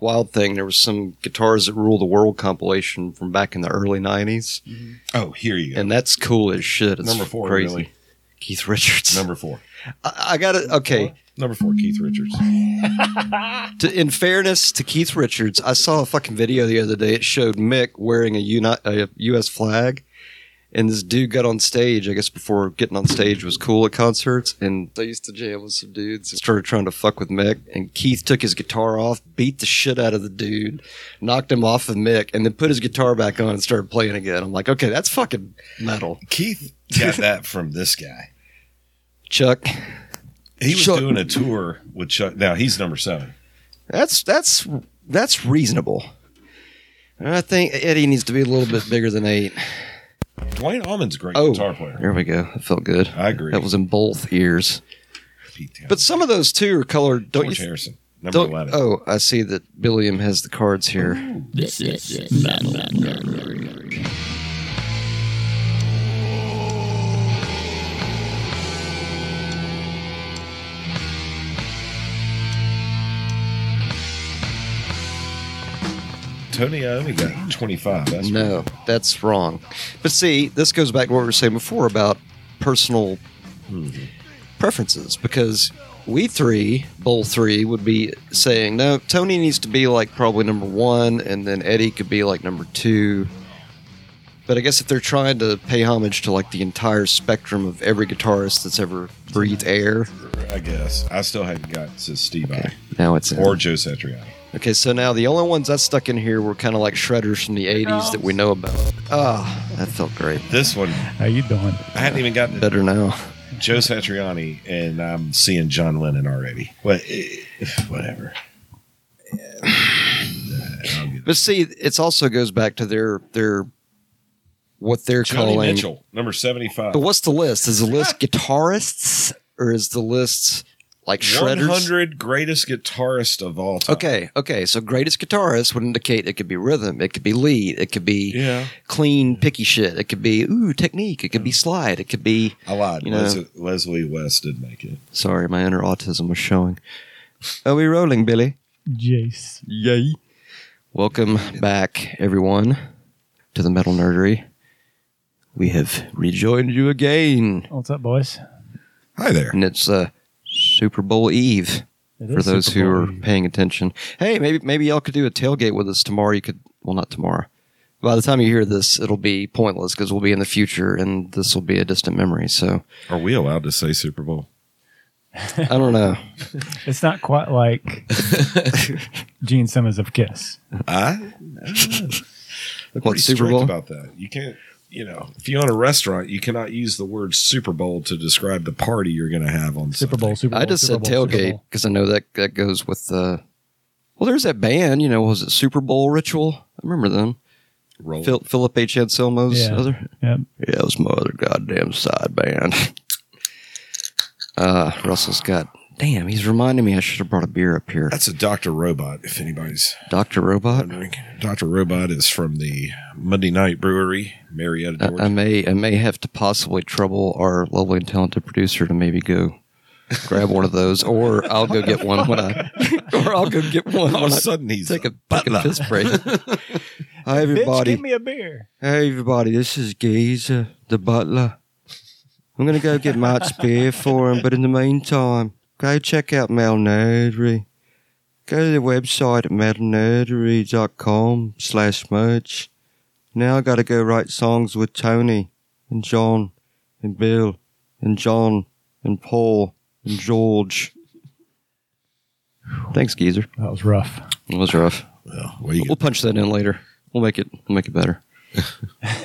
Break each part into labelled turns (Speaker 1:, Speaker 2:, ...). Speaker 1: wild thing. There was some guitars that rule the world compilation from back in the early '90s,
Speaker 2: Oh, here you go.
Speaker 1: and that's cool as shit. It's
Speaker 2: Number four,
Speaker 1: crazy.
Speaker 2: really.
Speaker 1: Keith Richards.
Speaker 2: Number four.
Speaker 1: I, I got it. Okay.
Speaker 2: Number four, Keith Richards.
Speaker 1: To, in fairness to Keith Richards, I saw a fucking video the other day. It showed Mick wearing a, uni- a U.S. flag, and this dude got on stage. I guess before getting on stage was cool at concerts, and I used to jam with some dudes. and Started trying to fuck with Mick, and Keith took his guitar off, beat the shit out of the dude, knocked him off of Mick, and then put his guitar back on and started playing again. I'm like, okay, that's fucking metal.
Speaker 2: Keith got that from this guy.
Speaker 1: Chuck,
Speaker 2: He was
Speaker 1: Chuck-
Speaker 2: doing a tour with Chuck. Now he's number seven.
Speaker 1: That's that's that's reasonable. And I think Eddie needs to be a little bit bigger than eight.
Speaker 2: Dwayne Allman's a great
Speaker 1: Oh,
Speaker 2: guitar player.
Speaker 1: there we go. That felt good.
Speaker 2: I agree.
Speaker 1: That was in both ears.
Speaker 2: Pete Townsend.
Speaker 1: But some of those too are colored. Don't
Speaker 2: George
Speaker 1: you?
Speaker 2: Harrison, number
Speaker 1: Don't,
Speaker 2: 11.
Speaker 1: oh, I see that Billiam has the cards here.
Speaker 3: This is Metal Nerd.
Speaker 2: Tony Iommi got 25. That's
Speaker 1: No, that's wrong. But see, this goes back to what we were saying before about personal hmm, preferences because we three, Bull three, would be saying, no, Tony needs to be like probably number one, and then Eddie could be like number two. But I guess if they're trying to pay homage to like the entire spectrum of every guitarist that's ever breathed air,
Speaker 2: I guess. I still hadn't got to Steve I
Speaker 1: now it's in.
Speaker 2: or Joe Satriani.
Speaker 1: Okay, so now the only ones I stuck in here were kind of like shredders from the 80s that we know about. Ah, that felt great.
Speaker 2: This one,
Speaker 4: How you doing?
Speaker 2: I hadn't even gotten to
Speaker 1: Better now.
Speaker 2: Joe Satriani, and I'm seeing John Lennon already. But eh, whatever.
Speaker 1: But see, it's also goes back to their their what they're
Speaker 2: Johnny
Speaker 1: calling.
Speaker 2: Mitchell, number 75.
Speaker 1: But what's the list? Is the list guitarists or is the list like shredders?
Speaker 2: 100 greatest guitarist of all time.
Speaker 1: Okay, okay. So greatest guitarist would indicate it could be rhythm, it could be lead, it could be
Speaker 2: Yeah.
Speaker 1: clean picky shit, it could be ooh technique, it could be slide, it could be.
Speaker 2: I lied.
Speaker 1: You know-
Speaker 2: Les- Leslie West did make it.
Speaker 1: Sorry, my inner autism was showing. Are we rolling, Billy?
Speaker 4: Jace.
Speaker 1: Yay! Welcome back, everyone, to the Metal Nerdery. We have rejoined you again.
Speaker 4: What's up, boys?
Speaker 2: Hi there.
Speaker 1: and it's uh, Super Bowl Eve
Speaker 4: It
Speaker 1: for
Speaker 4: is
Speaker 1: those
Speaker 4: Super
Speaker 1: who
Speaker 4: Bowl
Speaker 1: are
Speaker 4: Eve.
Speaker 1: paying attention. Hey, maybe maybe y'all could do a tailgate with us tomorrow. You could well not tomorrow. By the time you hear this, it'll be pointless because we'll be in the future and this will be a distant memory. So
Speaker 2: Are we allowed to say Super Bowl?
Speaker 1: I don't know.
Speaker 4: It's not quite like Gene Simmons of Kiss.
Speaker 2: I
Speaker 1: What,
Speaker 2: pretty
Speaker 1: Super
Speaker 2: strict
Speaker 1: Bowl?
Speaker 2: about that. You can't, you know, if you own a restaurant, you cannot use the word Super Bowl to describe the party you're going to have on
Speaker 4: Super Bowl, Super Bowl.
Speaker 1: I just
Speaker 4: Super
Speaker 1: said
Speaker 4: Bowl, Super
Speaker 1: tailgate
Speaker 4: Bowl.
Speaker 1: because I know that that goes with. Uh, well, there's that band. You know, was it Super Bowl Ritual? I remember them.
Speaker 2: Roll.
Speaker 1: Phil, Philip H. Anselmo's
Speaker 4: Yeah.
Speaker 1: other.
Speaker 4: Yep.
Speaker 1: Yeah, it was my other goddamn side band. Uh, Russell Scott. Damn, he's reminding me I should have brought a beer up here.
Speaker 2: That's a Dr. Robot, if anybody's
Speaker 1: Dr. Robot.
Speaker 2: wondering. Dr. Robot is from the Monday Night Brewery, Marietta,
Speaker 1: I,
Speaker 2: Georgia.
Speaker 1: I may I may have to possibly trouble our lovely and talented producer to maybe go grab one of those, or I'll go get one when I, or I'll go get one
Speaker 2: All
Speaker 1: when
Speaker 2: of a
Speaker 1: I
Speaker 2: sudden, he's
Speaker 1: take a fucking
Speaker 2: butler.
Speaker 1: piss break. Hi
Speaker 4: Bitch,
Speaker 1: everybody.
Speaker 4: give me a beer.
Speaker 1: Hey everybody, this is Geezer, the butler. I'm gonna go get Mart's beer for him, but in the meantime, go check out Metal Nerdery. Go to the website at metalnerdery.com slash merch. Now I gotta go write songs with Tony and John and Bill and John and Paul and George. Thanks, Geezer.
Speaker 4: That was rough.
Speaker 1: It was rough.
Speaker 2: Well, what are you
Speaker 1: We'll punch that in later. We'll make it. We'll make it better.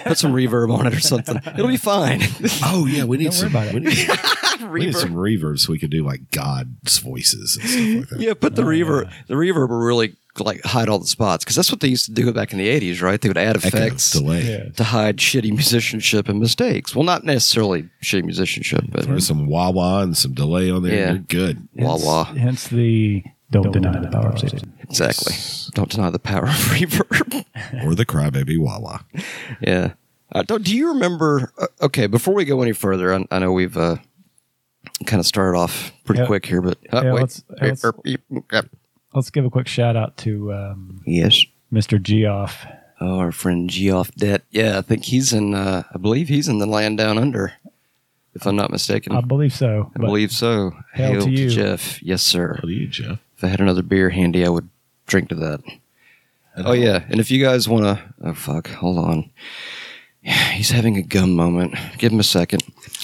Speaker 1: Put some reverb on it or something. It'll be fine.
Speaker 2: oh, yeah, we need
Speaker 4: Don't worry
Speaker 2: some.
Speaker 4: about it.
Speaker 2: We need, we need some reverbs so we could do like God's voices and stuff like that.
Speaker 1: yeah, put the reverb. The reverb will really like hide all the spots because that's what they used to do back in the '80s, right? They would add
Speaker 2: Echoes,
Speaker 1: effects
Speaker 2: delay.
Speaker 4: Yeah.
Speaker 1: to hide shitty musicianship and mistakes. Well, not necessarily shitty musicianship, but
Speaker 2: Throw some wah wah and some delay on there.
Speaker 1: Yeah.
Speaker 2: You're good.
Speaker 1: wah
Speaker 4: Hence-
Speaker 1: wah.
Speaker 4: Hence the don't, deny, the power of Satan.
Speaker 1: Exactly. Don't deny the power of reverb.
Speaker 2: Or the crybaby wah wah.
Speaker 1: Yeah. Uh, do, do you remember? Uh, okay, before we go any further, I, I know we've uh, kind of started off pretty
Speaker 4: Yeah.
Speaker 1: quick here, but uh,
Speaker 4: Yeah,
Speaker 1: wait.
Speaker 4: let's- let's-
Speaker 1: Er, er, er, er,
Speaker 4: let's give a quick shout out to um,
Speaker 1: Yes.
Speaker 4: Mr. Geoff.
Speaker 1: Oh, our friend Geoff Det. Yeah, I think he's in. Uh, I believe he's in the land down under, if I'm not mistaken.
Speaker 4: I believe so.
Speaker 1: I
Speaker 4: but
Speaker 1: believe so.
Speaker 4: Hail to you.
Speaker 1: Jeff. Yes, sir.
Speaker 2: How do you, Jeff?
Speaker 1: If I had another beer handy, I would drink to that.
Speaker 2: And
Speaker 1: Oh
Speaker 2: how-
Speaker 1: yeah, and if you guys want to, oh fuck, hold on. He's having a gum moment. Give him a second.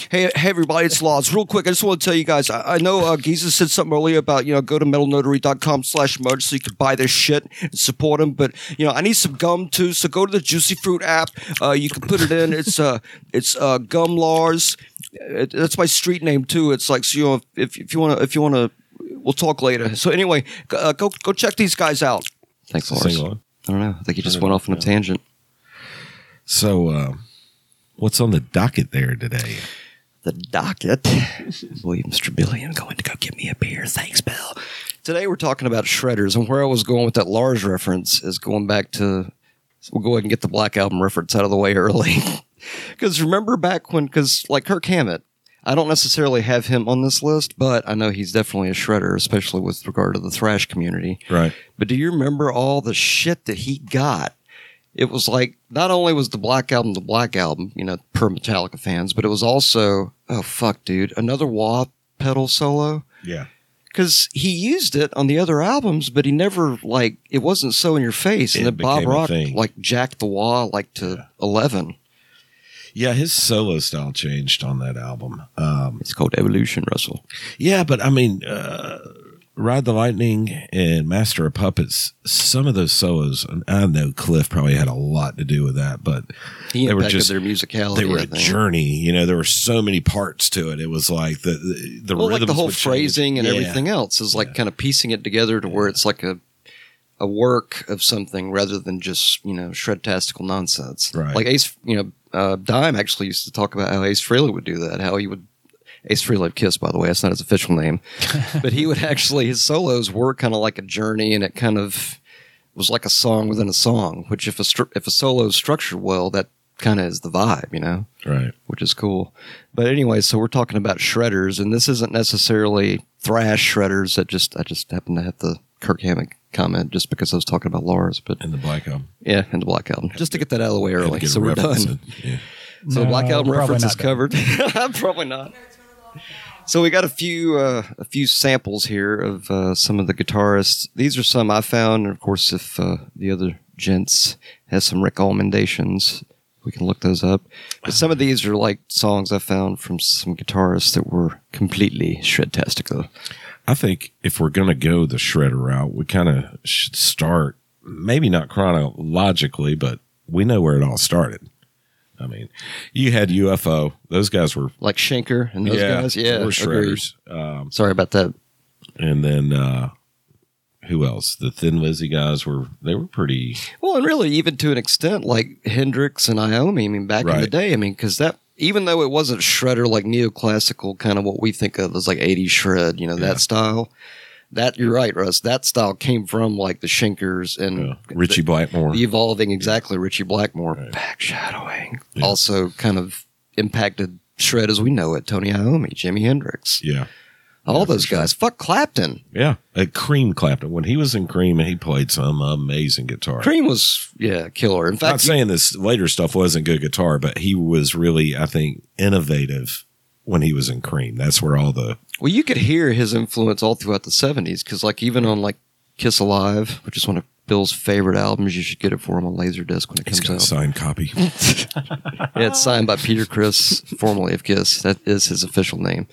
Speaker 1: Hey, hey everybody, it's Laws. Real quick, I just want to tell you guys. I, I know uh, Giza said something earlier about you know go to metalnotary.com slash merch so you can buy their shit and support them. But you know I need some gum too, so go to the Juicy Fruit app. Uh, you can put it in. It's uh it's uh Gum Lars. It, that's my street name too. It's like so you know if, if you want to if you want to we'll talk later. So anyway, go- uh, go go check these guys out. Thanks,
Speaker 2: It's a
Speaker 1: Lars.
Speaker 2: single.
Speaker 1: I don't know. I think he just
Speaker 2: don't
Speaker 1: went
Speaker 2: know,
Speaker 1: off on a
Speaker 2: yeah.
Speaker 1: tangent.
Speaker 2: So, uh, what's on the docket there today?
Speaker 1: The docket. William Mr. Billy, I'm going to go get me a beer. Thanks, Bill. Today we're talking about shredders, and where I was going with that Lars reference is going back to. so we'll go ahead and get the Black Album reference out of the way early, because remember back when, because like Kirk Hammett, I don't necessarily have him on this list, but I know he's definitely a shredder, especially with regard to the thrash community.
Speaker 2: Right.
Speaker 1: But do you remember all the shit that he got? It was like not only was the Black Album the Black Album, you know, per Metallica fans, but it was also oh fuck, dude, another wah pedal solo
Speaker 2: Yeah.
Speaker 1: because he used it on the other albums, but he never like it wasn't so in your face.
Speaker 2: It
Speaker 1: and then Bob
Speaker 2: became a
Speaker 1: Rock
Speaker 2: thing.
Speaker 1: like jacked the wah like to eleven.
Speaker 2: Yeah. His solo style changed on that album. Um,
Speaker 1: It's called Evolution, Russell.
Speaker 2: Yeah, but I mean, uh, Ride the Lightning and Master of Puppets, some of those solos, and I know Cliff probably had a lot to do with that, but
Speaker 1: He
Speaker 2: They were
Speaker 1: impacted
Speaker 2: just-
Speaker 1: their musicality.
Speaker 2: they were
Speaker 1: I
Speaker 2: a
Speaker 1: think.
Speaker 2: journey. You know, there were so many parts to it. It was like the the, the
Speaker 1: well, like the
Speaker 2: rhythms
Speaker 1: whole
Speaker 2: would change.
Speaker 1: phrasing and
Speaker 2: Yeah.
Speaker 1: everything else is like kind of piecing it together to where it's like a a work of something rather than just you know shredtastical nonsense.
Speaker 2: Right.
Speaker 1: Like Ace, you know, uh, Dime actually used to talk about how Ace Frehley would do that. How he would Ace Frehley of Kiss, by the way, that's not his official name, but he would actually his solos were kind of like a journey, and it kind of was like a song within a song. Which if a stru- if a solo is structured well, that kind of is the vibe, you know
Speaker 2: Right.
Speaker 1: which is cool. But anyway, so we're talking about shredders, and this isn't necessarily thrash shredders. That just I just happened to have the Kirk Hammett comment just because I was talking about Lars, but
Speaker 2: And the Black Album.
Speaker 1: yeah, and the Black Album. Just to get that out of the way
Speaker 2: Had to
Speaker 1: early,
Speaker 2: get
Speaker 1: so
Speaker 2: a
Speaker 1: we're
Speaker 2: reference
Speaker 1: done.
Speaker 2: in. Yeah.
Speaker 1: So the Black
Speaker 4: No,
Speaker 1: Album
Speaker 4: probably
Speaker 1: reference
Speaker 4: not
Speaker 1: is
Speaker 4: done.
Speaker 1: covered. probably not. So we got a few uh, a few samples here of uh, some of the guitarists. These are some I found, and of course, if uh, the other gents has some recommendations, we can look those up. But some of these are like songs I found from some guitarists that were completely shredtastical.
Speaker 2: I think if we're going to go the shredder route, we kind of should start, maybe not chronologically, but we know where it all started. I mean, you had UFO. Those guys were
Speaker 1: Like Shanker and those guys. Yeah,
Speaker 2: we're
Speaker 1: agreed.
Speaker 2: shredders. Um,
Speaker 1: Sorry about that.
Speaker 2: and then uh, who else? The Thin Lizzy guys were they were pretty
Speaker 1: Well, and really, even to an extent, like Hendrix and Iommi. I mean, back in the
Speaker 2: Right.
Speaker 1: day, I mean, because that even though it wasn't shredder like neoclassical, kind of what we think of as like '80s shred, you know,
Speaker 2: Yeah.
Speaker 1: that style. That you're right, Russ. That style came from like the Shinkers and
Speaker 2: uh, Richie Blackmore.
Speaker 1: the, the evolving exactly Richie Blackmore
Speaker 2: Right.
Speaker 1: back shadowing.
Speaker 2: Yeah.
Speaker 1: Also, kind of impacted shred as we know it. Tony Iommi, Jimi Hendrix,
Speaker 2: yeah,
Speaker 1: all
Speaker 2: yeah, for
Speaker 1: those
Speaker 2: sure.
Speaker 1: guys. Fuck Clapton.
Speaker 2: yeah. Uh, Cream Clapton when he was in Cream, he played some amazing guitar.
Speaker 1: Cream was yeah killer. In
Speaker 2: Not
Speaker 1: fact,
Speaker 2: saying this later stuff wasn't good guitar, but he was really, I think, innovative when he was in Cream. That's where all the
Speaker 1: Well, you could hear his influence all throughout the 70s because, like, even on like Kiss Alive, which is one of Bill's favorite albums, you should get it for him on Laserdisc when it comes
Speaker 2: he's got a
Speaker 1: out.
Speaker 2: signed copy.
Speaker 1: Yeah, it's signed by Peter Chris, formerly of Kiss. That is his official name.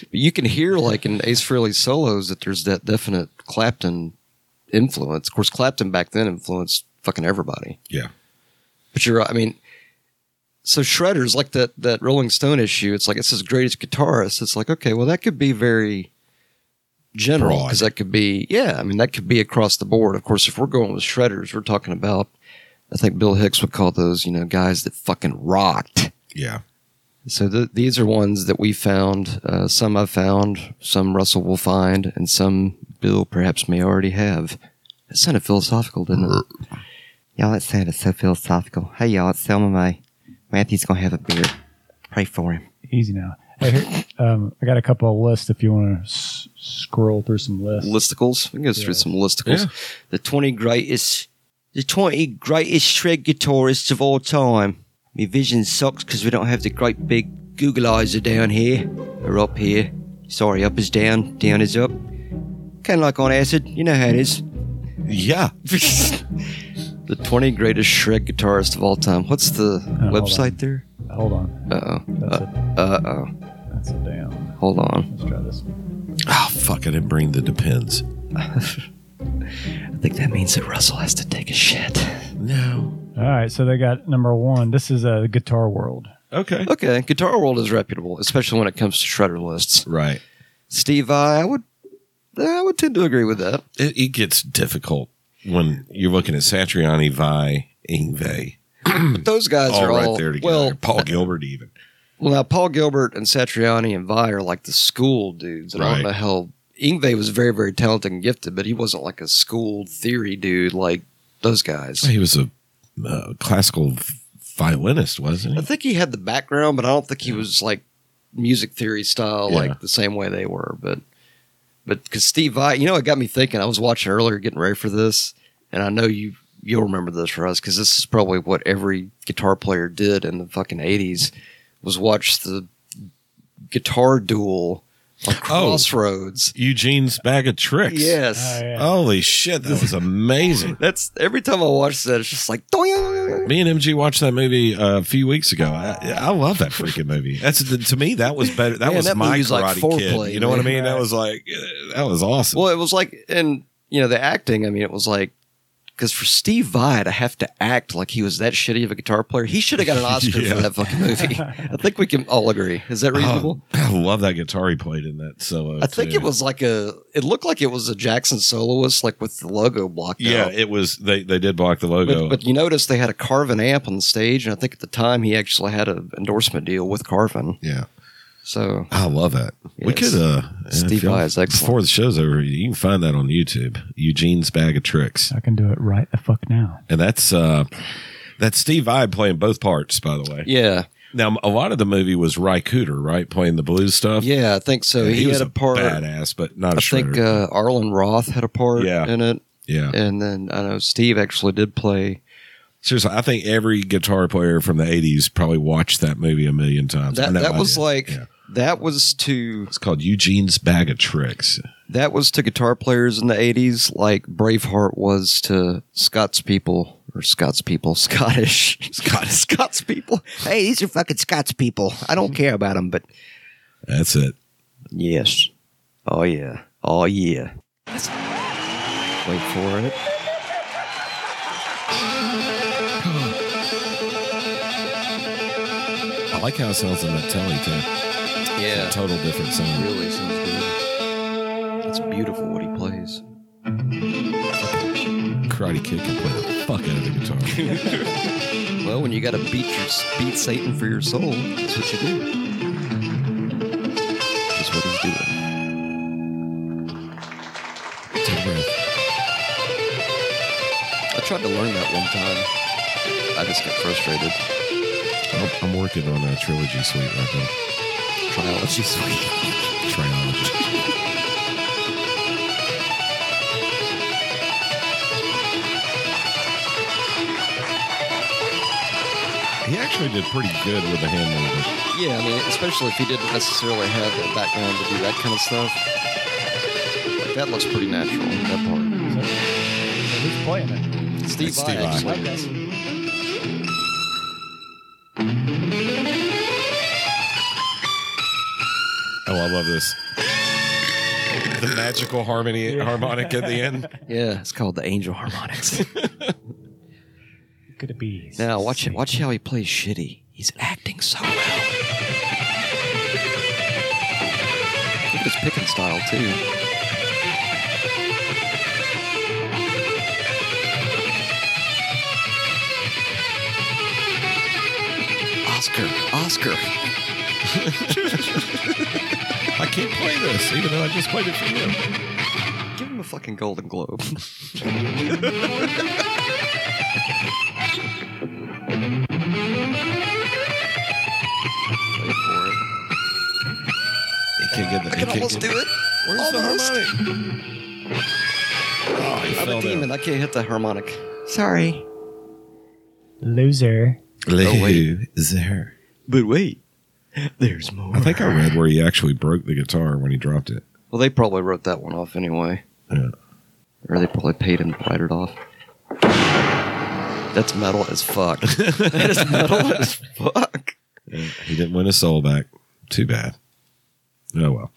Speaker 1: But you can hear, like, in Ace Frehley's solos that there's that definite Clapton influence. Of course, Clapton back then influenced fucking everybody.
Speaker 2: Yeah.
Speaker 1: But you're right. I mean, so Shredder's like that that Rolling Stone issue. It's like it's his greatest guitarist. It's like okay, well that could be very general
Speaker 2: Broad.
Speaker 1: because that could be yeah. I mean that could be across the board. Of course, if we're going with Shredders, we're talking about. I think Bill Hicks would call those you know guys that fucking rocked.
Speaker 2: yeah,
Speaker 1: So th- these are ones that we found. Uh, some I've found, some Russell will find, and some Bill perhaps may already have. It sounded philosophical, didn't it?
Speaker 5: Y'all, it sounded so philosophical. Hey, y'all, it's Selma May. Matthew's gonna have a beer. Pray for him.
Speaker 4: Easy now. Hey, here, um, I got a couple of lists if you want to s- scroll through some lists.
Speaker 1: listicles. We can go through
Speaker 4: Yeah.
Speaker 1: some listicles.
Speaker 2: Yeah.
Speaker 1: The 20 greatest, the 20 greatest shred guitarists of all time. My vision sucks because we don't have the great big Google eyes are down here or up here. Sorry, up is down, down is up. Kind of like on acid, you know how it is.
Speaker 2: Yeah.
Speaker 1: the 20 greatest shred guitarists of all time. What's the
Speaker 4: hold
Speaker 1: website there?
Speaker 4: Hold on.
Speaker 1: Uh oh.
Speaker 4: That's a
Speaker 1: Uh oh.
Speaker 4: that's a down.
Speaker 1: Hold on.
Speaker 4: Let's try this one.
Speaker 2: Oh fuck! I didn't bring the depends.
Speaker 1: I think that means that Russell has to take a shit.
Speaker 2: No.
Speaker 4: All right, so they got number one. This is a uh, Guitar World.
Speaker 2: Okay.
Speaker 1: Okay, Guitar World is reputable, especially when it comes to shredder lists.
Speaker 2: Right.
Speaker 1: Steve, I, I would, I would tend to agree with that.
Speaker 2: It, it gets difficult when you're looking at Satriani, Vi, Ingve,
Speaker 1: But those guys
Speaker 2: all
Speaker 1: are
Speaker 2: right
Speaker 1: all
Speaker 2: there together.
Speaker 1: well.
Speaker 2: Paul Gilbert even.
Speaker 1: Well, now Paul Gilbert and Satriani and Vi are like the school dudes, and I don't
Speaker 2: Right.
Speaker 1: know how Ingve was very, very talented and gifted, but he wasn't like a school theory dude like those guys.
Speaker 2: He was a uh, classical v- violinist, wasn't
Speaker 1: I
Speaker 2: he?
Speaker 1: think he had the background, but I don't think he was like music theory style,
Speaker 2: Yeah.
Speaker 1: like the same way they were. But but because Steve Vai, you know, it got me thinking. I was watching earlier, getting ready for this, and I know you you'll remember this for us because this is probably what every guitar player did in the fucking eighties was watch the guitar duel on Crossroads.
Speaker 2: Eugene's bag of Oh. tricks.
Speaker 1: Yes.
Speaker 4: Oh, yeah.
Speaker 2: Holy shit, that was amazing.
Speaker 1: That's every time I watch that, it's just like, doing.
Speaker 2: Me and MG watched that movie uh, a few weeks ago. I, I love that freaking movie. That's to me that was better. That
Speaker 1: Man,
Speaker 2: was
Speaker 1: that
Speaker 2: my
Speaker 1: movie's
Speaker 2: karate
Speaker 1: like foreplay,
Speaker 2: kid. You know what I
Speaker 1: man.
Speaker 2: mean? That was like uh, that was awesome.
Speaker 1: Well, it was like, and you know, the acting. I mean, it was like because for Steve Vai to have to act like he was that shitty of a guitar player, he should have got an Oscar
Speaker 2: Yeah.
Speaker 1: for that fucking movie. I think we can all agree. Is that reasonable?
Speaker 2: Oh, I love that guitar he played in that solo.
Speaker 1: I think
Speaker 2: too.
Speaker 1: it was like a. It looked like it was a Jackson soloist, like with the logo blocked
Speaker 2: Yeah,
Speaker 1: out.
Speaker 2: it was. They they did block the
Speaker 1: But,
Speaker 2: logo.
Speaker 1: but you notice they had a Carvin amp on the stage, and I think at the time he actually had an endorsement deal with Carvin.
Speaker 2: yeah,
Speaker 1: So
Speaker 2: I love that. We
Speaker 1: Yes.
Speaker 2: could uh,
Speaker 1: Steve
Speaker 2: if y'all-
Speaker 1: Vai is excellent.
Speaker 2: Before the show's over, you can find that on YouTube. Eugene's bag of tricks,
Speaker 4: I can do it right the fuck now.
Speaker 2: and that's uh, that's Steve Vai playing both parts. By the way,
Speaker 1: yeah,
Speaker 2: now a lot of the movie was Ry Cooter, right, playing the blues stuff.
Speaker 1: yeah, I think so.
Speaker 2: Yeah,
Speaker 1: he,
Speaker 2: was
Speaker 1: had a part.
Speaker 2: badass, but not a
Speaker 1: I think
Speaker 2: shredder.
Speaker 1: uh, Arlen Roth had a part
Speaker 2: Yeah.
Speaker 1: in it.
Speaker 2: yeah,
Speaker 1: And then I know Steve actually did play.
Speaker 2: seriously, I think every guitar player from the '80s probably watched that movie a million times. I
Speaker 1: That
Speaker 2: know
Speaker 1: that
Speaker 2: I
Speaker 1: was
Speaker 2: did.
Speaker 1: like
Speaker 2: Yeah.
Speaker 1: that was to
Speaker 2: it's called Eugene's bag of tricks.
Speaker 1: that was to guitar players in the eighties like Braveheart was to Scots people or Scots people Scottish Scots Scots people. Hey, these are fucking Scots people. I don't care about them, but
Speaker 2: That's it.
Speaker 1: yes, oh yeah, oh yeah. Wait for it.
Speaker 2: I like how it sounds in that telly too.
Speaker 1: Yeah,
Speaker 2: Total different sound.
Speaker 1: really sounds good. It's beautiful what he plays.
Speaker 2: Karate Kid can play the fuck out of the guitar.
Speaker 1: Well, when you got to beat your beat Satan for your soul, that's what you do. That's what he's doing.
Speaker 2: Take a breath.
Speaker 1: I tried to learn that one time. I just got frustrated.
Speaker 2: I'm- I'm working on a trilogy suite right now.
Speaker 1: Trilogy sweet.
Speaker 2: Trilogy. he actually did pretty good with the hand movement.
Speaker 1: Yeah, I mean, especially if he didn't necessarily have the background to do that kind of stuff. Like, that looks pretty natural. That
Speaker 4: So, so who's playing it?
Speaker 1: part. Steve,
Speaker 2: That's Steve
Speaker 1: Vai
Speaker 2: Vai.
Speaker 1: actually
Speaker 4: Okay.
Speaker 1: is.
Speaker 2: Oh, I love this. The magical harmony harmonic at the end.
Speaker 1: Yeah, it's called the Angel Harmonics.
Speaker 4: Could it be?
Speaker 1: now watch it. Watch how he plays shitty. He's acting so well. Look at his picking style too. Oscar, Oscar.
Speaker 2: I can't play this, even though I just played it for you.
Speaker 1: Give him a fucking Golden Globe. Wait for it.
Speaker 2: He can't get
Speaker 1: I
Speaker 2: the. he
Speaker 1: can
Speaker 2: can't
Speaker 1: almost
Speaker 2: get-
Speaker 1: do it.
Speaker 2: Where's
Speaker 1: Almost.
Speaker 2: the harmonic? Oh, he
Speaker 1: I'm
Speaker 2: fell
Speaker 1: a
Speaker 2: down.
Speaker 1: demon. I can't hit the harmonic.
Speaker 5: Sorry.
Speaker 4: Loser.
Speaker 2: Oh,
Speaker 1: wait.
Speaker 2: there.
Speaker 1: But wait, there's more.
Speaker 2: I think I read where he actually broke the guitar when he dropped it.
Speaker 1: Well, they probably wrote that one off anyway.
Speaker 2: Yeah.
Speaker 1: Or they probably paid him to write it off. That's metal as fuck. that is metal as fuck.
Speaker 2: Yeah, He didn't win his soul back. Too bad. Oh well.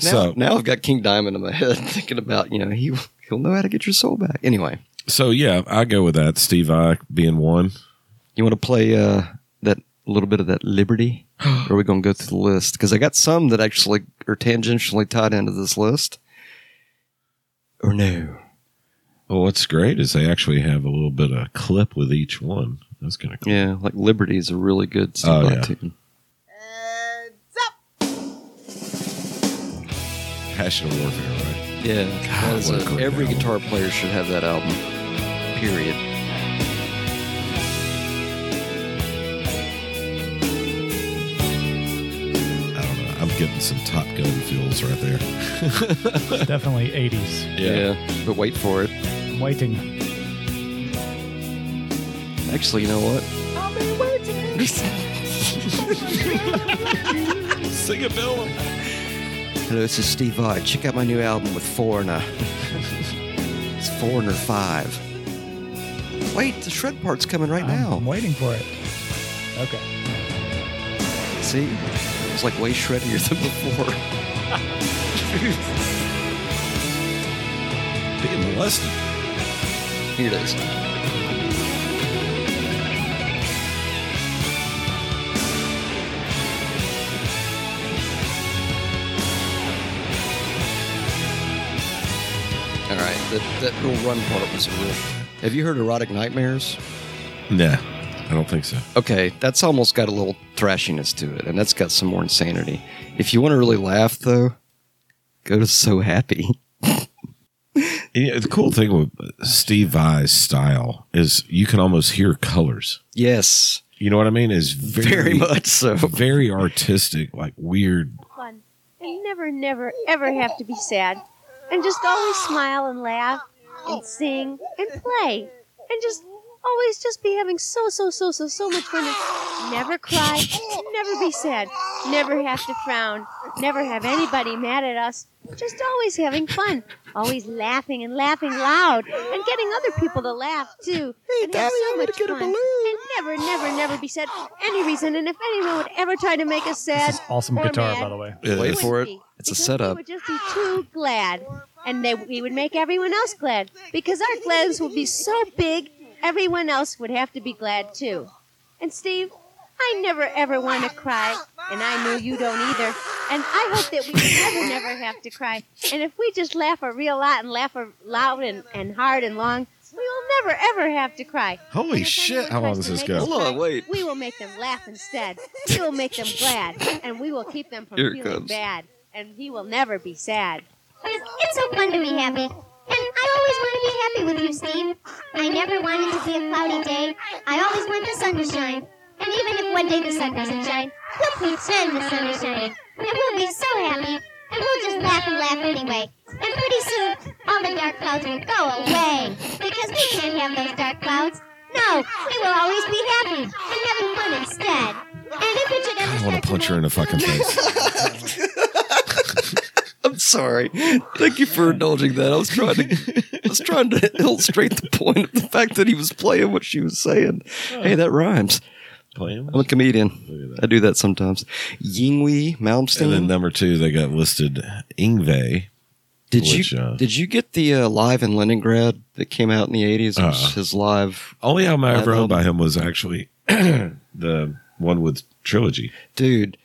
Speaker 1: Now,
Speaker 2: so
Speaker 1: now I've got King Diamond in my head thinking about, you know, he, he'll know how to get your soul back. Anyway,
Speaker 2: so yeah, I go with that. Steve I being one.
Speaker 1: you want to play uh, that little bit of that Liberty? or are we going to go through the list? Because I got some that actually are tangentially tied into this list. Or no.
Speaker 2: Well, what's great is they actually have a little bit of clip with each one. That's kind of cool.
Speaker 1: Yeah, like Liberty is a really good Steve
Speaker 2: Oh,
Speaker 1: Vai
Speaker 2: yeah.
Speaker 1: tune.
Speaker 2: Passion of warfare, right?
Speaker 1: Yeah, that is
Speaker 2: what a
Speaker 1: a-
Speaker 2: great
Speaker 1: every
Speaker 2: album.
Speaker 1: guitar player should have that album. Period.
Speaker 2: I don't know. I'm getting some Top Gun feels right there.
Speaker 4: It's definitely 80s.
Speaker 1: but wait for it.
Speaker 4: I'm waiting.
Speaker 1: Actually, you know what?
Speaker 2: Sing a bill.
Speaker 1: Hello, this is Steve Vai. Check out my new album with Foreigner. it's Foreigner Five. Wait, the shred part's coming right
Speaker 4: I'm
Speaker 1: now.
Speaker 4: waiting for it. Okay.
Speaker 1: See, it's like way shreddier than before.
Speaker 2: Being molested.
Speaker 1: Here it is. All right, that, that little run part was a real. Have you heard Erotic Nightmares?
Speaker 2: Nah, I don't think so.
Speaker 1: Okay, that's almost got a little thrashiness to it, and that's got some more insanity. If you want to really laugh, though, go to So Happy.
Speaker 2: Yeah, the cool thing with Steve Vai's style is you can almost hear colors.
Speaker 1: Yes,
Speaker 2: You know what I mean? Is
Speaker 1: very much so.
Speaker 2: very artistic, like weird.
Speaker 6: fun and never, never, ever have to be sad. And just always smile and laugh and sing and play. And just always just be having so, so, so, so, so much fun. And never cry, never be sad, never have to frown, never have anybody mad at us. Just always having fun, always laughing and laughing loud, and getting other people to laugh too. and have so much fun. And never, never, never be sad for any reason. And if anyone would ever try to make us sad,
Speaker 4: This is awesome
Speaker 6: or
Speaker 4: guitar,
Speaker 6: mad,
Speaker 4: by the way.
Speaker 1: Wait
Speaker 6: wouldn't
Speaker 1: for it.
Speaker 6: be,
Speaker 1: It's a
Speaker 6: because
Speaker 1: setup.
Speaker 6: We would just be too glad, and they, we would make everyone else glad because our gladness would be so big, everyone else would have to be glad too. And Steve, I never ever want to cry, and I know you don't either. And I hope that we never never have to cry. And if we just laugh a real lot and laugh a loud and, and hard and long, we will never ever have to cry.
Speaker 2: Holy
Speaker 6: If
Speaker 2: shit!
Speaker 6: anyone
Speaker 2: How long
Speaker 6: tries
Speaker 2: does
Speaker 6: to
Speaker 2: this
Speaker 6: make
Speaker 2: go?
Speaker 6: us
Speaker 1: Hold on,
Speaker 6: cry,
Speaker 1: wait.
Speaker 6: We will make them laugh instead. We will make them glad, and we will keep them from
Speaker 1: Here it
Speaker 6: feeling
Speaker 1: comes.
Speaker 6: bad. And he will never be sad.
Speaker 7: Because it's so fun to be happy. And I always want to be happy with you, Steve. I never want it to be a cloudy day. I always want the sun to shine. And even if one day the sun doesn't shine, we'll pretend the sun is shining. And we'll be so happy. And we'll just laugh and laugh anyway. And pretty soon, all the dark clouds will go away. Because we can't have those dark clouds. No, we will always be happy and having fun instead. And if it should ever
Speaker 2: I want
Speaker 7: start
Speaker 2: to punch her in the fucking face.
Speaker 1: I'm sorry. Thank you for indulging that. I was trying to I was trying to illustrate the point of the fact that he was playing what she was saying. Hey, that rhymes.
Speaker 2: Playing.
Speaker 1: I'm a comedian. I do that sometimes. Yingwei
Speaker 2: And then
Speaker 1: Malmsteen.
Speaker 2: number two, they got listed Ingve.
Speaker 1: Did
Speaker 2: which,
Speaker 1: you
Speaker 2: uh,
Speaker 1: did you get the uh, live in Leningrad that came out in the 80s? It was
Speaker 2: Uh-uh.
Speaker 1: his live.
Speaker 2: Only album I
Speaker 1: That
Speaker 2: ever owned
Speaker 1: album.
Speaker 2: by him was actually the one with trilogy.
Speaker 1: Dude,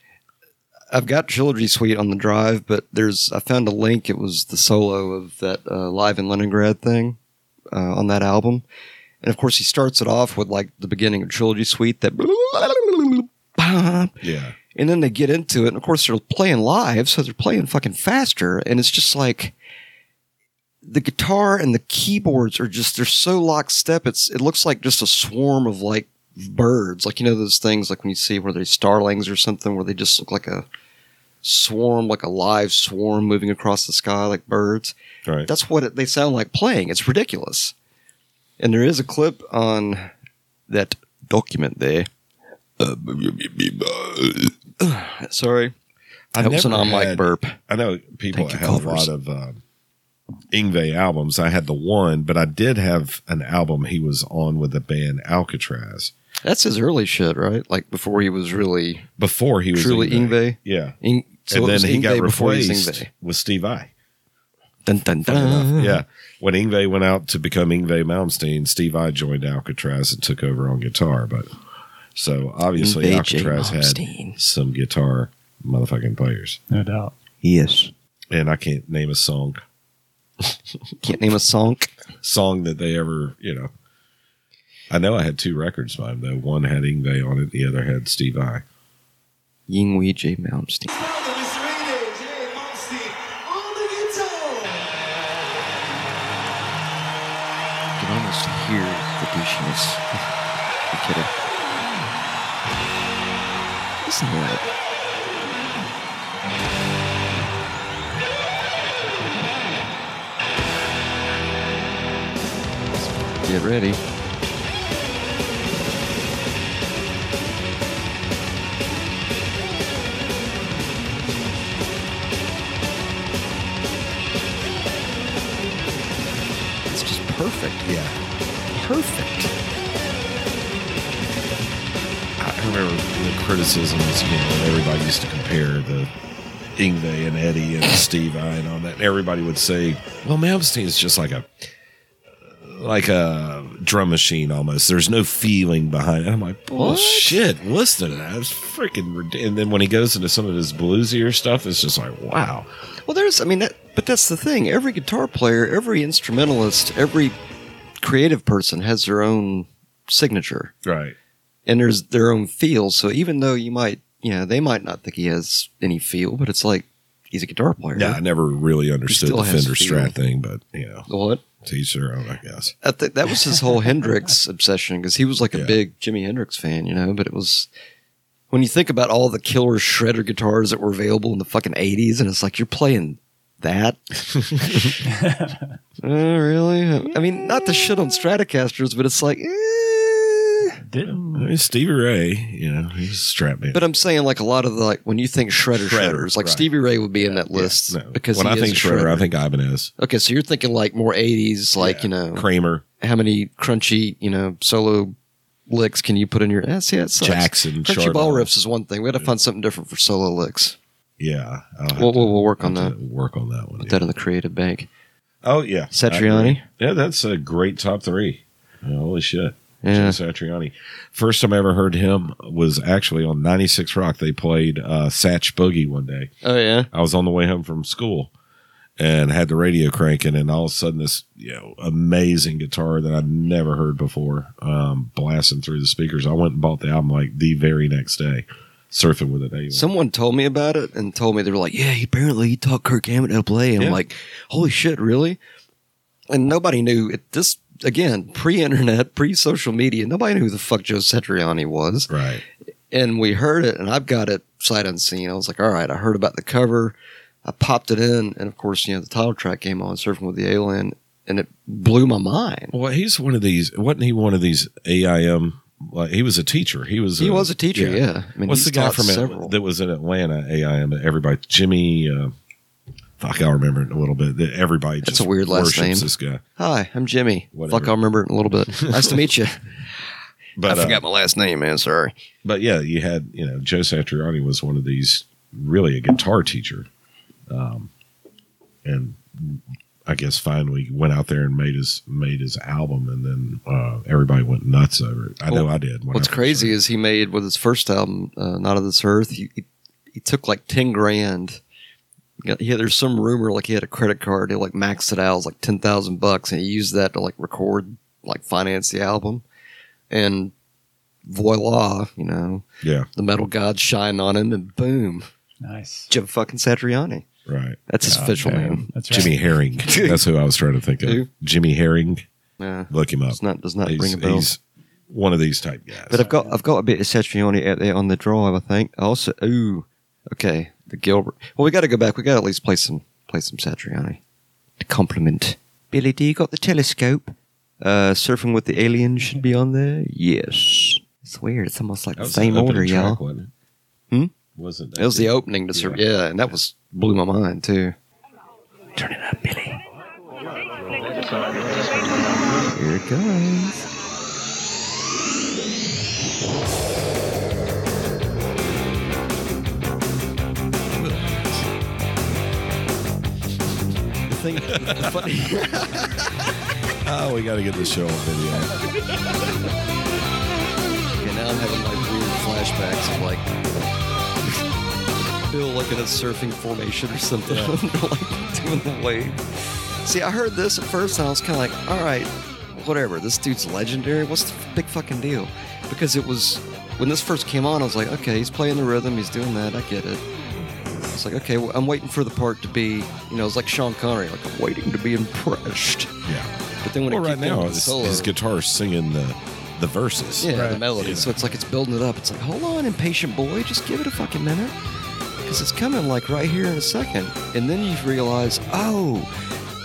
Speaker 1: I've got Trilogy Suite on the drive, but there's I found a link. It was the solo of that uh, live in Leningrad thing uh, on that album, and of course he starts it off with like the beginning of Trilogy Suite that,
Speaker 2: Yeah.
Speaker 1: and then they get into it, and of course they're playing live, so they're playing fucking faster, and it's just like the guitar and the keyboards are just they're so lockstep. It's it looks like just a swarm of like birds, like you know those things like when you see where they starlings or something, where they just look like a swarm, like a live swarm moving across the sky like birds.
Speaker 2: Right.
Speaker 1: That's what it, they sound like playing. It's ridiculous. And there is a clip on that document there. Sorry.
Speaker 2: I
Speaker 1: that was an
Speaker 2: never
Speaker 1: on mic
Speaker 2: had-
Speaker 1: burp.
Speaker 2: I know people
Speaker 1: Thank you,
Speaker 2: have a
Speaker 1: covers.
Speaker 2: lot of um, Ingve albums. I had the one, but I did have an album he was on with the band Alcatraz
Speaker 1: That's his early shit, right? Like before he was really
Speaker 2: before he was
Speaker 1: truly Ingve.
Speaker 2: Yeah,
Speaker 1: Ing- so
Speaker 2: and
Speaker 1: it
Speaker 2: then
Speaker 1: was
Speaker 2: he
Speaker 1: Ingve
Speaker 2: got
Speaker 1: before he was
Speaker 2: replaced
Speaker 1: Ingve.
Speaker 2: with Steve I.
Speaker 1: Dun, dun, dun.
Speaker 2: Yeah, when Ingve went out to become Ingve Malmsteen, Steve I joined Alcatraz and took over on guitar. But so obviously
Speaker 1: Ingve J.
Speaker 2: Alcatraz
Speaker 1: Malmsteen.
Speaker 2: had some guitar motherfucking players,
Speaker 4: no doubt.
Speaker 5: Yes.
Speaker 2: and I can't name a song
Speaker 1: Can't name a song.
Speaker 2: song that they ever, you know. I know I had two records by him though. One had Ingve on it, the other had Steve I.
Speaker 1: Yingwei J. Malmsteen. You can almost hear the douchiness. I'm kidding. Listen to that. Get ready. It's just perfect.
Speaker 2: Yeah,
Speaker 1: Perfect.
Speaker 2: I remember the criticisms. You know, everybody used to compare the Ingve and Eddie and Steve I and all that. And everybody would say, "Well, Malmsteen is just like a like a drum machine almost. There's no feeling behind it." I'm like, "Bullshit! Listen to that. It's freaking." rid-" And then when he goes into some of his bluesier stuff, it's just like, "Wow."
Speaker 1: Well, there's, I mean, that, but that's the thing. Every guitar player, every instrumentalist, every creative person has their own signature.
Speaker 2: Right.
Speaker 1: and there's their own feel. So even though you might, you know, they might not think he has any feel, but it's like he's a guitar player.
Speaker 2: Yeah, I never really understood
Speaker 1: still
Speaker 2: the
Speaker 1: has
Speaker 2: Fender
Speaker 1: feel.
Speaker 2: Strat thing, but you know,
Speaker 1: What?
Speaker 2: teach their own, I guess.
Speaker 1: I thi- that was his whole Hendrix obsession because he was like a
Speaker 2: Yeah.
Speaker 1: big Jimi Hendrix fan, you know. But it was when you think about all the killer shredder guitars that were available in the fucking eighties, and it's like you're playing that. Uh, really? I mean, not to shit on Stratocasters, but it's like. eh.
Speaker 2: I
Speaker 4: Didn't
Speaker 2: mean, Stevie Ray, you know, he's a strap man.
Speaker 1: But I'm saying like a lot of the like when you think shredder,
Speaker 2: Shredder,
Speaker 1: shredders, like
Speaker 2: right.
Speaker 1: Stevie Ray would be in that
Speaker 2: Yeah,
Speaker 1: list
Speaker 2: no.
Speaker 1: because
Speaker 2: when
Speaker 1: he
Speaker 2: I
Speaker 1: is
Speaker 2: think
Speaker 1: a
Speaker 2: Shredder,
Speaker 1: shredder.
Speaker 2: I think Ibanez,
Speaker 1: Okay, so you're thinking like more 80s, like,
Speaker 2: Yeah.
Speaker 1: you know,
Speaker 2: Kramer,
Speaker 1: how many crunchy, you know, solo licks can you put in your. Yeah, see, that sucks.
Speaker 2: Jackson,
Speaker 1: Crunchy
Speaker 2: Charbonneau.
Speaker 1: ball riffs is one thing. We got to find something different for solo licks.
Speaker 2: Yeah, I'll have
Speaker 1: We'll,
Speaker 2: to-
Speaker 1: we'll, we'll work on
Speaker 2: have
Speaker 1: that.
Speaker 2: to Work on that one.
Speaker 1: Put
Speaker 2: yeah.
Speaker 1: that in the creative bank.
Speaker 2: Oh yeah,
Speaker 1: Satriani?
Speaker 2: I agree. Yeah, that's a great top three. Holy shit.
Speaker 1: Yeah.
Speaker 2: Jim Satriani. First time I ever heard him was actually on 96 Rock. They played uh, Satch Boogie one day.
Speaker 1: Oh, yeah.
Speaker 2: I was on the way home from school and had the radio cranking, and all of a sudden, this you know amazing guitar that I'd never heard before um, blasting through the speakers. I went and bought the album like the very next day, surfing with it. Anyway.
Speaker 1: Someone told me about it and told me they were like, yeah, he apparently he taught Kirk Hammett how to play. And
Speaker 2: Yeah.
Speaker 1: I'm like, holy shit, really? And nobody knew it. This, again, pre internet, pre social media, nobody knew who the fuck Joe Satriani was.
Speaker 2: right,
Speaker 1: and we heard it and i've got it sight unseen i was like all right i heard about the cover i popped it in and of course you know the title track came on surfing with the alien and it blew my mind
Speaker 2: well, he's one of these. Wasn't he one of these AIM? Like he was a teacher. He was.
Speaker 1: he was a teacher yeah, i mean
Speaker 2: What's the
Speaker 1: he's
Speaker 2: guy
Speaker 1: taught
Speaker 2: from
Speaker 1: several
Speaker 2: it, that was in Atlanta? AIM. that Everybody, Jimmy. Uh, fuck, I'll remember it in a little bit. That everybody.
Speaker 1: That's
Speaker 2: just
Speaker 1: a weird last
Speaker 2: worships
Speaker 1: name.
Speaker 2: This guy,
Speaker 1: hi i'm jimmy
Speaker 2: Whatever.
Speaker 1: fuck i'll remember it in a little bit nice to meet you
Speaker 2: but
Speaker 1: i
Speaker 2: uh,
Speaker 1: forgot my last name man sorry
Speaker 2: but yeah, you had you know Joe Satriani was one of these really a guitar teacher, um, and I guess finally went out there and made his made his album, and then uh, everybody went nuts over it. I know
Speaker 1: Well,
Speaker 2: I did. when
Speaker 1: What's
Speaker 2: I first
Speaker 1: crazy
Speaker 2: heard
Speaker 1: is he made with his first album, uh, Not of This Earth. He, he, he took like ten grand. Got- He had, there's some rumor like he had a credit card. He like maxed it out. It was like ten thousand bucks, and he used that to like record, like finance the album, and voila, you know,
Speaker 2: it. yeah,
Speaker 1: the metal gods shine on him, and boom,
Speaker 4: nice. Oh,
Speaker 1: Jim fucking Satriani.
Speaker 2: right.
Speaker 1: That's his
Speaker 2: Yeah,
Speaker 1: official
Speaker 2: man.
Speaker 1: name.
Speaker 4: That's right.
Speaker 2: Jimmy Herring. That's who I was trying to think of.
Speaker 1: Who?
Speaker 2: Jimmy Herring.
Speaker 1: Yeah,
Speaker 2: Look him up.
Speaker 1: does not does not
Speaker 2: Uh, he's,
Speaker 1: ring a bell.
Speaker 2: he's one of these type guys.
Speaker 5: But I've got I've got a bit of Satriani out there on the drive, I think.
Speaker 1: Also, ooh, okay. the Gilbert. Well, we got to go back. We got to at least play some play some Satriani to compliment. Billy, do you got the telescope? Uh, surfing with the aliens should be on there. Yes,
Speaker 5: It's weird. It's almost like
Speaker 2: That
Speaker 5: the
Speaker 2: was
Speaker 5: same
Speaker 2: an opening
Speaker 5: order,
Speaker 2: track,
Speaker 5: y'all.
Speaker 2: wasn't it?
Speaker 1: Hmm?
Speaker 2: Wasn't
Speaker 1: that was the opening to surf.
Speaker 2: Yeah.
Speaker 1: Yeah, and that was blew my mind too.
Speaker 5: Turn it up, Billy. Here it goes.
Speaker 1: The thing, the funny,
Speaker 2: Oh, we got to get the show on video.
Speaker 1: and now I'm having like weird flashbacks of like Bill looking at surfing formation or something,
Speaker 2: Yeah.
Speaker 1: like doing the wave. See, I heard this at first, and I was kind of like, all right, whatever. This dude's legendary. What's the big fucking deal? Because it was when this first came on, I was like, okay, he's playing the rhythm, he's doing that. I get it. It's like, okay, well, I'm waiting for the part to be, you know, it's like Sean Connery, like I'm waiting to be impressed.
Speaker 2: Yeah.
Speaker 1: But then when
Speaker 2: Well,
Speaker 1: it
Speaker 2: right
Speaker 1: kicked in
Speaker 2: now,
Speaker 1: with the
Speaker 2: it's
Speaker 1: solo,
Speaker 2: his guitar singing the the verses.
Speaker 1: yeah, the
Speaker 4: Right.
Speaker 1: melody.
Speaker 2: Yeah.
Speaker 1: So it's like it's building it up. It's like, hold on, impatient boy, just give it a fucking minute. Because it's coming like right here in a second. And then you realize, oh,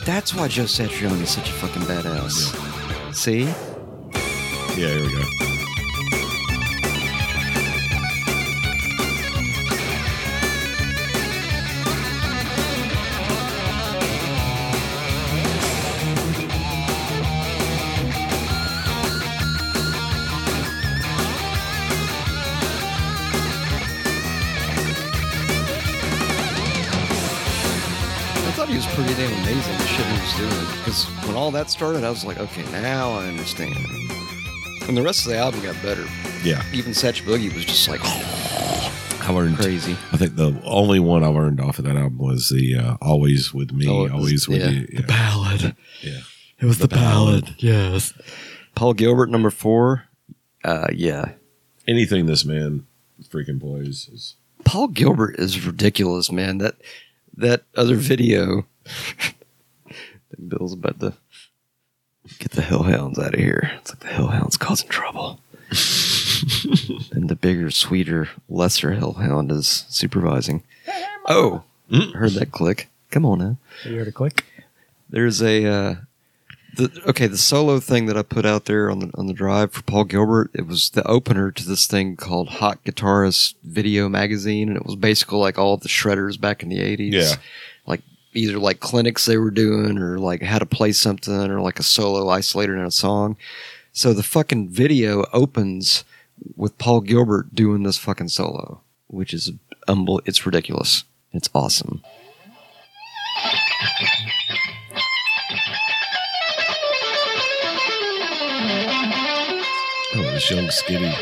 Speaker 1: that's why Joe Satriani is such a fucking badass. See?
Speaker 2: Yeah, here we go.
Speaker 1: I thought he was pretty damn amazing, the shit he was doing. Because when all that started, I was like, okay, now I understand. And the rest of the album got better.
Speaker 2: Yeah.
Speaker 1: Even Satch Boogie was just like
Speaker 2: I learned
Speaker 1: crazy.
Speaker 2: I think the only one I learned off of that album was the uh, "Always with Me,
Speaker 1: Oh, it was-
Speaker 2: Always with
Speaker 1: yeah.
Speaker 2: You." Yeah.
Speaker 1: Ballad.
Speaker 2: Yeah.
Speaker 1: It was
Speaker 2: The the ballad.
Speaker 1: yes. Paul Gilbert, number four. Uh, yeah.
Speaker 2: Anything this man freaking plays is
Speaker 1: Paul Gilbert is ridiculous, man. That that other video. Bill's about to get the hellhounds out of here. It's like the hellhounds causing trouble. and the bigger, sweeter, lesser hellhound is supervising. Oh,
Speaker 2: Mm.
Speaker 1: heard that click. Come on now.
Speaker 4: You heard a click?
Speaker 1: There's a uh, the okay the solo thing that I put out there on the on the drive for Paul Gilbert. It was the opener to this thing called Hot Guitarist Video Magazine, and it was basically like all the shredders back in the '80s.
Speaker 2: Yeah.
Speaker 1: like either like clinics they were doing, or like how to play something, or like a solo isolated in a song. So the fucking video opens with Paul Gilbert doing this fucking solo, which is unbel- it's ridiculous. It's awesome.
Speaker 2: oh, this young skinny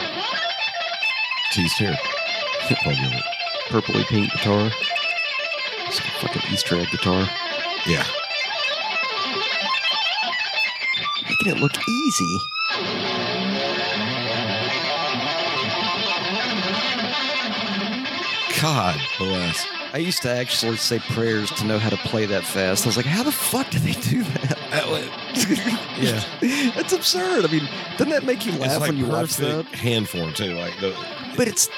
Speaker 2: teased hair. Paul Gilbert.
Speaker 1: purpley pink guitar. It's like a fucking Easter egg guitar.
Speaker 2: Yeah,
Speaker 1: Making it look easy.
Speaker 2: God bless.
Speaker 1: I used to actually say prayers to know how to play that fast. I was like, how the fuck did they do that?
Speaker 2: Yeah.
Speaker 1: That's absurd. I mean, doesn't that make you
Speaker 2: It's
Speaker 1: laugh
Speaker 2: like
Speaker 1: when you watch that?
Speaker 2: perfect hand form too, like the
Speaker 1: But it's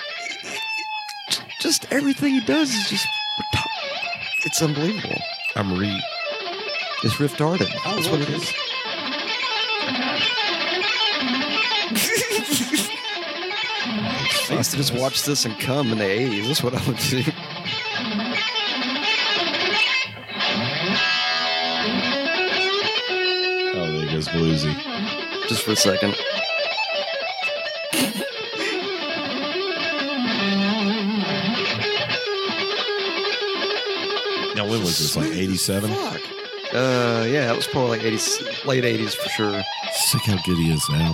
Speaker 1: just everything he does is just. It's unbelievable.
Speaker 2: I'm re.
Speaker 1: It's riftarded.
Speaker 2: Oh,
Speaker 1: That's what it is. I used to just watch this and come in the 80s. That's what I would do.
Speaker 2: Oh, there goes bluesy.
Speaker 1: Just for a second.
Speaker 2: Now when was this? Like '87.
Speaker 1: Fuck. Uh, yeah, that was probably like 80s, late 80s for sure.
Speaker 2: Sick how good he is now.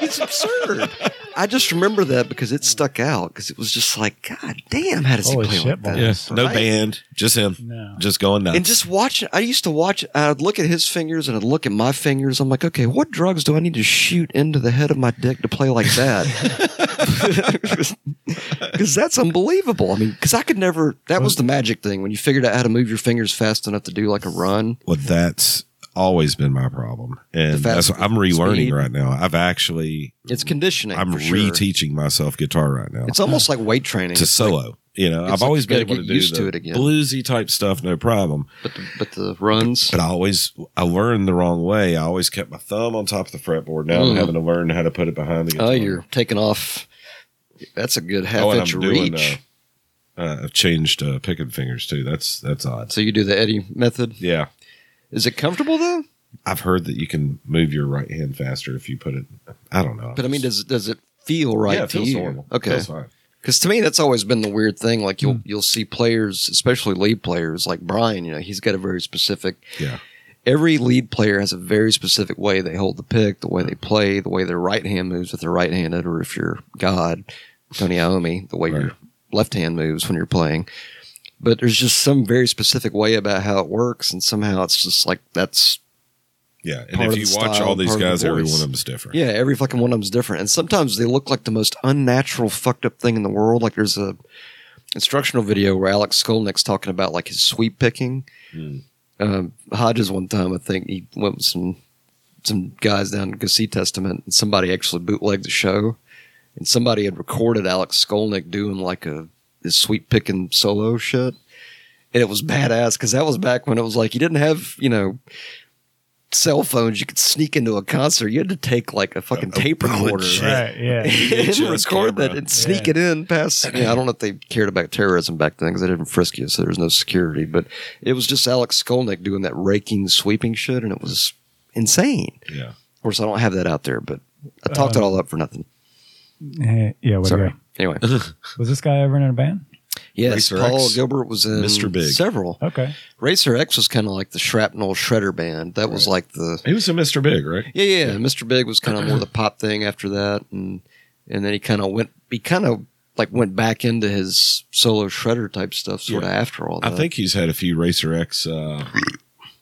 Speaker 1: It's absurd. I just remember that because it stuck out because it was just like, God damn, how does
Speaker 4: Holy
Speaker 1: he play
Speaker 4: shit,
Speaker 1: like that?
Speaker 4: boy. Yeah.
Speaker 2: no
Speaker 1: Right.
Speaker 2: band, just him,
Speaker 4: No.
Speaker 2: just going nuts.
Speaker 1: And just watch, I used to watch, I'd look at his fingers and I'd look at my fingers. I'm like, okay, what drugs do I need to shoot into the head of my dick to play like that? Because that's unbelievable. I mean, because I could never, that was the magic thing when you figured out how to move your fingers fast enough to do like a run.
Speaker 2: Well, that's always been my problem, and
Speaker 1: The fast
Speaker 2: that's what I'm relearning
Speaker 1: speed.
Speaker 2: right now. I've actually
Speaker 1: It's conditioning.
Speaker 2: I'm
Speaker 1: for sure.
Speaker 2: reteaching myself guitar right now
Speaker 1: It's almost like weight training,
Speaker 2: to solo. You know,
Speaker 1: it's
Speaker 2: I've
Speaker 1: like
Speaker 2: always
Speaker 1: you
Speaker 2: been
Speaker 1: gotta
Speaker 2: able to
Speaker 1: get
Speaker 2: do
Speaker 1: used
Speaker 2: the
Speaker 1: to it again.
Speaker 2: bluesy type stuff, no problem.
Speaker 1: but the, but the runs.
Speaker 2: But I always I learned the wrong way. I always kept my thumb on top of the fretboard. Now
Speaker 1: Mm.
Speaker 2: I'm having to learn how to put it behind the guitar.
Speaker 1: oh, you're taking off. That's a good half
Speaker 2: Oh, and
Speaker 1: inch
Speaker 2: I'm doing,
Speaker 1: reach.
Speaker 2: uh, uh, I've changed uh, picking fingers too. That's that's odd.
Speaker 1: so you do the Eddie method.
Speaker 2: Yeah,
Speaker 1: Is it comfortable though?
Speaker 2: I've heard that you can move your right hand faster if you put it. I don't know.
Speaker 1: But I mean, does does it feel right
Speaker 2: yeah, it
Speaker 1: to
Speaker 2: feels
Speaker 1: you?
Speaker 2: normal. It
Speaker 1: Okay,
Speaker 2: feels fine.
Speaker 1: because to me that's always been the weird thing. Like you'll
Speaker 2: Hmm.
Speaker 1: you'll see players, especially lead players, like Brian. You know, he's got a very specific.
Speaker 2: Yeah.
Speaker 1: Every lead player has a very specific way they hold the pick, the way they play, the way their right hand moves if they're right-handed, or if you're God, Tony Iommi, the way
Speaker 2: Right.
Speaker 1: your left hand moves when you're playing. But there's just some very specific way about how it works, and somehow it's just like that's
Speaker 2: Yeah, and
Speaker 1: Part of
Speaker 2: if you
Speaker 1: the
Speaker 2: watch
Speaker 1: style,
Speaker 2: all these
Speaker 1: part of the
Speaker 2: guys, every
Speaker 1: voice.
Speaker 2: one of them's different.
Speaker 1: Yeah, every fucking one of them's different, and sometimes they look like the most unnatural, fucked up thing in the world. Like there's a instructional video where Alex Skolnick's talking about like his sweep picking.
Speaker 2: Hmm.
Speaker 1: Um, Hodges one time, I think he went with some some guys down to go see Testament, and somebody actually bootlegged the show, and somebody had recorded Alex Skolnick doing like a his sweep picking solo shit. And it was badass because that was back when it was like you didn't have, you know, cell phones you could sneak into a concert. You had to take like a fucking
Speaker 2: A- a
Speaker 1: tape
Speaker 2: bullet
Speaker 1: recorder
Speaker 2: shit.
Speaker 4: Right. Yeah.
Speaker 1: and
Speaker 2: VHS
Speaker 1: record that
Speaker 2: camera.
Speaker 1: and sneak
Speaker 4: Yeah.
Speaker 1: it in past. You know, I don't know if they cared about terrorism back then because they didn't frisk you, so there was no security. But it was just Alex Skolnick doing that raking, sweeping shit, and it was insane.
Speaker 2: Yeah.
Speaker 1: Of course, I don't have that out there, but I talked it
Speaker 4: Uh,
Speaker 1: all up for nothing.
Speaker 4: Eh, yeah. What
Speaker 1: Sorry. Anyway,
Speaker 4: Was this guy ever in a band?
Speaker 1: yes,
Speaker 2: Racer
Speaker 1: Paul
Speaker 2: X,
Speaker 1: Gilbert was in
Speaker 2: Mr. Big.
Speaker 1: several.
Speaker 4: Okay.
Speaker 1: Racer X was kind of like the shrapnel shredder band. That was like the
Speaker 2: He was a Mr. Big, right?
Speaker 1: Yeah, yeah. Mr. Big was kind of more the pop thing after that, and and then he kind of went. He kind of like went back into his solo shredder type stuff, sort of after all
Speaker 2: I
Speaker 1: that.
Speaker 2: think he's had a few Racer X uh,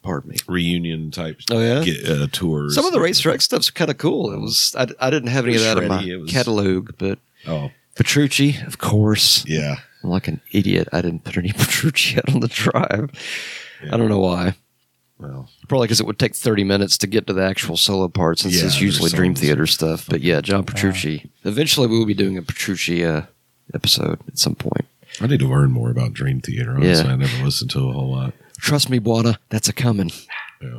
Speaker 1: Pardon me.
Speaker 2: reunion type
Speaker 1: Oh, yeah?
Speaker 2: get, uh, tours.
Speaker 1: Some of the Racer X stuff's kind of cool. It was I, I didn't have any of that in my
Speaker 2: Shreddy, Mm. it was-
Speaker 1: catalog, but
Speaker 2: Oh,
Speaker 1: Petrucci, of course.
Speaker 2: yeah.
Speaker 1: I'm like an idiot. I didn't put any Petrucci out on the drive.
Speaker 2: Yeah.
Speaker 1: I don't know why.
Speaker 2: Well,
Speaker 1: Probably because it would take 30 minutes to get to the actual solo part since
Speaker 2: Yeah,
Speaker 1: it's usually
Speaker 2: there's
Speaker 1: Dream
Speaker 2: songs.
Speaker 1: Theater stuff. But yeah, John Petrucci. Eventually, we will be doing a Petrucci uh, episode at some point.
Speaker 2: I need to learn more about Dream Theater. Honestly,
Speaker 1: Yeah.
Speaker 2: I never listened to a whole lot.
Speaker 1: Trust me, Wada, that's a coming.
Speaker 2: Yeah.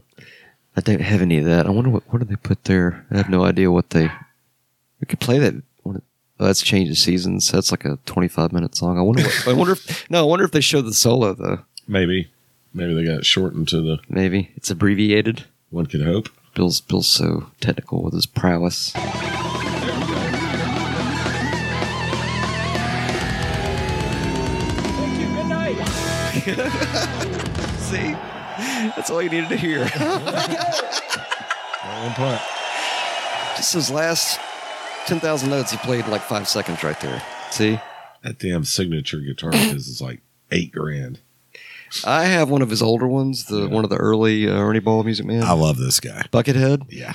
Speaker 1: I don't have any of that. I wonder what what do they put there. I have no idea what they. We could play that. one- Oh, that's change of seasons. That's like a twenty-five minute song. I wonder. What, I wonder if no. I wonder if they show the solo though.
Speaker 2: Maybe, maybe they got it shortened to the
Speaker 1: Maybe it's abbreviated.
Speaker 2: one could hope.
Speaker 1: Bill's Bill's so technical with his prowess. See, that's all you needed to hear.
Speaker 2: At one point,
Speaker 1: Just his last ten thousand notes he played in like five seconds right there. See,
Speaker 2: that damn signature guitar of his is like eight grand.
Speaker 1: I have one of his older ones, the one of the early uh, Ernie Ball Music Man,
Speaker 2: love this guy.
Speaker 1: Buckethead.
Speaker 2: Yeah,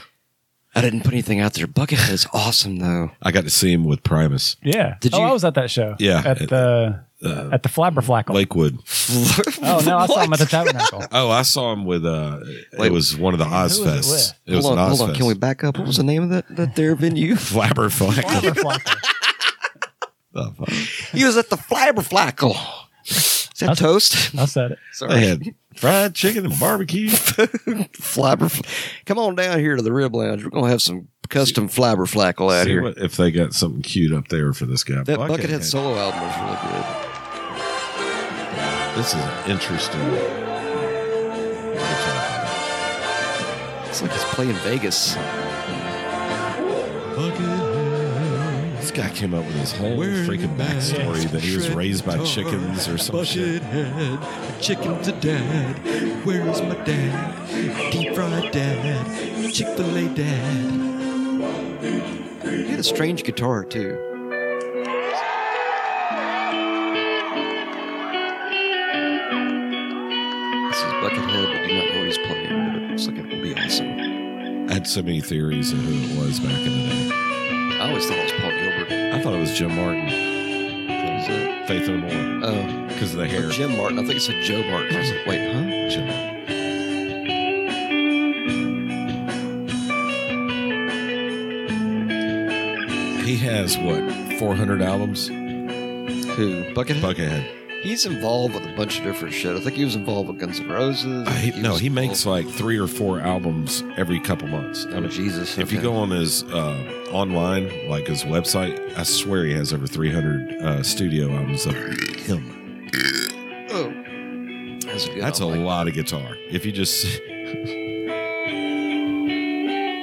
Speaker 1: I didn't put anything out there. Buckethead is awesome though.
Speaker 2: I got to see him with Primus.
Speaker 4: Yeah.
Speaker 1: Did
Speaker 4: oh,
Speaker 1: you-
Speaker 4: I was at that show.
Speaker 2: Yeah.
Speaker 4: At the
Speaker 2: Uh,
Speaker 4: at the Flabberflackle.
Speaker 2: Lakewood.
Speaker 4: oh no, I saw him at the Tabernacle.
Speaker 2: Oh, I saw him with uh
Speaker 1: Wait,
Speaker 2: it was one of the
Speaker 4: was it
Speaker 2: Ozfests.
Speaker 4: with?
Speaker 2: It was,
Speaker 1: hold
Speaker 2: an
Speaker 1: on, hold
Speaker 2: Ozfest.
Speaker 1: on. Can we back up? What was the name of that that there venue?
Speaker 2: Flabberflack.
Speaker 4: Flabberflackle.
Speaker 2: Oh, fuck.
Speaker 1: he was at the Flabberflackle. Is that
Speaker 4: That's-
Speaker 1: toast?
Speaker 4: I said it.
Speaker 1: Sorry.
Speaker 2: They had fried chicken and barbecue.
Speaker 1: Flabber. Come on down here to the Rib Lounge. We're gonna have some custom flabber flackle out
Speaker 2: See
Speaker 1: here.
Speaker 2: what- if they got something cute up there for this guy.
Speaker 1: that
Speaker 2: Buckethead.
Speaker 1: Buckethead solo album was really good.
Speaker 2: This is an interesting.
Speaker 1: It's like he's playing Vegas.
Speaker 2: This guy came up with his whole freaking backstory that he was raised by chickens or some shit.
Speaker 1: Buckethead, chicken to dad. Where is my dad? Deep fried dad, Chick fil A dad. He had a strange guitar too. This is Buckethead. I do not know what he's playing, but it looks like it will be awesome.
Speaker 2: I had so many theories of who it was back in the day.
Speaker 1: I always thought it was Paul Gilbert.
Speaker 2: I thought it was Jim Martin,
Speaker 1: What was it?
Speaker 2: Faith No More,
Speaker 1: Oh,
Speaker 2: because of the hair.
Speaker 1: Jim Martin. I think it said Joe Martin. I was like, wait, huh?
Speaker 2: Jim. He has what 400 albums.
Speaker 1: Who? Buckethead?
Speaker 2: Buckethead.
Speaker 1: He's involved with a bunch of different shit. I think he was involved with Guns N' Roses.
Speaker 2: Uh, he, no,
Speaker 1: was
Speaker 2: he makes
Speaker 1: involved-
Speaker 2: like three or four albums every couple months. I
Speaker 1: Oh,
Speaker 2: mean,
Speaker 1: Jesus.
Speaker 2: if you
Speaker 1: okay.
Speaker 2: go on his uh, online, like his website, I swear he has over 300 uh, studio albums of him.
Speaker 1: Oh. That's a, good
Speaker 2: That's a
Speaker 1: album.
Speaker 2: lot of guitar. If you just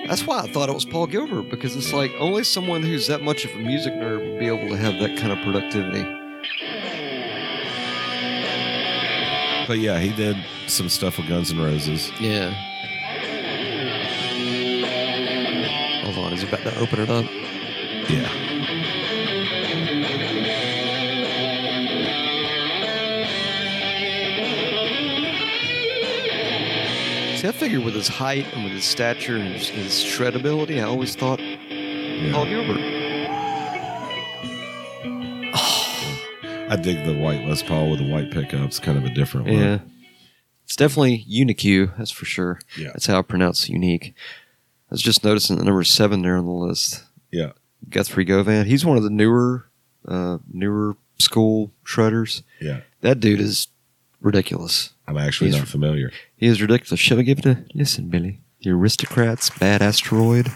Speaker 1: That's why I thought it was Paul Gilbert because it's like only someone who's that much of a music nerd would be able to have that kind of productivity.
Speaker 2: But yeah, he did some stuff with Guns N' Roses.
Speaker 1: Yeah. Hold on, he's about to open it up.
Speaker 2: Yeah.
Speaker 1: See, I figured with his height and with his stature and his, his shredability, I always thought Paul
Speaker 2: yeah.
Speaker 1: Gilbert.
Speaker 2: I dig the white Les Paul with the white pickups, kind of a different one.
Speaker 1: Yeah. It's definitely Unique, that's for sure.
Speaker 2: Yeah.
Speaker 1: That's how I pronounce unique. I was just noticing the number seven there on the list.
Speaker 2: Yeah.
Speaker 1: Guthrie Govan. He's one of the newer, uh, newer school shredders.
Speaker 2: Yeah.
Speaker 1: That dude is ridiculous.
Speaker 2: I'm actually
Speaker 1: He's-
Speaker 2: not familiar.
Speaker 1: He is ridiculous. Shall we give it a listen, Billy? The aristocrats, bad asteroid.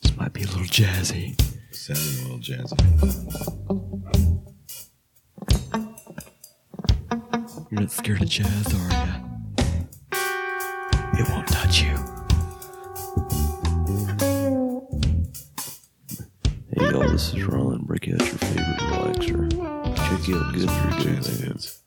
Speaker 1: This might be a little jazzy.
Speaker 2: Sounding a little jazzy.
Speaker 1: You're not scared of jazz, are you? It won't touch you. Hey y'all, this is Roland. Break out your favorite relaxer. Check out Guthrie
Speaker 2: Jazzy dudes.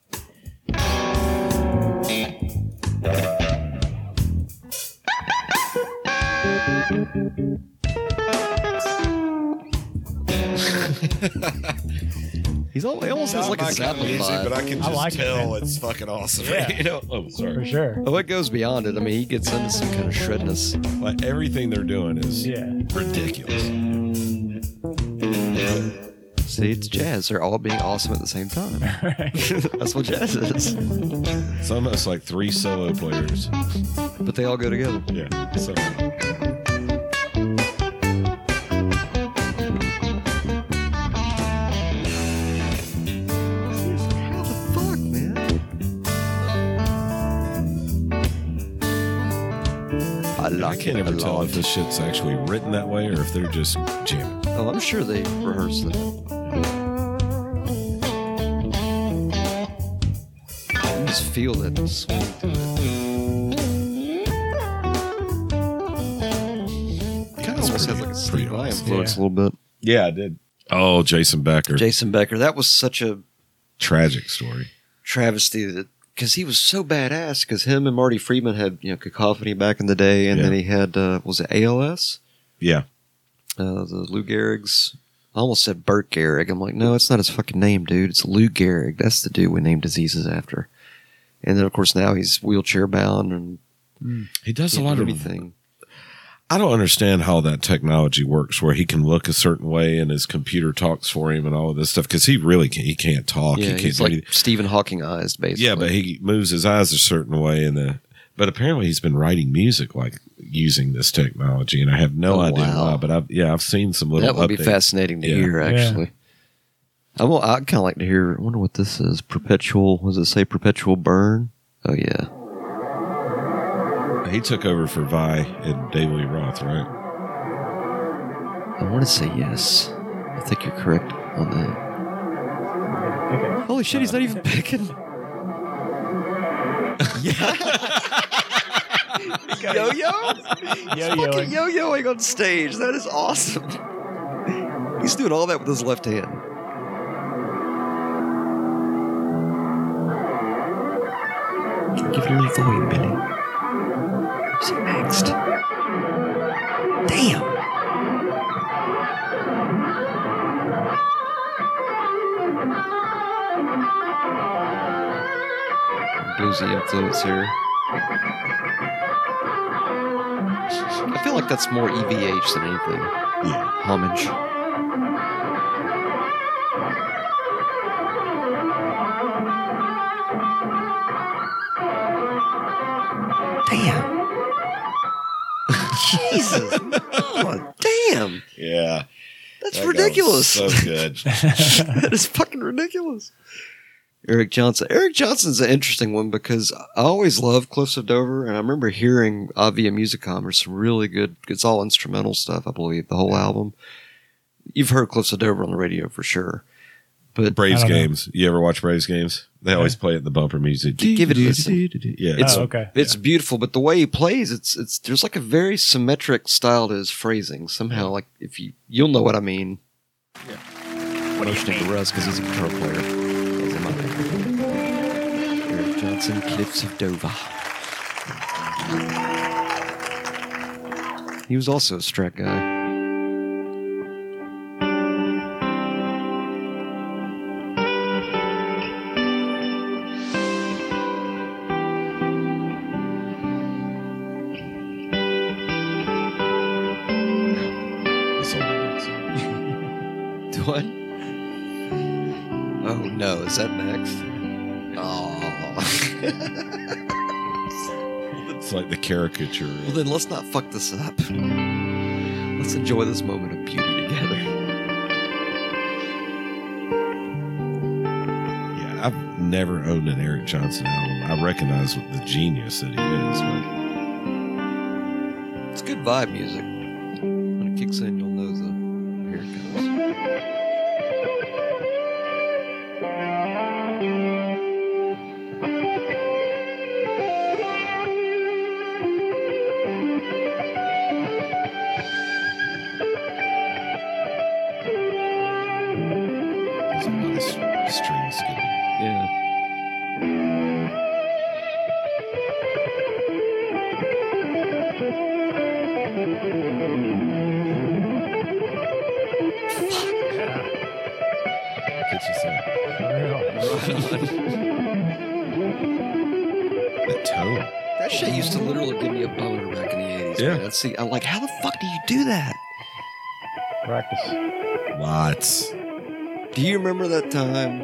Speaker 1: He's all, he almost sounds like a Zeppelin vibe.
Speaker 2: I can
Speaker 4: I just like it, tell man.
Speaker 2: it's fucking awesome.
Speaker 4: Yeah.
Speaker 2: You know? Oh,
Speaker 4: for
Speaker 2: sorry.
Speaker 4: sure.
Speaker 1: Oh, it goes beyond it. I mean, he gets into some kind of shredness.
Speaker 2: Like everything they're doing is
Speaker 4: Yeah.
Speaker 2: ridiculous.
Speaker 1: See, it's jazz. They're all being awesome at the same time. That's what jazz is.
Speaker 2: It's almost like three solo players.
Speaker 1: But they all go together.
Speaker 2: Yeah. So
Speaker 1: How the fuck, man? I
Speaker 2: I
Speaker 1: like
Speaker 2: can't
Speaker 1: it
Speaker 2: ever
Speaker 1: a
Speaker 2: tell
Speaker 1: lot.
Speaker 2: if this shit's actually written that way or if they're just jamming.
Speaker 1: Oh, I'm sure they rehearsed it. You just feel that swing through it. Kind of almost has like a
Speaker 2: pretty
Speaker 1: Steve Vai
Speaker 2: awesome.
Speaker 1: influence
Speaker 4: Yeah.
Speaker 1: a little bit.
Speaker 2: Yeah, I did. Oh, Jason Becker.
Speaker 1: Jason Becker, that was such a
Speaker 2: Tragic story.
Speaker 1: travesty that because he was so badass. Because him and Marty Friedman had you know cacophony back in the day, and
Speaker 2: Yeah.
Speaker 1: then he had uh, was it ALS,
Speaker 2: Yeah.
Speaker 1: uh, the Lou Gehrig's. I almost said Bert Gehrig. I'm like, no, it's not his fucking name, dude. It's Lou Gehrig. That's the dude we named diseases after. And then of course now he's wheelchair bound and
Speaker 2: He does a
Speaker 1: can't
Speaker 2: lot
Speaker 1: do
Speaker 2: of
Speaker 1: anything.
Speaker 2: I don't understand how that technology works, where he can look a certain way and his computer talks for him and all of this stuff. Because he really can, he can't talk. he
Speaker 1: yeah,
Speaker 2: can't
Speaker 1: he's
Speaker 2: do
Speaker 1: like
Speaker 2: anything.
Speaker 1: Stephen Hawking eyes, basically.
Speaker 2: yeah, but he moves his eyes a certain way and the. But apparently, he's been writing music like using this technology, and I have no
Speaker 1: Oh,
Speaker 2: idea
Speaker 1: wow.
Speaker 2: why. But I've yeah, I've seen some little.
Speaker 1: that would be
Speaker 2: updates.
Speaker 1: fascinating to
Speaker 2: Yeah.
Speaker 1: hear,
Speaker 4: Yeah.
Speaker 1: actually. I will, I'd kind of like to hear. I wonder what this is. Perpetual. What does it say? Perpetual burn. Oh yeah.
Speaker 2: He took over for Vi and David Lee Roth, right?
Speaker 1: I want to say yes. I think you're correct on that. Holy shit, he's not even picking. yo yo? Fucking
Speaker 4: Yo-yoing.
Speaker 1: yo yoing on stage. That is awesome. He's doing all that with his left hand. Give it a little volume, Billy. Is it next? Damn! bluesy influence here. I feel like that's more EVH than anything.
Speaker 2: Yeah.
Speaker 1: Homage. Damn. Jesus, Mama, damn,
Speaker 2: Yeah.
Speaker 1: that's
Speaker 2: That guy was
Speaker 1: ridiculous.
Speaker 2: So good.
Speaker 1: that is fucking ridiculous. Eric Johnson. Eric Johnson's an interesting one because I always loved Cliffs of Dover, and I remember hearing uh, via Musicom or some really good. It's all instrumental stuff, I believe, the whole album. You've heard Cliffs of Dover on the radio for sure.
Speaker 2: Braves
Speaker 4: I don't know.
Speaker 2: games. You ever watch Braves games? They always play it the bumper music.
Speaker 1: Give it a listen.
Speaker 2: Yeah, it's
Speaker 1: It's-
Speaker 4: oh, okay.
Speaker 1: It's beautiful, but the way he plays, it's it's there's like a very symmetric style to his phrasing. Somehow, like if you you'll know what I mean. Yeah. What Motioning to Russ because he's a guitar player. That's in my name. Eric Johnson, Cliffs of Dover. He was also a Strat guy.
Speaker 2: it's on-
Speaker 1: What? Oh no, is that next? Oh.
Speaker 2: it's like the caricature.
Speaker 1: Well, then let's not fuck this up. Let's enjoy this moment of beauty together.
Speaker 2: Yeah, I've never owned an Eric Johnson album. I recognize the genius that he is, but
Speaker 1: It's good vibe music. When it kicks in, you'll know the. Here it comes.
Speaker 2: there's a lot of s- string skipping.
Speaker 1: Yeah.
Speaker 2: It's just like the tone.
Speaker 1: That shit used to literally give me a boner back in the 80s.
Speaker 2: Yeah.
Speaker 1: Man. I'd see, I'm like, how the fuck do you do that?
Speaker 4: Practice.
Speaker 2: Lots.
Speaker 1: Do you remember that time?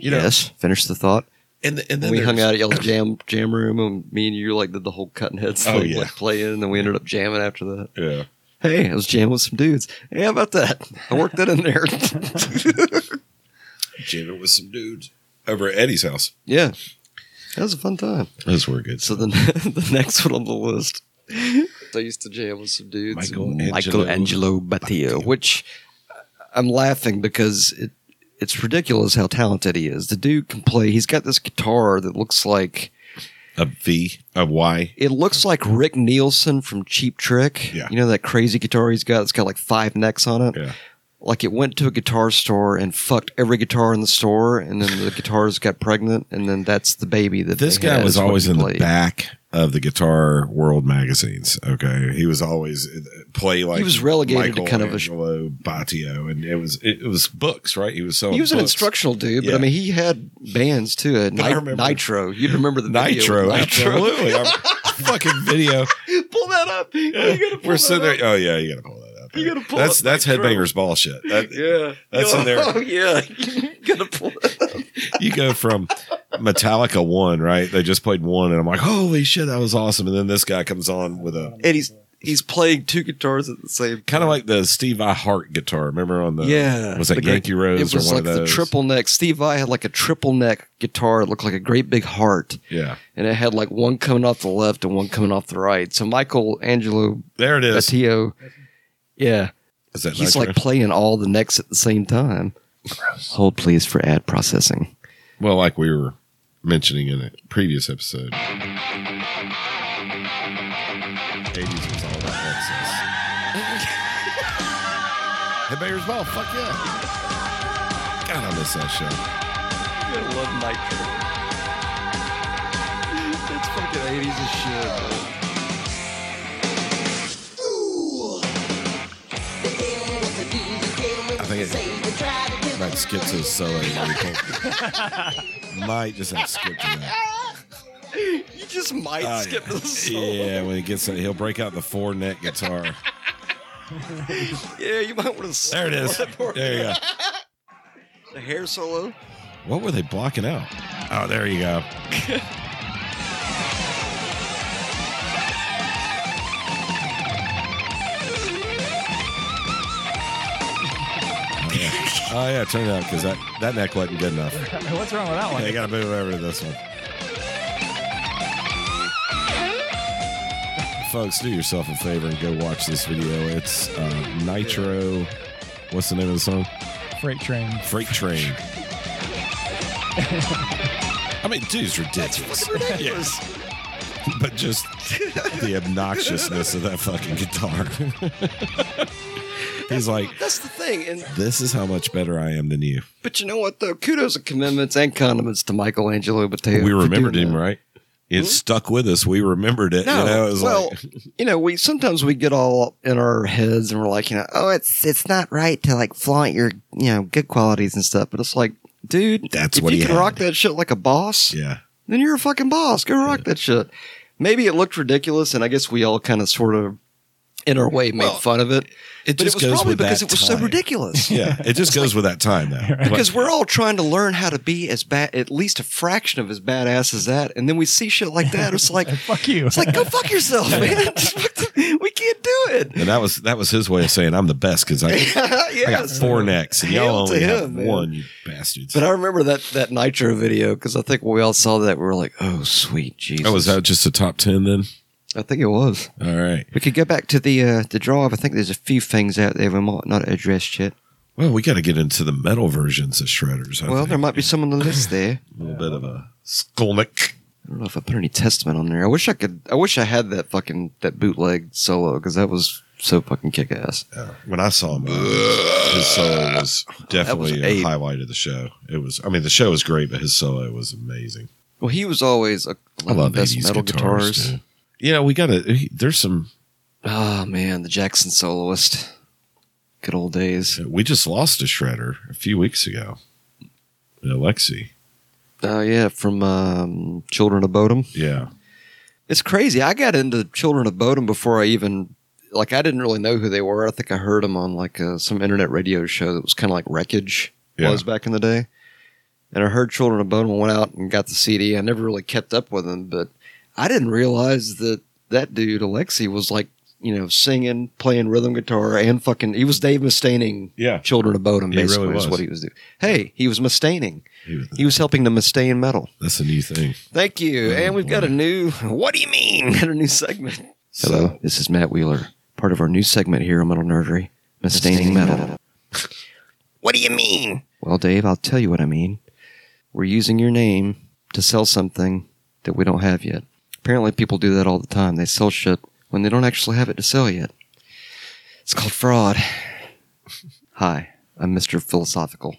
Speaker 2: You know,
Speaker 1: yes. Finish the thought.
Speaker 2: and, and then
Speaker 1: we hung
Speaker 2: there's-
Speaker 1: out at y'all's jam jam room, and me and you like did the whole cutting heads
Speaker 2: Oh,
Speaker 1: thing,
Speaker 2: yeah.
Speaker 1: like playing, and then we ended up jamming after that.
Speaker 2: Yeah.
Speaker 1: Hey, I was jamming with some dudes. Hey, how about that? I worked that in there.
Speaker 2: Jamming with some dudes over at Eddie's house.
Speaker 1: yeah. That was a fun time.
Speaker 2: Those were good.
Speaker 1: So then the next one on the list. I used to jam with some dudes.
Speaker 2: Michelangelo
Speaker 1: Michelangelo Battio,
Speaker 2: Battio.
Speaker 1: which I'm laughing because it it's ridiculous how talented he is. The dude can play. He's got this guitar that looks like
Speaker 2: a V, a Y.
Speaker 1: it looks like Rick Nielsen from Cheap Trick.
Speaker 2: Yeah.
Speaker 1: You know that crazy guitar he's got? It's got like five necks on it.
Speaker 2: Yeah.
Speaker 1: like it went to a guitar store and fucked every guitar in the store, and then the guitars got pregnant, and then that's the baby that
Speaker 2: This
Speaker 1: they
Speaker 2: guy
Speaker 1: had
Speaker 2: was
Speaker 1: is what
Speaker 2: always
Speaker 1: he
Speaker 2: in the
Speaker 1: played.
Speaker 2: back of the Guitar World magazines. Okay, he was always uh, play like
Speaker 1: was relegated to kind of a-
Speaker 2: Michelangelo Battio, and it was it, was books, right? He was selling.
Speaker 1: He was an
Speaker 2: books.
Speaker 1: instructional dude, but
Speaker 2: Yeah.
Speaker 1: I mean, he had bands too. Uh,
Speaker 2: But I
Speaker 1: Ni-
Speaker 2: remember-
Speaker 1: Nitro, you'd remember the video
Speaker 2: Nitro,
Speaker 1: with
Speaker 2: absolutely. I'm- fucking video.
Speaker 1: pull that up. You gotta pull
Speaker 2: We're
Speaker 1: that
Speaker 2: sitting
Speaker 1: up.
Speaker 2: there. Oh yeah, you gotta pull that up.
Speaker 1: You gotta pull
Speaker 2: that's
Speaker 1: up
Speaker 2: that's
Speaker 1: Nitro.
Speaker 2: headbangers ball shit. That-
Speaker 1: Yeah,
Speaker 2: That's in there.
Speaker 1: Oh yeah, you gotta pull. That up.
Speaker 2: you go from Metallica one, right? They just played one, and I'm like, holy shit, that was awesome. And then this guy comes on with a
Speaker 1: And he's he's playing two guitars at the same.
Speaker 2: kind of like the Steve I Heart guitar. Remember on the
Speaker 1: yeah,
Speaker 2: was that
Speaker 1: Like a-
Speaker 2: Yankee Rose
Speaker 1: It was
Speaker 2: or one
Speaker 1: like
Speaker 2: of
Speaker 1: the
Speaker 2: those?
Speaker 1: triple neck. Steve I had like a triple neck guitar. It looked like a great big heart.
Speaker 2: Yeah,
Speaker 1: and it had like one coming off the left and one coming off the right. So Michael Angelo
Speaker 2: there it is.
Speaker 1: Battio, yeah,
Speaker 2: Is that
Speaker 1: he's
Speaker 2: Nitro?
Speaker 1: like playing all the necks at the same time. Hold please for ad processing.
Speaker 2: well, like we were mentioning in a previous episode. 80s was all about excess. Headbangers ball, fuck yeah! God, I miss that show.
Speaker 1: I love Nitro. It's fucking eighties as shit.
Speaker 2: I think it might skip to solo. might just have to skip to that.
Speaker 1: You just might
Speaker 2: Oh,
Speaker 1: skip
Speaker 2: yeah.
Speaker 1: the song.
Speaker 2: Yeah, when he gets it, he'll break out the four neck guitar.
Speaker 1: Yeah, you might want to.
Speaker 2: There it is. There you go.
Speaker 1: The hair solo.
Speaker 2: What Oh, were they blocking out? Oh, there you go. Oh yeah, turn it up because that that neck wasn't good enough.
Speaker 4: What's wrong with that
Speaker 2: You
Speaker 4: one?
Speaker 2: gotta move over to this one. Folks, do yourself a favor and go watch this video. It's uh, Nitro. What's the name of the song?
Speaker 4: Freight train.
Speaker 2: Freight Train. I mean, dude's ridiculous. yes. But just the obnoxiousness of that fucking guitar. He's like,
Speaker 1: That's the thing. And
Speaker 2: this is how much better I am than you.
Speaker 1: but you know what though? Kudos and commitments and condiments to Michelangelo Mateo.
Speaker 2: we
Speaker 1: for
Speaker 2: remembered
Speaker 1: doing
Speaker 2: him,
Speaker 1: that.
Speaker 2: right? It stuck with us. We remembered it.
Speaker 1: No,
Speaker 2: you know, it was
Speaker 1: well,
Speaker 2: like,
Speaker 1: you know, we sometimes we get all up in our heads and we're like, you know,
Speaker 5: Oh, it's it's not right to like flaunt your you know good qualities and stuff, but it's like,
Speaker 1: dude,
Speaker 2: That's
Speaker 1: if
Speaker 2: what
Speaker 1: you
Speaker 2: he
Speaker 1: can
Speaker 2: had.
Speaker 1: rock that shit like a boss,
Speaker 2: yeah.
Speaker 1: then you're a fucking boss. Go rock that shit. Maybe it looked ridiculous, and I guess we all kind of sort of, in our way, made
Speaker 2: Well,
Speaker 1: fun of it.
Speaker 2: It
Speaker 1: But it
Speaker 2: just
Speaker 1: was
Speaker 2: goes
Speaker 1: probably
Speaker 2: with
Speaker 1: because
Speaker 2: that
Speaker 1: it was so
Speaker 2: time.
Speaker 1: ridiculous.
Speaker 2: Yeah, it just goes with that time, though.
Speaker 1: Because we're all trying to learn how to be as bad, at least a fraction of as badass as that, and then we see shit like that. It's like,
Speaker 4: Fuck you.
Speaker 1: it's like, go fuck yourself, man. we can't do it.
Speaker 2: And that was that was his way of saying I'm the best because I, I got
Speaker 1: yes.
Speaker 2: four necks and
Speaker 1: Hail
Speaker 2: y'all
Speaker 1: to
Speaker 2: only have
Speaker 1: him, man.
Speaker 2: one, you bastards.
Speaker 1: But I remember that that Nitro video because I think when we all saw that, we were like, "Oh, sweet Jesus!"
Speaker 2: oh, was that just a top ten then?
Speaker 1: I think it was.
Speaker 2: All right.
Speaker 5: we could go back to the uh, the drive. I think there's a few things out there we might not address yet.
Speaker 2: Well, we got to get into the metal versions of shredders. I
Speaker 5: Well,
Speaker 2: think.
Speaker 5: there might be some on the list there.
Speaker 2: a little bit of a skolnick.
Speaker 5: I don't know if I put any testament on there. I wish I could. I wish I had that fucking that bootleg solo because that was so fucking kick ass.
Speaker 2: Uh, When I saw him, his solo was definitely a
Speaker 1: ape.
Speaker 2: highlight of the show. It was. I mean, the show was great, but his solo was amazing.
Speaker 1: Well, he was always a one of the best metal guitars.
Speaker 2: too. Yeah, we got to. There's some.
Speaker 5: Ah,
Speaker 1: Oh man, the Jackson soloist. Good old days.
Speaker 2: We just lost a shredder a few weeks ago. Alexi.
Speaker 5: Uh,
Speaker 1: Oh yeah, from um, Children of Bodom.
Speaker 2: Yeah.
Speaker 1: It's crazy. I got into Children of Bodom before I even like. I didn't really know who they were. I think I heard them on like uh, some internet radio show that was kind of like Wreckage
Speaker 2: Yeah.
Speaker 1: was back in the day. And I heard Children of Bodom went out and got the CD. I never really kept up with them, but I didn't realize that that dude Alexi was like you know singing, playing rhythm guitar, and fucking. He was Dave Mustaining.
Speaker 2: Yeah.
Speaker 1: Children of Bodom,
Speaker 2: He really
Speaker 1: basically,
Speaker 2: was.
Speaker 1: is what he was doing. Hey, he was Mustaining. He was helping to Mustaine metal.
Speaker 2: That's a new thing.
Speaker 1: Thank you.
Speaker 2: Oh,
Speaker 1: and we've got a new What do you mean? Got a new segment. Hello, this is Matt Wheeler, part of our new segment here on Metal Nerdery, Mustaining Metal.
Speaker 3: What do you mean?
Speaker 1: Well, Dave, I'll tell you what I mean. We're using your name to sell something that we don't have yet. Apparently people do that all the time. They sell shit when they don't actually have it to sell yet. It's called fraud. Hi, I'm Mr. Philosophical.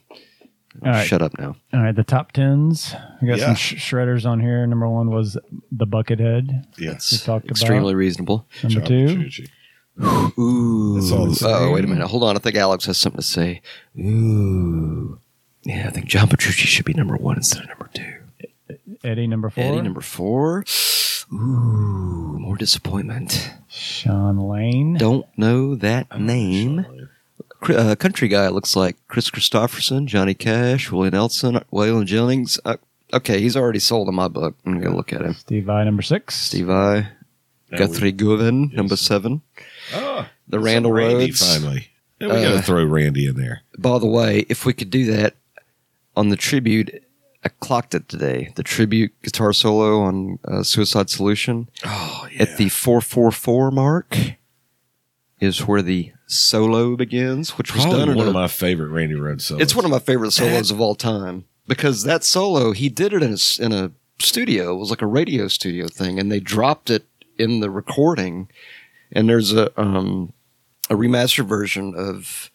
Speaker 4: All right.
Speaker 1: Shut up now.
Speaker 4: All right, the top tens. We got
Speaker 2: Yeah.
Speaker 4: some sh- shredders on here. Number one was the Buckethead.
Speaker 2: Yes.
Speaker 4: We talked
Speaker 1: Extremely reasonable.
Speaker 4: about number two.
Speaker 1: Ooh.
Speaker 2: It's all the same.
Speaker 1: Oh, wait a minute. Hold on. I think Alex has something to say. Ooh. Yeah, I think John Petrucci should be number one instead of number two.
Speaker 4: Eddie number four.
Speaker 1: Eddie, number four. Ooh, more disappointment.
Speaker 4: Sean Lane.
Speaker 1: Don't know that name. Cri- Uh, country guy looks like Chris Christopherson, Johnny Cash, Willie Nelson, Waylon Jennings. Uh, okay, he's already sold in my book. I'm going to look at him.
Speaker 4: Steve I number six.
Speaker 1: Steve I. Guthrie Govan, number seven.
Speaker 2: Oh,
Speaker 1: The Randall
Speaker 2: Randy,
Speaker 1: Rhodes.
Speaker 2: finally. Yeah, we got to
Speaker 1: Uh,
Speaker 2: throw Randy in there.
Speaker 1: by the way, if we could do that on the tribute, I clocked it today. The tribute guitar solo on uh, Suicide Solution
Speaker 2: Oh,
Speaker 1: at the four four four mark is where the solo begins, which was done.
Speaker 2: Probably
Speaker 1: in
Speaker 2: one
Speaker 1: a-
Speaker 2: of my favorite Randy Rhodes solos.
Speaker 1: it's one of my favorite solos of all time because that solo he did it in a, s- in a studio. It was like a radio studio thing, and they dropped it in the recording. And there's a um, a remastered version of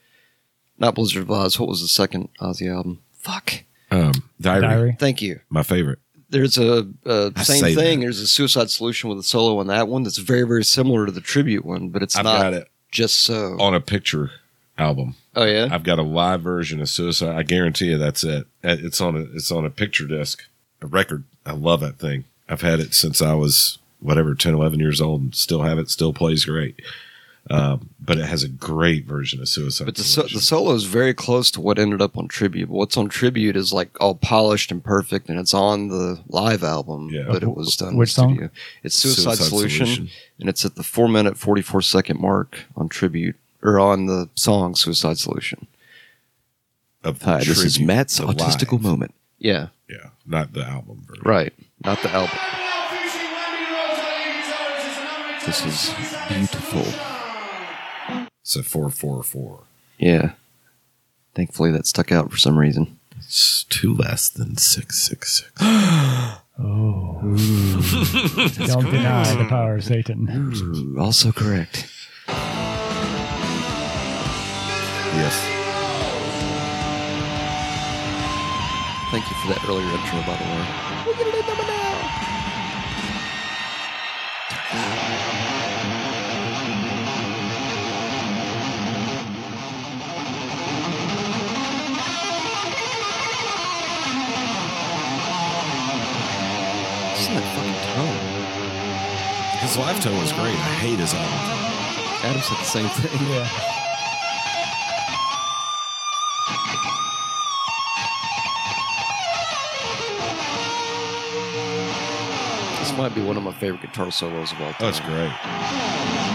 Speaker 1: not Blizzard of Oz. What was the second Ozzy album? Fuck.
Speaker 2: um, Diary.
Speaker 4: Diary.
Speaker 1: Thank you.
Speaker 2: My favorite.
Speaker 1: There's a, a
Speaker 2: I
Speaker 1: same
Speaker 2: say
Speaker 1: thing.
Speaker 2: that.
Speaker 1: There's a Suicide Solution with a solo on that one that's very very similar to the tribute one, but it's
Speaker 2: I've
Speaker 1: not
Speaker 2: got it Oh,
Speaker 1: just so.
Speaker 2: on a picture album.
Speaker 1: oh yeah.
Speaker 2: I've got a live version of Suicide. I guarantee you that's it. Uh, It's on a it's on a picture disc, a record. I love that thing. I've had it since I was whatever 10, 11 years old, and still have it. Still plays great. Um, but it has a great version of Suicide.
Speaker 1: But the, so,
Speaker 2: Solution.
Speaker 1: the solo is very close to what ended up on Tribute. What's on Tribute is like all polished and perfect, and it's on the live album.
Speaker 2: Yeah.
Speaker 1: But it was done
Speaker 4: Which
Speaker 1: in the
Speaker 4: song?
Speaker 1: studio. It's Suicide, Solution,
Speaker 2: Solution.
Speaker 1: and it's at the four minute forty four second mark on Tribute or on the song Suicide Solution.
Speaker 2: of the
Speaker 1: Hi, this is
Speaker 2: tribute
Speaker 1: Matt's
Speaker 2: live.
Speaker 1: autistical moment.
Speaker 8: Yeah,
Speaker 2: Yeah, not the album version.
Speaker 8: right. Not the album.
Speaker 1: This is beautiful.
Speaker 2: So four four four.
Speaker 1: Yeah. Thankfully, that stuck out for some reason.
Speaker 2: It's two less than six six six.
Speaker 4: Oh. Don't deny the power of Satan.
Speaker 1: Ooh, also correct.
Speaker 2: Yes.
Speaker 1: Thank you for that earlier intro, by the way. Isn't that fucking
Speaker 2: His live tone was great. I hate his album.
Speaker 1: tone? Adam said the same thing.
Speaker 4: Yeah.
Speaker 1: This might be one of my favorite guitar solos of all time.
Speaker 2: Oh, it's great.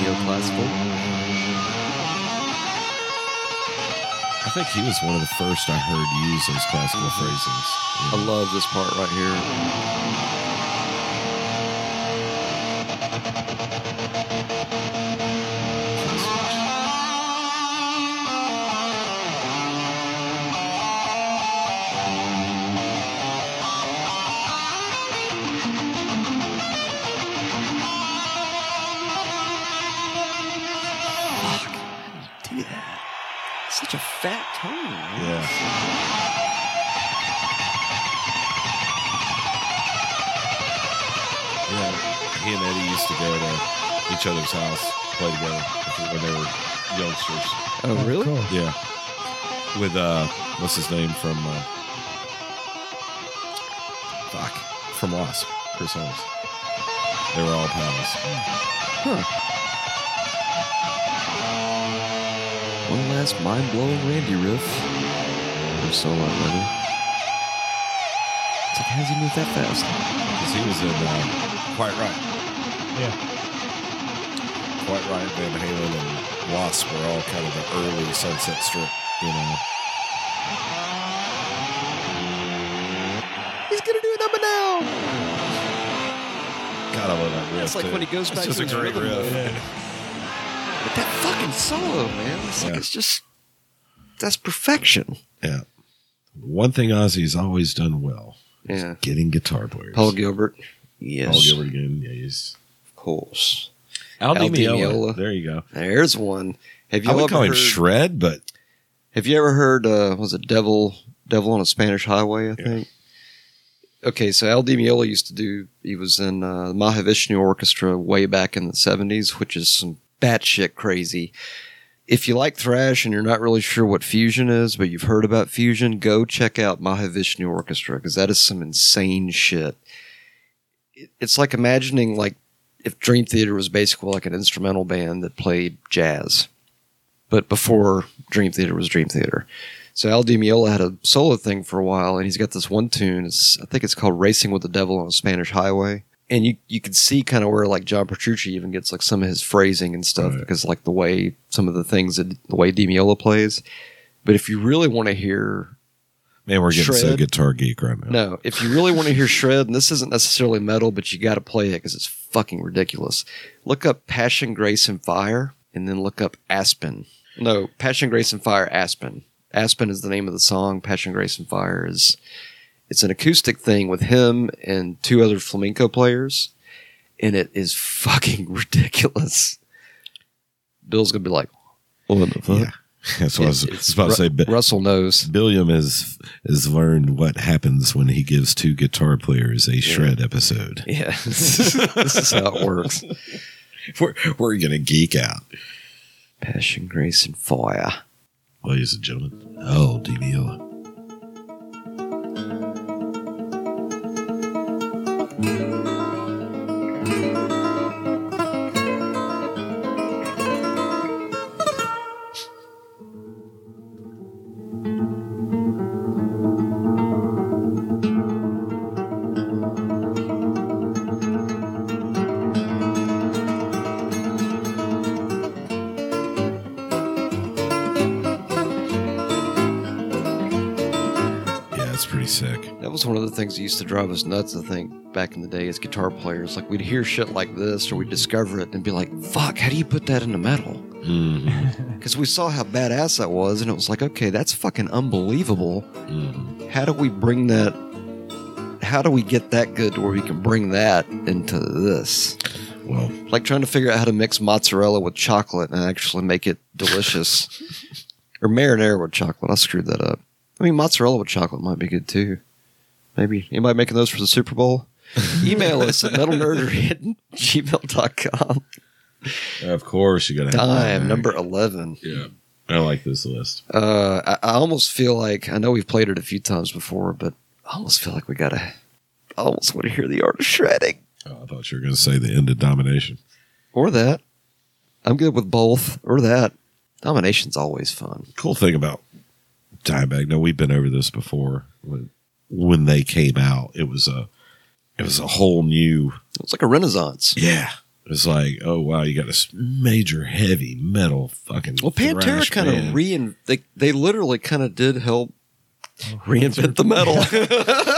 Speaker 1: Neoclassical.
Speaker 2: I think he was one of the first I heard use those classical
Speaker 1: I
Speaker 2: phrasings.
Speaker 1: love this part right here. Such a fat tone. man.
Speaker 2: Yeah. Yeah. He and Eddie used to go to each other's house, play together when they were youngsters.
Speaker 1: Oh, really?
Speaker 4: Cool.
Speaker 2: Yeah. With uh what's his name from uh Fuck. From Wasp. Chris Holmes. They were all pals.
Speaker 1: One last mind blowing Randy riff. Or solo, rather. It's like, how's he move that fast?
Speaker 2: Because he was in uh, Quite Right.
Speaker 4: Yeah.
Speaker 2: Quite Right, Van Halen and Wasp were all kind of the early sunset strip, you know.
Speaker 1: He's gonna do a number now!
Speaker 2: God, I love that riff.
Speaker 1: That's like
Speaker 2: too.
Speaker 1: when he goes
Speaker 2: It's
Speaker 1: back
Speaker 2: just
Speaker 1: to
Speaker 2: a
Speaker 1: his
Speaker 2: great
Speaker 1: rhythm,
Speaker 2: riff.
Speaker 1: though. But that fucking solo, man. It's like,
Speaker 2: Yeah.
Speaker 1: it's just. That's perfection.
Speaker 2: Yeah. One thing Ozzy's always done well is
Speaker 1: Yeah.
Speaker 2: getting guitar players.
Speaker 1: Paul Gilbert. Yes.
Speaker 2: Paul Gilbert again. Yeah, he's
Speaker 1: Of course.
Speaker 2: Al
Speaker 1: Al Di
Speaker 2: Di Meola.
Speaker 1: Meola.
Speaker 2: There you go.
Speaker 1: There's one. Have you
Speaker 2: I would
Speaker 1: ever
Speaker 2: call him
Speaker 1: heard,
Speaker 2: Shred, but
Speaker 1: Have you ever heard, uh, was it Devil Devil on a Spanish Highway, I
Speaker 2: Yeah.
Speaker 1: think? Okay, so Al Di Meola used to do, he was in uh, the Mahavishnu Orchestra way back in the 70s, which is some batshit crazy. If you like thrash and you're not really sure what fusion is, but you've heard about fusion, go check out Mahavishnu Orchestra because that is some insane shit. It- It's like imagining like if Dream Theater was basically like an instrumental band that played jazz, but before Dream Theater was Dream Theater. So Al Di Meola had a solo thing for a while, and he's got this one tune. It's, I think it's called "Racing with the Devil on a Spanish Highway," and you you could see kind of where like John Petrucci even gets like some of his phrasing and stuff
Speaker 2: Right.
Speaker 1: because like the way some of the things that the way Di Meola plays. But if you really want to hear
Speaker 2: man, we're getting so
Speaker 1: Shred.
Speaker 2: guitar geek right now.
Speaker 1: no, if you really want to hear shred, and this isn't necessarily metal, but you got to play it because it's fucking ridiculous. Look up Passion, Grace, and Fire, and then look up Aspen. No, Passion, Grace, and Fire, Aspen. Aspen is the name of the song. Passion, Grace, and Fire is it's an acoustic thing with him and two other flamenco players, and it is fucking ridiculous. Bill's gonna be like, "What the fuck?"
Speaker 2: Yeah. That's what I was,
Speaker 1: It's- it's
Speaker 2: about to say. But
Speaker 1: Russell knows.
Speaker 2: Billiam has has learned what happens when he gives two guitar players a shred episode.
Speaker 1: Yeah, this is how it works.
Speaker 2: We're, we're gonna geek out,
Speaker 1: Passion, Grace, and Fire.
Speaker 2: ladies and gentlemen. Oh, DBL. pretty sick.
Speaker 1: That was one of the things that used to drive us nuts, I think, back in the day as guitar players. Like, we'd hear shit like this or we'd discover it and be like, fuck, how do you put that into metal?
Speaker 2: Mhm,
Speaker 1: Because we saw how badass that was and it was like, okay, that's fucking unbelievable.
Speaker 2: mhm.
Speaker 1: How do we bring that? How do we get that good to where we can bring that into this?
Speaker 2: Well,
Speaker 1: Like trying to figure out how to mix mozzarella with chocolate and actually make it delicious. or marinara with chocolate. I screwed that up. I mean, mozzarella with chocolate might be good too. Maybe. Anybody making those for the Super Bowl? Email us at metalnerdery at gmail.com.
Speaker 2: of course you got to
Speaker 1: Dime number 11.
Speaker 2: Yeah, I like this list.
Speaker 1: Uh, I, I almost feel like, I know we've played it a few times before, but I almost feel like we got to, I almost want to hear the art of shredding.
Speaker 2: Oh, I thought you were going to say the end of domination.
Speaker 1: Or that. I'm good with both. Or that. Domination's always fun.
Speaker 2: Cool thing about Dimebag. No, we've been over this before. When when they came out, it was a it was a whole new
Speaker 1: It's like a renaissance.
Speaker 2: yeah. It was like, oh wow, you got this major heavy metal fucking.
Speaker 1: Well, Pantera
Speaker 2: thrash
Speaker 1: kind of
Speaker 2: band.
Speaker 1: rein they they literally kind of did help
Speaker 2: Oh,
Speaker 1: reinvent the metal.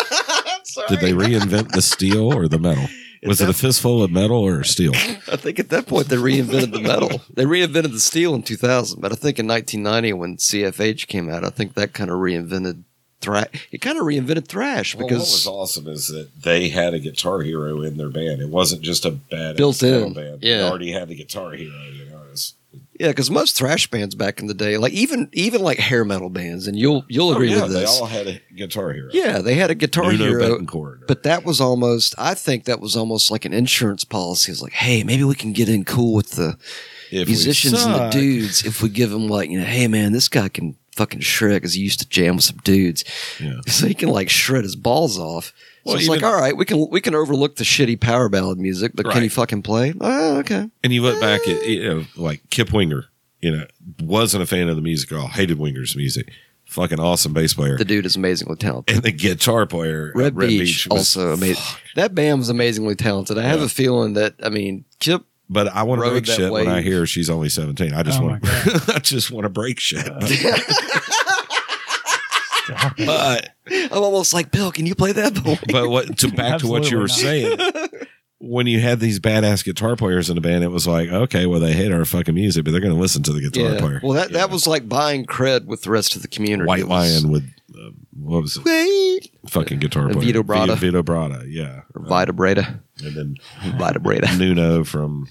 Speaker 2: did they reinvent the steel or the metal? Was it a fistful of metal or steel?
Speaker 1: I think at that point they reinvented the metal. They reinvented the steel in 2000, but I think in 1990 when CFH came out, I think that kind of reinvented thrash. It kind of reinvented thrash
Speaker 2: Well, what Oh, was
Speaker 1: because
Speaker 2: awesome is that they had a guitar hero in their band. It wasn't just a bad
Speaker 1: Built in,
Speaker 2: band.
Speaker 1: yeah.
Speaker 2: They already had the guitar hero. You know, it's,
Speaker 1: yeah, because most thrash bands back in the day, like even even like hair metal bands, and you'll you'll agree
Speaker 2: Oh, yeah,
Speaker 1: with
Speaker 2: they
Speaker 1: this.
Speaker 2: all had a guitar hero.
Speaker 1: yeah, they had a guitar
Speaker 2: Nuno
Speaker 1: hero.
Speaker 2: Betancourt.
Speaker 1: But that was almost, I think that was almost like an insurance policy. It's like, hey, maybe we can get in cool with the
Speaker 2: If we
Speaker 1: musicians and the
Speaker 2: suck-
Speaker 1: dudes if we give them, like, you know, hey, man, this guy can fucking shred because he used to jam with some dudes.
Speaker 2: Yeah.
Speaker 1: So he can, like, shred his balls off. So
Speaker 2: Well,
Speaker 1: it's like,
Speaker 2: even-
Speaker 1: all right, we can we can overlook the shitty power ballad music, but can he
Speaker 2: Right.
Speaker 1: fucking play? Oh, okay.
Speaker 2: And you look back at you know, like Kip Winger, you know, wasn't a fan of the music at all, hated Winger's music. Fucking awesome bass player.
Speaker 1: The dude is amazingly talented.
Speaker 2: and the guitar player at
Speaker 1: Red, Beach,
Speaker 2: was-
Speaker 1: also amazing. That band was amazingly talented. I have a feeling that, I mean, Kip
Speaker 2: But I want to
Speaker 1: Rode
Speaker 2: break
Speaker 1: that
Speaker 2: shit when I
Speaker 1: wave.
Speaker 2: hear she's only seventeen. I just
Speaker 4: Oh
Speaker 2: want
Speaker 4: my God.
Speaker 2: I just want to break shit.
Speaker 4: Stop it.
Speaker 2: but
Speaker 1: I'm almost like, Bill, can you play that? boy?"
Speaker 2: but what to back to what you were saying
Speaker 4: Absolutely
Speaker 2: when you had these badass guitar players in the band it was like okay well they hate our fucking music but they're going to listen to the guitar player
Speaker 1: Well, that, that was like buying cred with the rest of the community.
Speaker 2: white
Speaker 1: It was-
Speaker 2: lion with uh, what was it
Speaker 1: Wait.
Speaker 2: fucking guitar
Speaker 1: And
Speaker 2: player
Speaker 1: Vito Bratta.
Speaker 2: Vito Bratta yeah
Speaker 1: Or Vita Breda.
Speaker 2: and then
Speaker 1: Vita Breda.
Speaker 2: Nuno from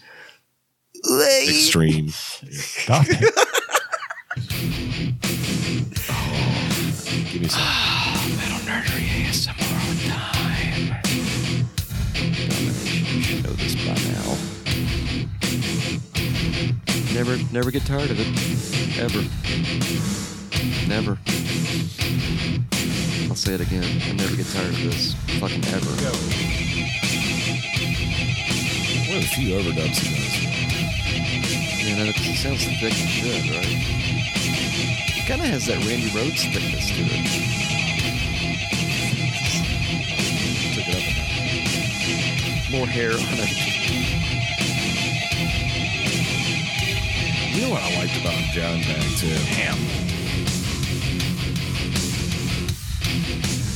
Speaker 1: Wait.
Speaker 2: Extreme
Speaker 4: Stop it.
Speaker 2: give me some
Speaker 1: know this by now. Never, never get tired of it. Ever. Never. I'll say it again. I never get tired of this. Fucking ever.
Speaker 2: one of the few overdubs in this.
Speaker 1: You know, 'cause it sounds thick as shit, right? It kind of has that Randy Rhodes thickness to it.
Speaker 2: Took it up a notch.
Speaker 1: More hair on it.
Speaker 2: you know what I liked about John Bag too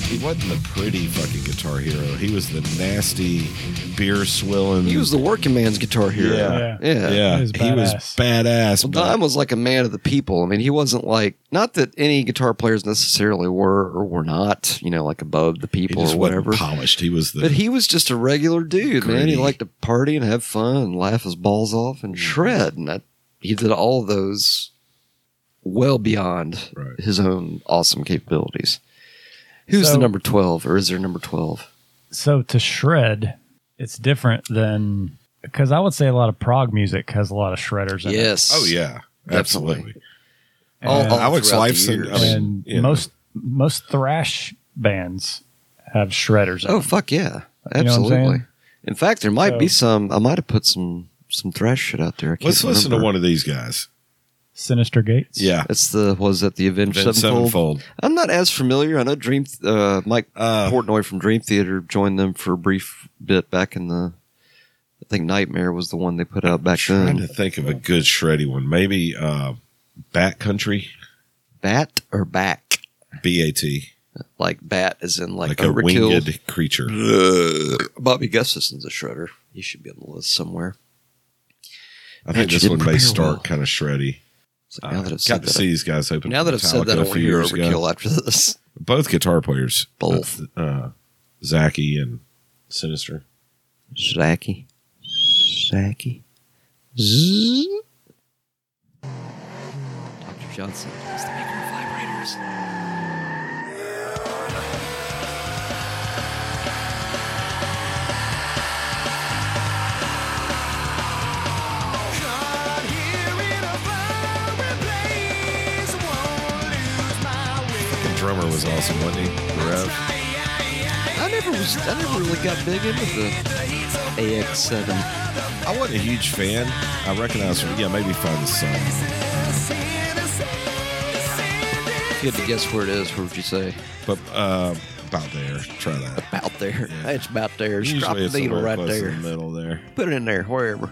Speaker 2: he wasn't the pretty fucking guitar hero he was the nasty beer swilling
Speaker 1: He was the working man's guitar hero.
Speaker 2: Yeah.
Speaker 1: Yeah.
Speaker 2: yeah,
Speaker 4: He was
Speaker 2: he was badass.
Speaker 1: Well,
Speaker 2: but-
Speaker 1: Dime was like a man of the people. I mean, he wasn't like not that any guitar players necessarily were or were not, you know, like above the
Speaker 2: He
Speaker 1: people
Speaker 2: just
Speaker 1: or whatever.
Speaker 2: wasn't polished. He was the
Speaker 1: But he was just a regular dude, man. He
Speaker 2: Gritty.
Speaker 1: liked to party and have fun and laugh his balls off
Speaker 2: Mm-hmm.
Speaker 1: and shred. And that, he did all of those well beyond
Speaker 2: Right.
Speaker 1: his own awesome capabilities. Who's
Speaker 4: So-
Speaker 1: the number 12, or is there number 12?
Speaker 4: So to shred, it's different than because I would say a lot of prog music has a lot of shredders in it.
Speaker 1: Yes.
Speaker 2: oh yeah, absolutely.
Speaker 1: All-
Speaker 4: And-
Speaker 1: all
Speaker 2: Alex
Speaker 1: throughout the
Speaker 2: Lifeson. I
Speaker 1: years.
Speaker 2: mean,
Speaker 4: and
Speaker 2: you know,
Speaker 4: most most thrash bands have shredders. in
Speaker 1: Oh
Speaker 4: them.
Speaker 1: fuck yeah,
Speaker 4: You know what I'm
Speaker 1: absolutely.
Speaker 4: saying?
Speaker 1: In fact, there might be
Speaker 4: So-
Speaker 1: some. I might have put some some thrash shit out there. I can't
Speaker 2: Let's listen to
Speaker 1: remember.
Speaker 2: one of these guys.
Speaker 4: Sinister Gates.
Speaker 2: Yeah,
Speaker 1: It's the was that the Avenged
Speaker 2: Avenged
Speaker 1: Sevenfold?
Speaker 2: Sevenfold.
Speaker 1: I'm not as familiar. I know Dream Th- uh, Mike
Speaker 2: Uh,
Speaker 1: Portnoy from Dream Theater joined them for a brief bit back in the. I think Nightmare was the one they put out back
Speaker 2: trying
Speaker 1: then.
Speaker 2: to think of a good shreddy one. Maybe uh, Backcountry.
Speaker 1: Bat or back?
Speaker 2: B A T.
Speaker 1: like bat as in like, Mm-hmm.
Speaker 2: like a
Speaker 1: overkill.
Speaker 2: winged creature.
Speaker 1: Bobby Gustafson's a shredder. He should be on the list somewhere.
Speaker 2: I
Speaker 1: Man,
Speaker 2: think
Speaker 1: you
Speaker 2: this
Speaker 1: didn't
Speaker 2: one may
Speaker 1: prepare
Speaker 2: start
Speaker 1: well.
Speaker 2: kind of shreddy.
Speaker 1: So now that
Speaker 2: I
Speaker 1: I've
Speaker 2: got
Speaker 1: said
Speaker 2: to
Speaker 1: that,
Speaker 2: see these guys open.
Speaker 1: now that I've said
Speaker 2: Metallica
Speaker 1: that, I
Speaker 2: a
Speaker 1: want to
Speaker 2: few
Speaker 1: hear
Speaker 2: years ago.
Speaker 1: overkill after this.
Speaker 2: Both guitar players,
Speaker 1: Both.
Speaker 2: uh, uh, Zachy and Sinister.
Speaker 1: Shacky. Shacky. Dr. Johnson. It's the maker of vibrators.
Speaker 2: The drummer was awesome, wasn't he? The Rev.
Speaker 1: I never was. I never really got big into the AX7.
Speaker 2: I wasn't a huge fan. I recognized him. Yeah, maybe find the song.
Speaker 1: If you had to guess where it is, what would you say?
Speaker 2: But uh, about there. Try that.
Speaker 1: About there.
Speaker 2: Yeah.
Speaker 1: It's about there. Just drop
Speaker 2: Usually
Speaker 1: the
Speaker 2: it's
Speaker 1: needle
Speaker 2: somewhere
Speaker 1: right
Speaker 2: close
Speaker 1: there.
Speaker 2: in the middle there.
Speaker 1: Put it in there, wherever.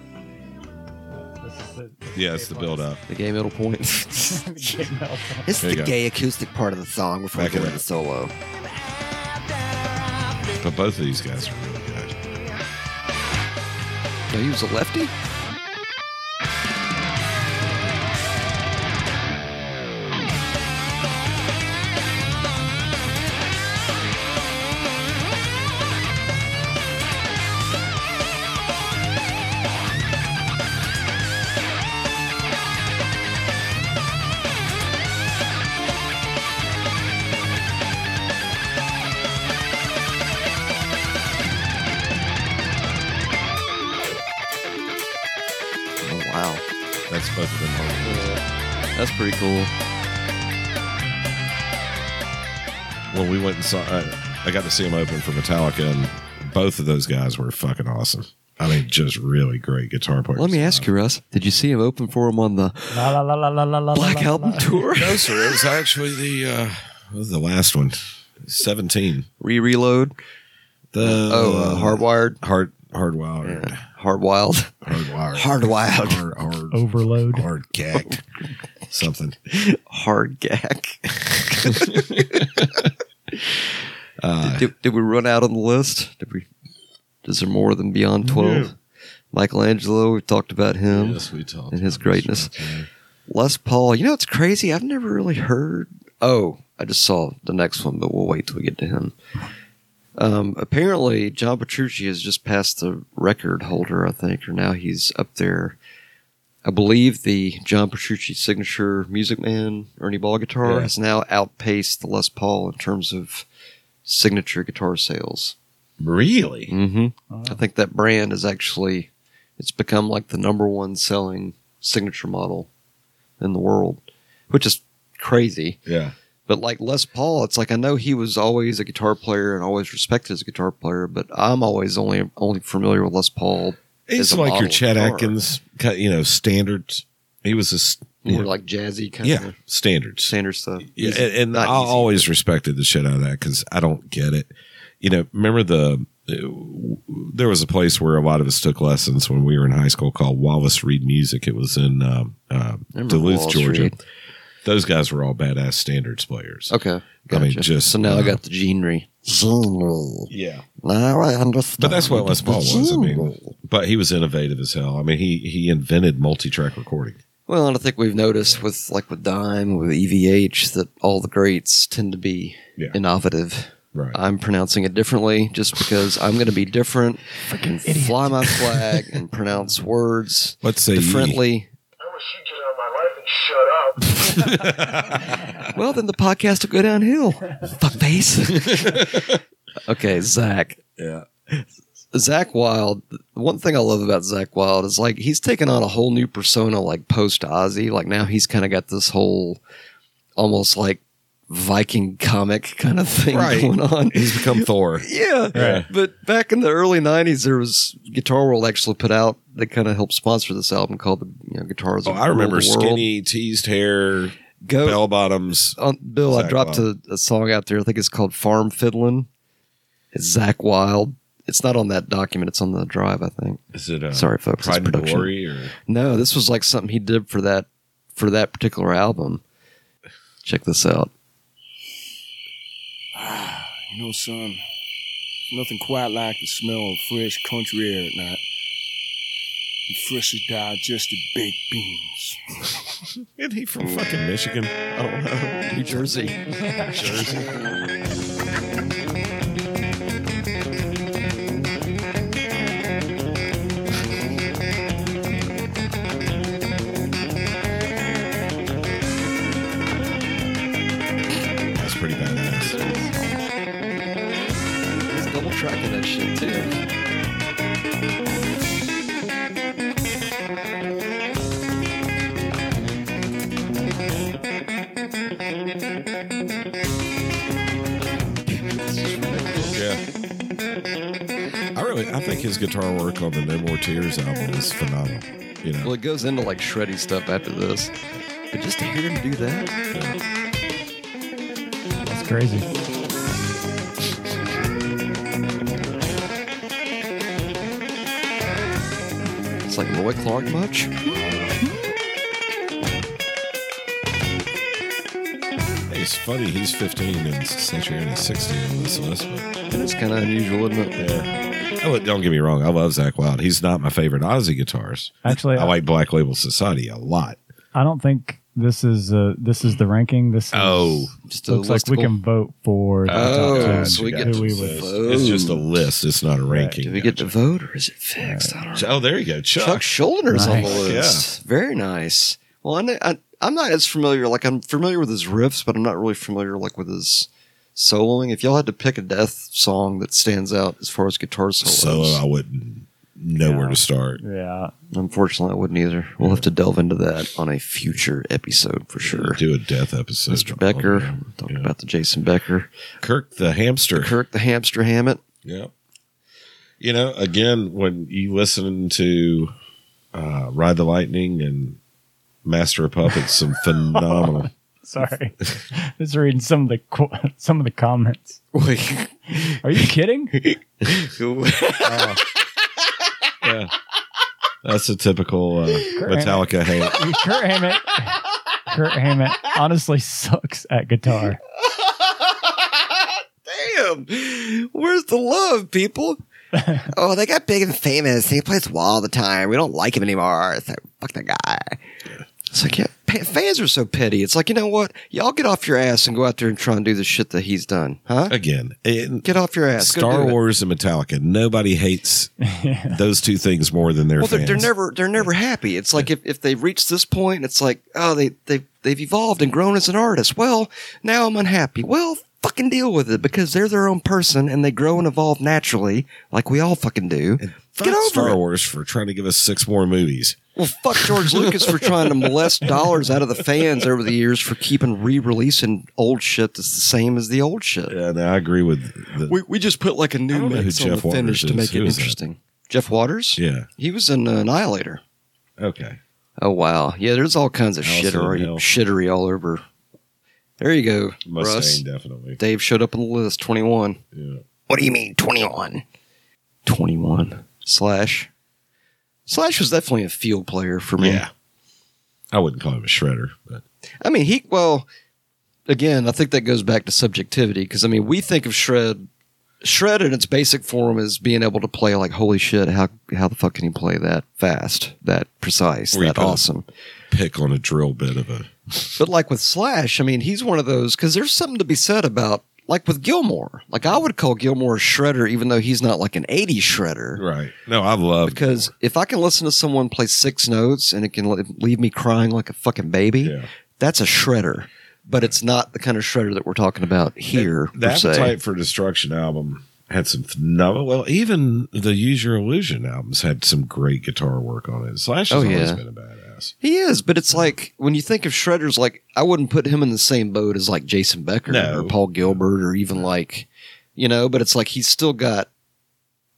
Speaker 2: Yeah, it's the build up.
Speaker 1: The gay middle point. it's
Speaker 2: There you
Speaker 1: the
Speaker 2: go.
Speaker 1: gay acoustic part of the song before
Speaker 2: Back
Speaker 1: we
Speaker 2: it
Speaker 1: go
Speaker 2: up.
Speaker 1: into solo.
Speaker 2: But both of these guys are really good.
Speaker 1: No, Oh, he was a lefty? Oh, wow.
Speaker 2: That's both of them.
Speaker 1: That's pretty cool.
Speaker 2: When we went and saw, I, I got to see them open for Metallica, and both of those guys were fucking awesome. I mean, just really great guitar players.
Speaker 1: Let me ask you, Russ. Did you see him open for him on the
Speaker 4: La, la, la, la, la, la, la,
Speaker 1: Black
Speaker 4: la,
Speaker 1: Album
Speaker 4: la.
Speaker 1: tour?
Speaker 2: No, sir. It was Uh, actually the uh, what was the last one, seventeen.
Speaker 1: Re-reload?
Speaker 2: The
Speaker 1: oh, uh, Hardwired?
Speaker 2: hard, hard wild,
Speaker 1: Hardwild?
Speaker 2: hard wired,
Speaker 1: Hardwired.
Speaker 2: hard, hard,
Speaker 1: Oh.
Speaker 4: Overload.
Speaker 2: hard cack, something.
Speaker 1: Hard gag.
Speaker 2: Uh,
Speaker 1: Did, did we run out on the list? Did we? Is there more than Beyond 12? Michelangelo, we've talked about him.
Speaker 2: yes, we talked
Speaker 1: and his
Speaker 2: about this
Speaker 1: greatness.
Speaker 2: right there.
Speaker 1: Les Paul. You know, it's crazy. I've never really heard. Oh, I just saw the next one, but we'll wait till we get to him. Um, apparently, John Petrucci has just passed the record holder, I think, or now he's up there. I believe the John Petrucci signature Music Man Ernie Ball guitar
Speaker 2: Yeah.
Speaker 1: has now outpaced the Les Paul in terms of signature guitar sales.
Speaker 2: Really?
Speaker 1: Mm-hmm.
Speaker 4: Wow.
Speaker 1: I think that brand is actually it's become like the number one selling signature model in the world, which is crazy.
Speaker 2: Yeah.
Speaker 1: But like Les Paul, it's like I know he was always a guitar player and always respected as a guitar player, but I'm always only only familiar with Les Paul
Speaker 2: He's
Speaker 1: It's a
Speaker 2: like your
Speaker 1: model
Speaker 2: Chet
Speaker 1: guitar.
Speaker 2: Atkins, ki- you know, standards. He was a s-
Speaker 1: more
Speaker 2: yeah,
Speaker 1: like jazzy kind
Speaker 2: yeah
Speaker 1: of
Speaker 2: standards.
Speaker 1: standard stuff.
Speaker 2: Yeah,
Speaker 1: Easy-
Speaker 2: and, and I
Speaker 1: not easy,
Speaker 2: always respected the shit out of that because I don't get it. You know, remember the there was a place where a lot of us took lessons when we were in high school called Wallace Reed Music. It was in um, uh,
Speaker 1: I remember
Speaker 2: Duluth,
Speaker 1: Wallace
Speaker 2: Georgia.
Speaker 1: Reed.
Speaker 2: Those guys were all badass standards players.
Speaker 1: Okay,
Speaker 2: I
Speaker 1: gotcha.
Speaker 2: mean, just-
Speaker 1: so now I got the genre. Genre.
Speaker 2: Yeah,
Speaker 1: Now I understand.
Speaker 2: but that's what Les Paul was. I
Speaker 1: Genre.
Speaker 2: mean, but he was innovative as hell. I mean, he he invented multi-track recording.
Speaker 1: Well, and I think we've noticed with like with Dime, with EVH, that all the greats tend to be
Speaker 2: Yeah.
Speaker 1: innovative.
Speaker 2: Right.
Speaker 1: I'm pronouncing it differently just because I'm going to be different and fly my flag and pronounce words
Speaker 2: Let's say
Speaker 1: differently.
Speaker 9: I wish you'd get out of my life and shut up.
Speaker 1: Well, then the podcast will go downhill. Fuckface. okay, Zach.
Speaker 2: Yeah.
Speaker 1: Zach Wild. One thing I love about Zach Wild is like he's taken on a whole new persona, like post Ozzy. Like now he's kind of got this whole almost like Viking comic kind of thing
Speaker 2: Right.
Speaker 1: going on.
Speaker 2: He's become Thor.
Speaker 1: Yeah.
Speaker 2: Right.
Speaker 1: But back in the early 90s, there was Guitar World actually put out, they kind of helped sponsor this album called the you know, Guitars.
Speaker 2: Oh,
Speaker 1: That
Speaker 2: I
Speaker 1: Rule
Speaker 2: remember Oh.
Speaker 1: the World.
Speaker 2: skinny, teased hair,
Speaker 1: Go. Bill,
Speaker 2: bell bottoms.
Speaker 1: Uh, Bill I
Speaker 2: Zach
Speaker 1: dropped a, a song out there. I think it's called Farm Fiddlin'. It's Zach Wild. It's not on that document, it's on the drive, I think.
Speaker 2: Is it uh,
Speaker 1: Sorry, folks. it's
Speaker 2: Pride and
Speaker 1: production.
Speaker 2: Glory or
Speaker 1: No, this was like something he did for that for that particular album. Check this out.
Speaker 10: You know, son, there's nothing quite like the smell of fresh country air at night. And freshly digested baked beans.
Speaker 2: Isn't he from fucking Michigan?
Speaker 4: Oh,
Speaker 1: I don't know. New Jersey.
Speaker 2: That's pretty badass.
Speaker 1: He's double tracking that shit too.
Speaker 2: Yeah. I really, I think his guitar work on the No More Tears album is phenomenal. You know,
Speaker 1: Well, it goes into like shreddy stuff after this. But just to hear him do that,
Speaker 4: It's crazy.
Speaker 1: it's like Roy Clark much.
Speaker 2: it's funny. He's 15 and Centurion is 16 on this list. But
Speaker 1: It's kind of unusual, isn't it?
Speaker 2: Yeah. Oh, don't get me wrong. I love Zach Wild. He's not my favorite Ozzy guitarist.
Speaker 4: Actually,
Speaker 2: I
Speaker 4: I,
Speaker 2: like Black Label Society a lot.
Speaker 4: I don't think this is uh, this is the ranking. This is,
Speaker 2: Oh.
Speaker 1: Just a
Speaker 4: looks like we
Speaker 1: listicle.
Speaker 4: can vote for the
Speaker 1: Oh,
Speaker 4: top ten.
Speaker 1: so we
Speaker 2: get
Speaker 4: who we
Speaker 1: to
Speaker 4: would.
Speaker 1: vote.
Speaker 2: It's just a list. It's not a ranking.
Speaker 1: Do we get to vote or is it fixed? I don't know.
Speaker 2: Oh, there you go, Chuck.
Speaker 1: Chuck Schuldner's on the
Speaker 4: Nice.
Speaker 1: list. Very nice. Well, I, kn- I, I'm not as familiar. Like I'm familiar with his riffs, but I'm not really familiar like with his soloing. If y'all had to pick a death song that stands out as far as guitar solos,
Speaker 2: so I wouldn't know where to start.
Speaker 4: Yeah,
Speaker 1: unfortunately, I wouldn't either. We'll have to delve into that on a future episode for sure.
Speaker 2: Do a death episode.
Speaker 1: Mr. Becker,
Speaker 2: Yeah.
Speaker 1: talk about the Jason Becker,
Speaker 2: Kirk the hamster.
Speaker 1: Kirk the Hamster Hammett.
Speaker 2: Yeah. You know, again, when you listen to uh, Ride the Lightning and Master of Puppets, some phenomenal.
Speaker 4: sorry. Just reading some of the qu- some of the comments.
Speaker 1: Wait,
Speaker 4: Are you kidding?
Speaker 1: who-
Speaker 2: yeah. That's a typical uh, Metallica hate.
Speaker 4: Kurt Hammett. Kurt Hammett honestly sucks at guitar.
Speaker 1: Damn, where's the love, people?
Speaker 3: Oh, they got big and famous. He plays wall all the time. We don't like him anymore. It's like, fuck the guy.
Speaker 1: It's like, yeah, pa- fans are so petty. It's like, you know what? Y'all get off your ass and go out there and try and do the shit that he's done, huh?
Speaker 2: Again, it-
Speaker 1: Get off your ass. Go
Speaker 2: Star
Speaker 1: do it.
Speaker 2: Wars and Metallica. Nobody hates those two things more than their
Speaker 1: Well, they're,
Speaker 2: fans.
Speaker 1: they're never they're never happy. It's like if, if they reach this point, it's like, oh, they they they've evolved and grown as an artist. Well, now I'm unhappy. Well, fucking deal with it because they're their own person and they grow and evolve naturally, like we all fucking do.
Speaker 2: Fuck
Speaker 1: Get over
Speaker 2: Star
Speaker 1: it.
Speaker 2: Wars for trying to give us six more movies.
Speaker 1: Well, fuck George Lucas for trying to molest dollars out of the fans over the years for keeping re-releasing old shit that's the same as the old shit.
Speaker 2: Yeah, no, I agree with. The,
Speaker 1: We, we just put like a
Speaker 2: I
Speaker 1: new
Speaker 2: don't know who
Speaker 1: mix on
Speaker 2: Jeff
Speaker 1: the finish
Speaker 2: Waters
Speaker 1: to
Speaker 2: is.
Speaker 1: make
Speaker 2: Who
Speaker 1: it
Speaker 2: is that?
Speaker 1: interesting. Jeff Waters?
Speaker 2: yeah.
Speaker 1: He was in Annihilator.
Speaker 2: Okay.
Speaker 1: Oh wow. Yeah, there's all kinds of
Speaker 2: House in
Speaker 1: shittery
Speaker 2: Hell.
Speaker 1: shittery all over. There you go. Russ.
Speaker 2: Mustang definitely.
Speaker 1: Dave showed up on the list. Twenty one.
Speaker 2: Yeah.
Speaker 3: What do you mean, 21?
Speaker 1: Twenty one. Slash. Slash was definitely a field player for me.
Speaker 2: Yeah. I wouldn't call him a shredder, but
Speaker 1: I mean, he well, again, I think that goes back to subjectivity because I mean, we think of shred, shred in its basic form as being able to play like holy shit, how how the fuck can he play that fast, that precise,
Speaker 2: Or you
Speaker 1: that
Speaker 2: put a-
Speaker 1: awesome?
Speaker 2: pick on a drill bit of a.
Speaker 1: But like with Slash, I mean, he's one of those because there's something to be said about like with Gilmore. Like I would call Gilmore a shredder, even though he's not like an '80s shredder.
Speaker 2: Right. No, I love
Speaker 1: Because if I can listen to someone play six notes and it can le- leave me crying like a fucking baby,
Speaker 2: Yeah.
Speaker 1: that's a shredder. But it's not the kind of shredder that we're talking about here. per
Speaker 2: that
Speaker 1: se.
Speaker 2: Appetite for Destruction album had some phenomenal. Well, even the Use Your Illusion albums had some great guitar work on it. Slash has
Speaker 1: Oh,
Speaker 2: always
Speaker 1: yeah.
Speaker 2: been a badass.
Speaker 1: He is, but it's like when you think of shredders, like I wouldn't put him in the same boat as like Jason Becker
Speaker 2: No.
Speaker 1: or Paul Gilbert or even like, you know. But it's like he's still got.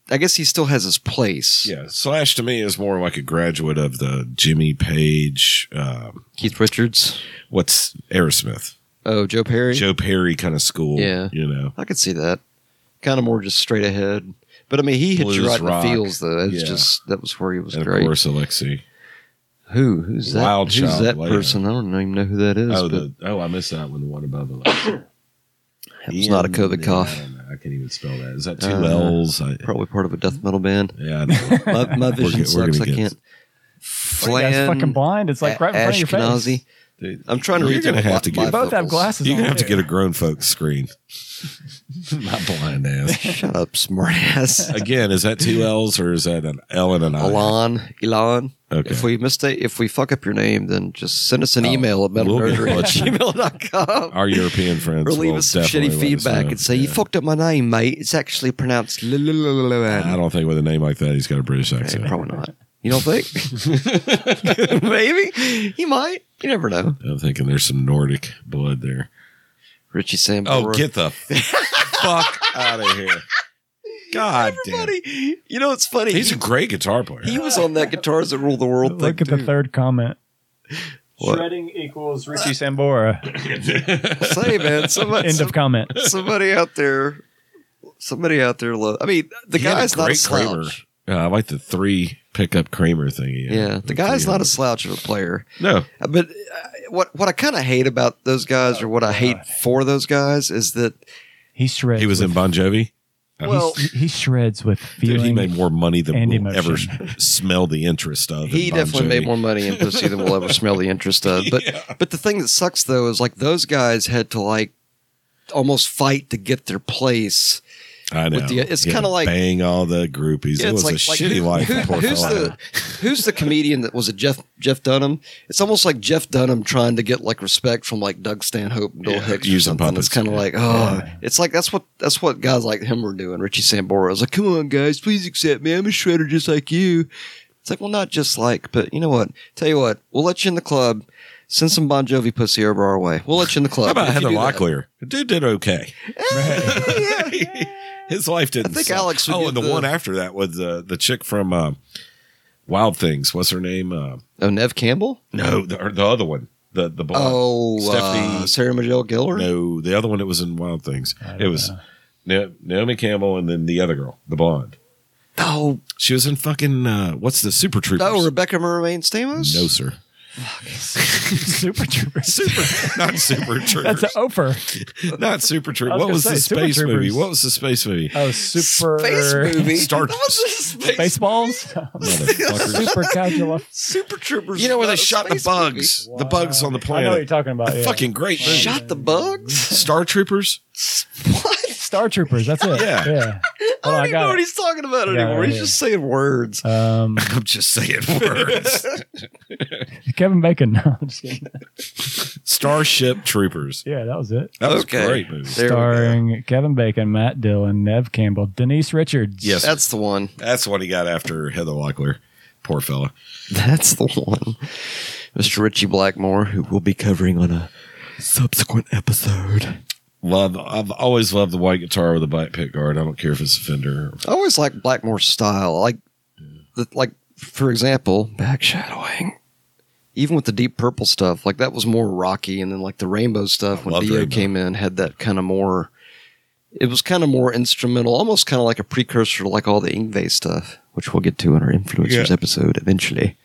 Speaker 1: I guess he still has his place.
Speaker 2: Yeah, Slash to me is more like a graduate of the Jimmy Page, um,
Speaker 1: Keith Richards.
Speaker 2: what's Aerosmith,
Speaker 1: Oh, Joe Perry.
Speaker 2: Joe Perry kind of school.
Speaker 1: Yeah.
Speaker 2: you know,
Speaker 1: I could see that. Kind of more just straight ahead. But I mean, he hit you
Speaker 2: Blues
Speaker 1: right
Speaker 2: rock.
Speaker 1: in the feels, though. It's
Speaker 2: Yeah.
Speaker 1: just that was where he was
Speaker 2: and
Speaker 1: great.
Speaker 2: of course Alexi.
Speaker 1: Who? Who's that?
Speaker 2: Wild
Speaker 1: who's
Speaker 2: Child
Speaker 1: that
Speaker 2: Leo.
Speaker 1: person? I don't even know who that is.
Speaker 2: Oh,
Speaker 1: but
Speaker 2: the, oh, I missed that one. The one above Alexi.
Speaker 1: It was not a COVID cough.
Speaker 2: I, don't know. I can't even spell that. Is that two
Speaker 1: Uh,
Speaker 2: L's? I,
Speaker 1: Probably part of a death metal band.
Speaker 2: yeah, I don't know.
Speaker 1: My, my vision
Speaker 2: we're gonna
Speaker 1: sucks. I
Speaker 2: get-
Speaker 1: can't.
Speaker 4: Are you guys
Speaker 1: Flan-
Speaker 4: fucking blind. It's like right in front of your face.
Speaker 1: Ashkenazi.
Speaker 2: Dude,
Speaker 1: I'm trying to
Speaker 2: You're
Speaker 1: read through
Speaker 2: gonna have
Speaker 1: my-
Speaker 2: to
Speaker 1: my
Speaker 4: You
Speaker 2: get-
Speaker 4: both have
Speaker 1: vocals.
Speaker 4: glasses.
Speaker 2: You're
Speaker 4: on.
Speaker 2: gonna have to get a grown folks screen. My blind ass.
Speaker 1: Shut up, smartass.
Speaker 2: Again, is that two L's or is that an L and an I?
Speaker 1: Elon, Elon.
Speaker 2: Okay.
Speaker 1: If we mistake, if we fuck up your name, then just send us an
Speaker 2: Oh,
Speaker 1: email at
Speaker 2: we'll get
Speaker 1: metalnerdery
Speaker 2: lucky.
Speaker 1: at gmail.com.
Speaker 2: Our European friends
Speaker 1: Or leave
Speaker 2: will
Speaker 1: us some shitty
Speaker 2: definitely let us
Speaker 1: feedback
Speaker 2: know.
Speaker 1: and say, you
Speaker 2: Yeah.
Speaker 1: fucked up my name, mate. It's actually pronounced
Speaker 2: I
Speaker 1: Lilililililililililililililililililililililililililililililililililililililililililililililililililililililililililililililililililil.
Speaker 2: don't think with a name like that he's got a British accent.
Speaker 1: Probably not. You don't think? Maybe. He might. You never know.
Speaker 2: I'm thinking there's some Nordic blood there.
Speaker 1: Richie Sambora.
Speaker 2: Oh, get the fuck out of here! God damn,
Speaker 1: Everybody, you know, it's funny.
Speaker 2: he's
Speaker 1: he,
Speaker 2: a great guitar player.
Speaker 1: he was on that Guitars That Rule the World thing.
Speaker 4: Look at the
Speaker 1: too.
Speaker 4: third comment.
Speaker 1: What?
Speaker 4: Shredding equals Richie Sambora.
Speaker 1: Say, man, somebody,
Speaker 4: End of comment.
Speaker 1: somebody out there, somebody out there. Lo- I mean, the
Speaker 2: He had a
Speaker 1: guy's not a
Speaker 2: great
Speaker 1: slouch.
Speaker 2: Kramer. Uh, I like the three pickup Kramer thing. he had.
Speaker 1: Yeah, the guy's not a
Speaker 2: 300.
Speaker 1: slouch of a player.
Speaker 2: No,
Speaker 1: Uh, But uh, what what I kind of hate about those guys, or what I hate for those guys, is that
Speaker 4: He shreds.
Speaker 2: he was in
Speaker 4: with,
Speaker 2: Bon Jovi. Uh,
Speaker 1: Well-
Speaker 4: he, he shreds with feeling.
Speaker 2: Dude, he made more money than
Speaker 4: and
Speaker 2: we'll
Speaker 4: emotion.
Speaker 2: ever s- smell the interest of. in
Speaker 1: he
Speaker 2: Bon
Speaker 1: definitely
Speaker 2: Jovi.
Speaker 1: made more money in pussy than we'll ever smell the interest of. But but the thing that sucks though is like those guys had to like almost fight to get their place.
Speaker 2: I know.
Speaker 1: with the- it's
Speaker 2: He had
Speaker 1: kinda
Speaker 2: to
Speaker 1: like-
Speaker 2: bang all the groupies.
Speaker 1: Yeah,
Speaker 2: it was
Speaker 1: it's like-
Speaker 2: a
Speaker 1: like,
Speaker 2: shitty
Speaker 1: who-
Speaker 2: life.
Speaker 1: who-
Speaker 2: poor
Speaker 1: who's
Speaker 2: fellow.
Speaker 1: the who's the comedian that was a Jeff Jeff Dunham? It's almost like Jeff Dunham trying to get like respect from like Doug Stanhope and Bill
Speaker 2: Yeah,
Speaker 1: Hicks or
Speaker 2: using
Speaker 1: something. It's
Speaker 2: puppets,
Speaker 1: kind of
Speaker 2: yeah.
Speaker 1: like oh, it's like that's what that's what guys like him were doing. Richie Sambora was like, come on guys, please accept me. I'm a shredder just like you. It's like well, not just like, but you know what? Tell you what, we'll let you in the club. Send some Bon Jovi pussy over our way. We'll let you in the club.
Speaker 2: How about
Speaker 1: If you
Speaker 2: Heather
Speaker 1: do that-
Speaker 2: Locklear? The Dude did okay. His life didn't.
Speaker 1: I think
Speaker 2: suck.
Speaker 1: Alex would
Speaker 2: Oh,
Speaker 1: get
Speaker 2: and the,
Speaker 1: the-
Speaker 2: one after that was uh, the chick from uh, Wild Things. What's her name? Uh,
Speaker 1: Oh, Nev Campbell.
Speaker 2: no, the, or the other one. The the blonde.
Speaker 1: Oh, uh,
Speaker 2: Stephanie.
Speaker 1: Sarah Michelle Gellar.
Speaker 2: no, the other one that was in Wild Things. It was Na- Naomi Campbell and then the other girl, the blonde.
Speaker 1: Oh,
Speaker 2: She was in fucking uh, what's the Super Troopers?
Speaker 1: Oh, Rebecca Mermaid Stamos?
Speaker 2: no, sir.
Speaker 4: Super Troopers.
Speaker 2: Super, not Super
Speaker 4: That's
Speaker 2: Troopers.
Speaker 4: an Oprah.
Speaker 2: not Super Troopers.
Speaker 4: was
Speaker 2: What
Speaker 4: gonna
Speaker 2: was
Speaker 4: say,
Speaker 2: the
Speaker 4: Super
Speaker 2: space
Speaker 4: Troopers.
Speaker 2: movie? What was the space movie?
Speaker 4: Oh, super.
Speaker 1: Space movie.
Speaker 2: Star-
Speaker 1: That was a space-
Speaker 4: Baseballs.
Speaker 2: Motherfuckers.
Speaker 4: super calcula.
Speaker 1: Super Troopers.
Speaker 2: You know where they
Speaker 1: Not a
Speaker 2: shot the
Speaker 1: space
Speaker 2: bugs? The bugs on the
Speaker 4: I know what you're
Speaker 2: planet.
Speaker 4: talking about. Yeah.
Speaker 2: Fucking great
Speaker 1: movie.
Speaker 2: movie.
Speaker 1: Shot the bugs?
Speaker 2: Star Troopers.
Speaker 1: What?
Speaker 4: Star Troopers. That's it.
Speaker 2: Yeah.
Speaker 4: Yeah.
Speaker 1: I don't
Speaker 4: Hold on, I
Speaker 1: even know
Speaker 4: got
Speaker 1: what
Speaker 4: it.
Speaker 1: he's talking about
Speaker 4: Yeah,
Speaker 1: anymore.
Speaker 4: right
Speaker 1: he's
Speaker 4: here.
Speaker 1: just saying words.
Speaker 4: Um,
Speaker 2: I'm just saying words.
Speaker 4: Kevin Bacon. No, I'm just kidding.
Speaker 2: Starship Troopers.
Speaker 4: Yeah, that was it.
Speaker 2: That was
Speaker 1: Okay.
Speaker 2: a great movie.
Speaker 1: There we go.
Speaker 4: Starring Kevin Bacon, Matt Dillon, Nev Campbell, Denise Richards.
Speaker 2: Yes.
Speaker 1: That's the one.
Speaker 2: That's what he got after Heather Locklear. Poor fella.
Speaker 1: That's the one. Mr. Richie Blackmore, who we'll be covering on a subsequent episode.
Speaker 2: Love. I've always loved the white guitar with a black pick guard. I don't care if it's a Fender.
Speaker 1: I always like Blackmore's style. Like,
Speaker 2: Mm.
Speaker 1: the, like for example, back shadowing. Even with the deep purple stuff, like that was more rocky, and then like the rainbow stuff when
Speaker 2: love
Speaker 1: Dio
Speaker 2: Rainbow.
Speaker 1: came in had that kind of more. It was kind of more instrumental, almost kind of like a precursor to like all the Ingve stuff, which we'll get to in our influencers
Speaker 2: Yeah.
Speaker 1: episode eventually.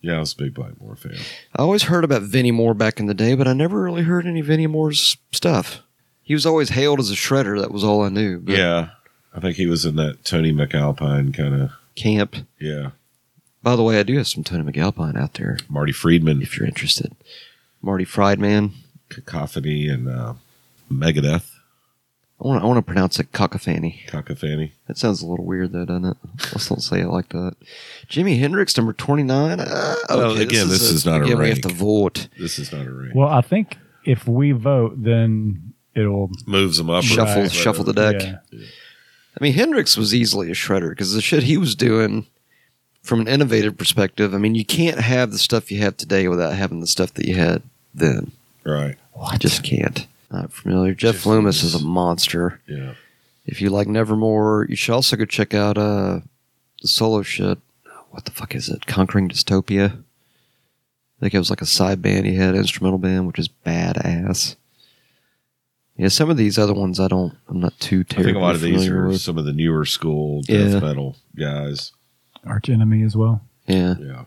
Speaker 2: Yeah, I was a big Blackmore fan.
Speaker 1: I always heard about Vinnie Moore back in the day, but I never really heard any Vinnie Moore's stuff. He was always hailed as a shredder. That was all I knew. But
Speaker 2: Yeah. I think he was in that Tony McAlpine kind of.
Speaker 1: Camp.
Speaker 2: Yeah.
Speaker 1: By the way, I do have some Tony McAlpine out there.
Speaker 2: Marty Friedman,
Speaker 1: if you're interested. Marty Friedman.
Speaker 2: Cacophony, and uh, Megadeth,
Speaker 1: I want to I want to pronounce it cacophony.
Speaker 2: Cacophony.
Speaker 1: That sounds a little weird, though, doesn't it? Let's don't say it like that. Jimi Hendrix, number twenty nine. Uh, okay,
Speaker 2: Well, again, this is not a
Speaker 1: again, We have
Speaker 2: rank.
Speaker 1: to vote.
Speaker 2: This is not a ring.
Speaker 4: Well, I think if we vote, then it'll
Speaker 2: Moves them up. or
Speaker 1: Shuffle,
Speaker 2: whatever.
Speaker 1: shuffle the deck.
Speaker 4: Yeah.
Speaker 1: I mean, Hendrix was easily a shredder because the shit he was doing, from an innovative perspective, I mean, you can't have the stuff you have today without having the stuff that you had then.
Speaker 2: Right.
Speaker 1: I just can't. Not familiar. Jeff,
Speaker 2: Jeff
Speaker 1: Loomis is
Speaker 2: Loomis.
Speaker 1: a monster.
Speaker 2: Yeah.
Speaker 1: If you like Nevermore, you should also go check out uh the solo shit. What the fuck is it? Conquering Dystopia. I think it was like a side band he had, instrumental band, which is badass. Yeah, some of these other ones I don't. I'm not too
Speaker 2: I
Speaker 1: terribly
Speaker 2: think a lot of these
Speaker 1: familiar
Speaker 2: are
Speaker 1: with.
Speaker 2: some of the newer school death
Speaker 1: Yeah.
Speaker 2: metal guys.
Speaker 4: Arch Enemy as well.
Speaker 1: Yeah,
Speaker 2: Yeah.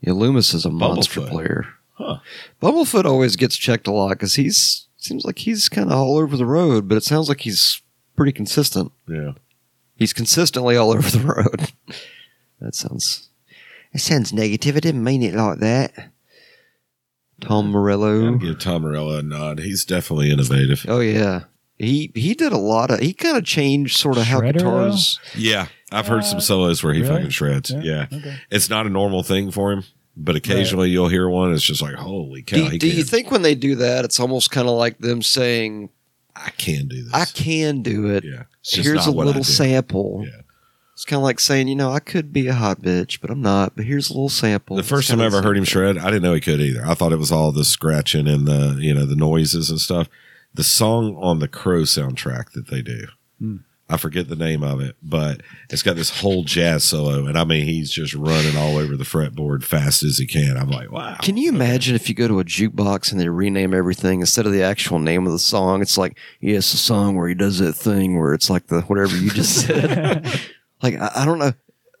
Speaker 1: yeah. Loomis is a monster
Speaker 2: Bumblefoot.
Speaker 1: player.
Speaker 2: Huh.
Speaker 1: Bumblefoot always gets checked a lot because he's seems like he's kind of all over the road, but it sounds like he's pretty consistent.
Speaker 2: Yeah.
Speaker 1: He's consistently all over the road. that sounds.
Speaker 3: It sounds negative. I didn't mean it like that.
Speaker 1: Tom Morello.
Speaker 2: Gotta give Tom Morello a nod. He's definitely innovative.
Speaker 1: Oh yeah, he he did a lot of. He kind of changed sort of how
Speaker 4: Shredder,
Speaker 1: guitars.
Speaker 2: Yeah. I've heard
Speaker 1: Uh,
Speaker 2: some solos where he
Speaker 4: really?
Speaker 2: fucking shreds. Yeah.
Speaker 4: Okay.
Speaker 2: It's not a normal thing for him, but occasionally you'll hear one. It's just like, holy cow,
Speaker 1: Do,
Speaker 2: he
Speaker 1: do
Speaker 2: can,
Speaker 1: you think when they do that, it's almost kind of like them saying,
Speaker 2: I can do this.
Speaker 1: "I can do it."
Speaker 2: yeah. It's just
Speaker 1: Here's a
Speaker 2: not what I
Speaker 1: little
Speaker 2: do.
Speaker 1: sample.
Speaker 2: Yeah.
Speaker 1: It's kind of like saying, you know, I could be a hot bitch, but I'm not. But here's a little sample.
Speaker 2: The
Speaker 1: It's
Speaker 2: first time I
Speaker 1: kinda
Speaker 2: ever
Speaker 1: the
Speaker 2: heard him
Speaker 1: same
Speaker 2: shred, I didn't know he could either. I thought it was all the scratching and the you know the noises and stuff. The song on the Crow soundtrack that they do,
Speaker 4: Hmm.
Speaker 2: I forget the name of it, but it's got this whole jazz solo, and I mean he's just running all over the fretboard fast as he can. I'm like, wow.
Speaker 1: Can you imagine if you go to a jukebox and they rename everything instead of the actual name of the song? It's like, yeah, it's a song where he does that thing where it's like the whatever you just said. like, I, I don't know.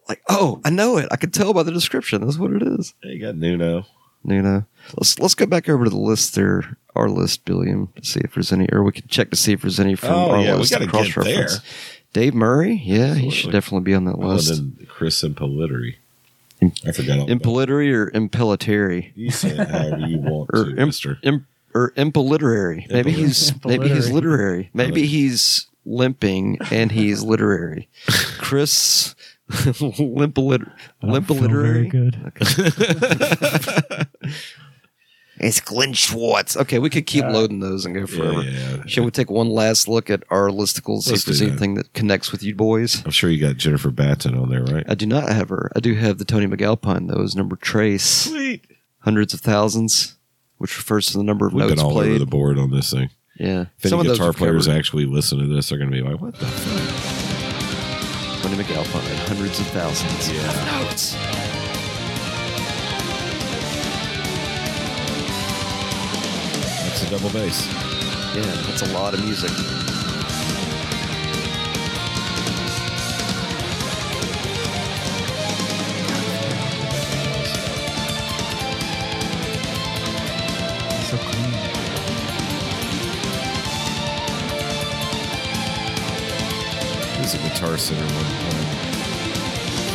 Speaker 1: Like, oh, I know it. I can tell by the description. That's what it is.
Speaker 2: They got Nuno.
Speaker 1: You know, let's let's go back over to the list there, our list, Billiam, to see if there's any, or we can check to see if there's any from
Speaker 2: Oh,
Speaker 1: our
Speaker 2: yeah, we
Speaker 1: list. to
Speaker 2: gotta get
Speaker 1: cross-reference.
Speaker 2: there.
Speaker 1: Dave Murray, yeah, he should
Speaker 2: Absolutely.
Speaker 1: definitely be on that
Speaker 2: Well, and
Speaker 1: list.
Speaker 2: then Chris and Politeri. I forgot. All about
Speaker 1: Impellitary or impellitary?
Speaker 2: it. You say it however you want
Speaker 1: or
Speaker 2: to,
Speaker 1: imp-
Speaker 2: Mister.
Speaker 1: imp- or impoliterary. Maybe
Speaker 2: Impoliterary.
Speaker 1: he's maybe he's
Speaker 4: Impoliterary.
Speaker 1: literary. Maybe he's limping and he's literary. Chris limpoliter
Speaker 4: I don't feel very
Speaker 1: limpoliterary.
Speaker 4: good.
Speaker 3: It's Glenn
Speaker 1: Schwartz. Okay, we could keep loading those and go
Speaker 2: Yeah,
Speaker 1: forever.
Speaker 2: yeah.
Speaker 1: Should we take one last look at our listicles? see
Speaker 2: Let's
Speaker 1: if there's
Speaker 2: do that.
Speaker 1: anything that connects with you boys.
Speaker 2: I'm sure you got Jennifer Batten on there, right?
Speaker 1: I do not have her. I do have the Tony McAlpine though. His number trace
Speaker 2: Sweet.
Speaker 1: hundreds of thousands, which refers to the number of
Speaker 2: We've been
Speaker 1: notes
Speaker 2: all over
Speaker 1: played.
Speaker 2: the board on this thing.
Speaker 1: yeah,
Speaker 2: If any guitar
Speaker 1: we've
Speaker 2: players
Speaker 1: covered.
Speaker 2: actually listen to this, they're going to be like, "What the?" Fuck?
Speaker 1: Tony McAlpine, hundreds of thousands of notes.
Speaker 2: That's a double bass.
Speaker 1: Yeah, that's a lot of music.
Speaker 4: So clean.
Speaker 2: There's a guitar center one.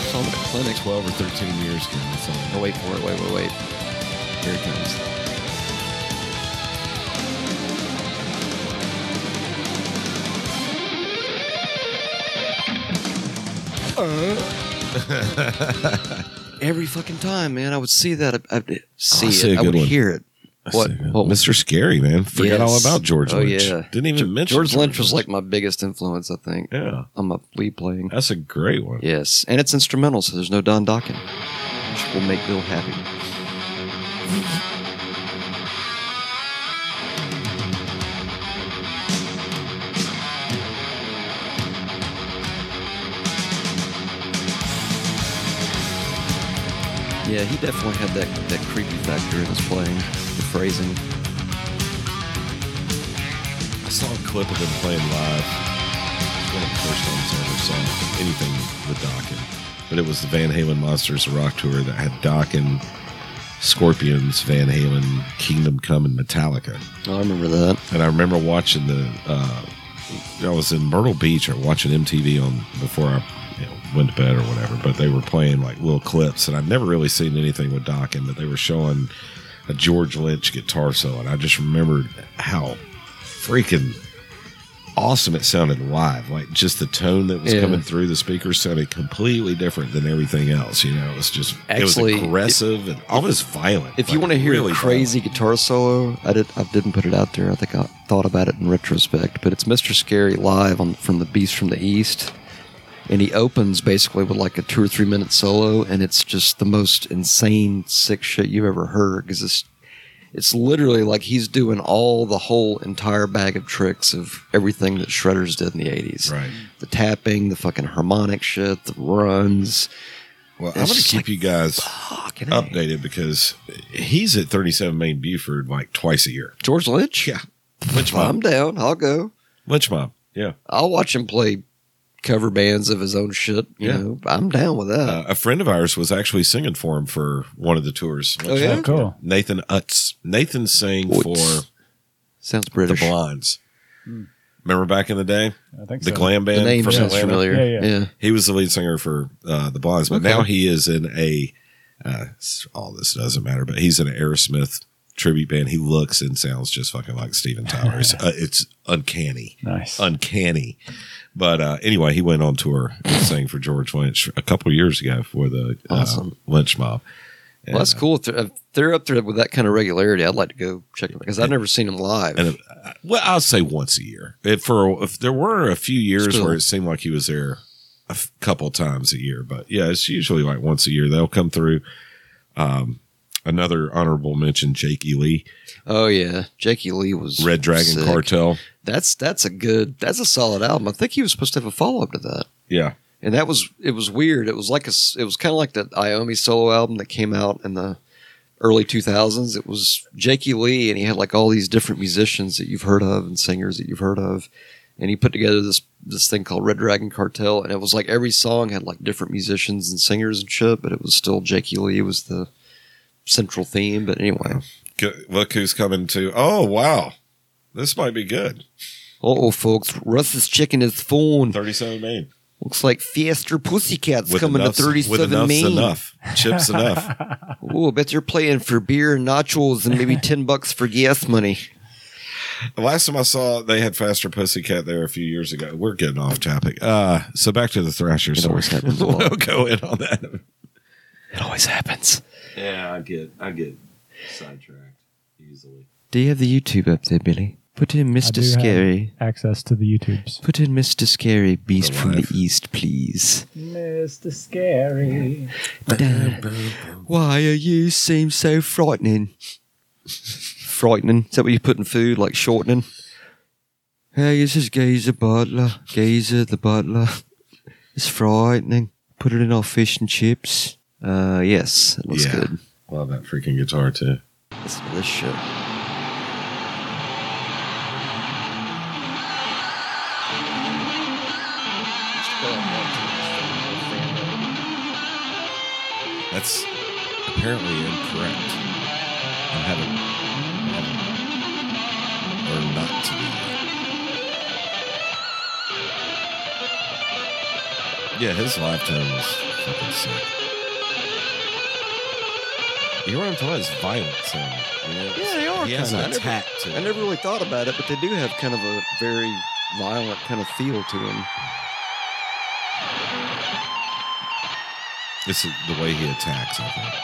Speaker 2: Saw the clinic twelve or thirteen years ago. That's all.
Speaker 1: Oh, wait for it. Wait, wait, wait. Here it comes. Uh. Every fucking time, man, I would see that. I, I'd see
Speaker 2: I see
Speaker 1: it.
Speaker 2: a
Speaker 1: I would
Speaker 2: good one.
Speaker 1: hear it.
Speaker 2: I
Speaker 1: What?
Speaker 2: see that.
Speaker 1: What-
Speaker 2: Mr. Scary man? Forgot
Speaker 1: Yes.
Speaker 2: all about George
Speaker 1: Oh,
Speaker 2: Lynch.
Speaker 1: yeah.
Speaker 2: Didn't even mention
Speaker 1: George Lynch was like my biggest influence, I think.
Speaker 2: yeah,
Speaker 1: I'm a lead playing.
Speaker 2: that's a great one.
Speaker 1: Yes, and it's instrumental, so there's no Don Dokken, which will make Bill happy. Yeah, he definitely had that, that creepy factor in his playing, the phrasing.
Speaker 2: I saw a clip of him playing live. It's One of the first times I ever saw anything with Dokken, but it was the Van Halen Monsters of Rock tour that had Dokken, Scorpions, Van Halen, Kingdom Come, and Metallica.
Speaker 1: Oh, I remember that.
Speaker 2: And I remember watching the. Uh, I was in Myrtle Beach or watching MTV on before I you know, went to bed or whatever. But they were playing like little clips, and I've never really seen anything with Dokken, but they were showing a George Lynch guitar solo, and I just remembered how freaking awesome it sounded live. Like just the tone that was
Speaker 1: Yeah.
Speaker 2: coming through the speakers sounded completely different than everything else. You know, it was just
Speaker 1: Actually,
Speaker 2: it was aggressive and almost violent.
Speaker 1: If you
Speaker 2: like,
Speaker 1: want to hear
Speaker 2: really
Speaker 1: a
Speaker 2: violent.
Speaker 1: crazy guitar solo, I did. I didn't put it out there. I think I thought about it in retrospect. But it's Mr. Scary live on from the Beast from the East, and he opens basically with like a two or three minute solo, and it's just the most insane sick shit you've ever heard. Because it's it's literally like he's doing all the whole entire bag of tricks of everything that Shredders did in the '80s.
Speaker 2: right?
Speaker 1: The tapping, the fucking harmonic shit, the runs.
Speaker 2: Well, I'm
Speaker 1: It's
Speaker 2: going to
Speaker 1: just
Speaker 2: keep
Speaker 1: like,
Speaker 2: you guys
Speaker 1: Fucking A.
Speaker 2: updated because he's at 37 Main Buford like twice a year.
Speaker 1: George Lynch.
Speaker 2: Yeah. Lynch
Speaker 1: I'm
Speaker 2: Mob.
Speaker 1: down. I'll go.
Speaker 2: Lynch Mob. Yeah.
Speaker 1: I'll watch him play cover bands of his own shit. You
Speaker 2: Yeah.
Speaker 1: know, I'm down with that.
Speaker 2: Uh, a friend of ours was actually singing for him for one of the tours.
Speaker 1: Oh, yeah?
Speaker 4: Cool.
Speaker 2: Nathan Utz. Nathan sang
Speaker 1: Utz.
Speaker 2: for
Speaker 1: Sounds
Speaker 2: The
Speaker 1: British.
Speaker 2: Blondes. Remember back in the day,
Speaker 4: I think
Speaker 2: the
Speaker 4: so.
Speaker 2: glam
Speaker 1: The
Speaker 2: band
Speaker 1: name
Speaker 2: from
Speaker 1: sounds
Speaker 2: Atlanta.
Speaker 1: familiar.
Speaker 4: Yeah,
Speaker 1: Yeah,
Speaker 4: yeah.
Speaker 2: He was the lead singer for uh, the Blondes, but
Speaker 1: Okay.
Speaker 2: now he is in a. Uh, s- all this doesn't matter, but he's in an Aerosmith tribute band. He looks and sounds just fucking like Steven Tyler. It's, uh, it's uncanny,
Speaker 4: Nice.
Speaker 2: uncanny. But uh, anyway, he went on tour and sang for George Lynch a couple years ago for the uh,
Speaker 1: Awesome.
Speaker 2: Lynch Mob.
Speaker 1: Well, that's
Speaker 2: And,
Speaker 1: cool. If they're, if they're up there with that kind of regularity, I'd like to go check them because I've never seen them live.
Speaker 2: and uh, well, I'll say once a year. If for if there were a few years
Speaker 1: Still.
Speaker 2: where it seemed like he was there a f- couple times a year, but yeah, it's usually like once a year they'll come through. Um, another honorable mention: Jake E. Lee,
Speaker 1: oh yeah, Jakey Lee was
Speaker 2: Red Dragon
Speaker 1: sick.
Speaker 2: Cartel.
Speaker 1: That's that's a good. That's a solid album. I think he was supposed to have a follow up to that.
Speaker 2: Yeah,
Speaker 1: and that was it was weird it was like a s- it was kind of like that iomi solo album that came out in the early 2000s it was jakey lee and he had like all these different musicians that you've heard of and singers that you've heard of and he put together this this thing called red dragon cartel and it was like every song had like different musicians and singers and shit but it was still jakey lee was the central theme but anyway
Speaker 2: G- look who's coming to! Oh wow, this might be good.
Speaker 1: oh folks russ is checking his phone
Speaker 2: Thirty-seven Maine
Speaker 1: looks like faster pussycats coming to
Speaker 2: enough's- with
Speaker 1: 37
Speaker 2: enough's
Speaker 1: main
Speaker 2: enough chips enough.
Speaker 1: Oh, I bet they're playing for beer and nachos and maybe 10 bucks for gas money.
Speaker 2: The last time I saw, they had faster pussycat there a few years ago. We're getting off topic. Uh, so back to the Thrasher.
Speaker 1: It
Speaker 2: story.
Speaker 1: always happens.
Speaker 2: we'll go in on that.
Speaker 1: It always happens.
Speaker 2: Yeah, I get, I get sidetracked easily.
Speaker 1: Do you have the YouTube up there, Billy? Put in
Speaker 4: I do
Speaker 1: Mr.
Speaker 4: have
Speaker 1: Scary.
Speaker 4: access to the YouTubes.
Speaker 1: Put in Mr. Scary Beast
Speaker 2: We're
Speaker 1: from the
Speaker 2: live.
Speaker 1: East, please.
Speaker 4: Mr. Scary.
Speaker 1: Dad, Why are you seem so frightening? frightening? Is that what you put in food? Like shortening? Hey, this is Gazer Butler. Gazer the Butler. It's frightening. Put it in our fish and chips. Uh, yes, it looks
Speaker 2: Yeah.
Speaker 1: good.
Speaker 2: Love that freaking guitar too.
Speaker 1: Listen to this shit.
Speaker 2: That's apparently incorrect. I haven't, I haven't- or not to be. Yeah, his lifetime was fucking sick. You know what I'm talking about? It's violent sound. you know?
Speaker 1: Yeah, they are
Speaker 2: He has
Speaker 1: kinda.
Speaker 2: an
Speaker 1: I never-
Speaker 2: attack to
Speaker 1: I
Speaker 2: it.
Speaker 1: never really thought about it, but they do have kind of a very violent kind of feel to them.
Speaker 2: It's the way he attacks, I think.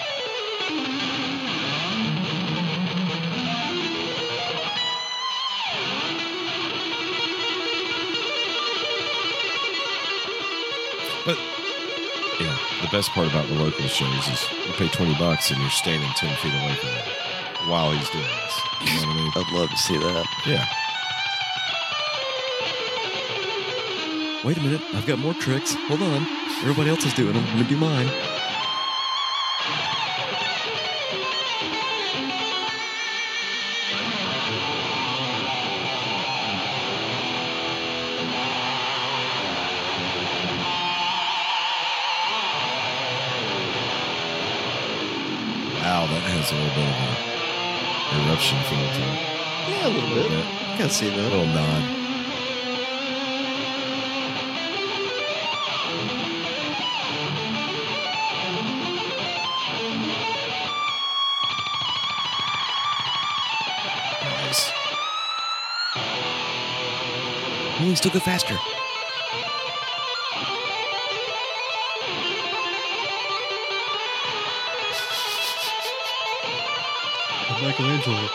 Speaker 2: But yeah, the best part about the local shows is you pay twenty bucks and you're standing ten feet away from him while he's doing this. You know what I mean?
Speaker 1: I'd love to see that.
Speaker 2: Yeah.
Speaker 1: Wait a minute, I've got more tricks. Hold on. Everybody else is doing them. I'm gonna do mine.
Speaker 2: Wow, that has a little bit of an eruption feel to it.
Speaker 1: Yeah, a little bit. I can see
Speaker 2: A
Speaker 1: that.
Speaker 2: little nod. Nice.
Speaker 1: You can still go faster. Michelangelo.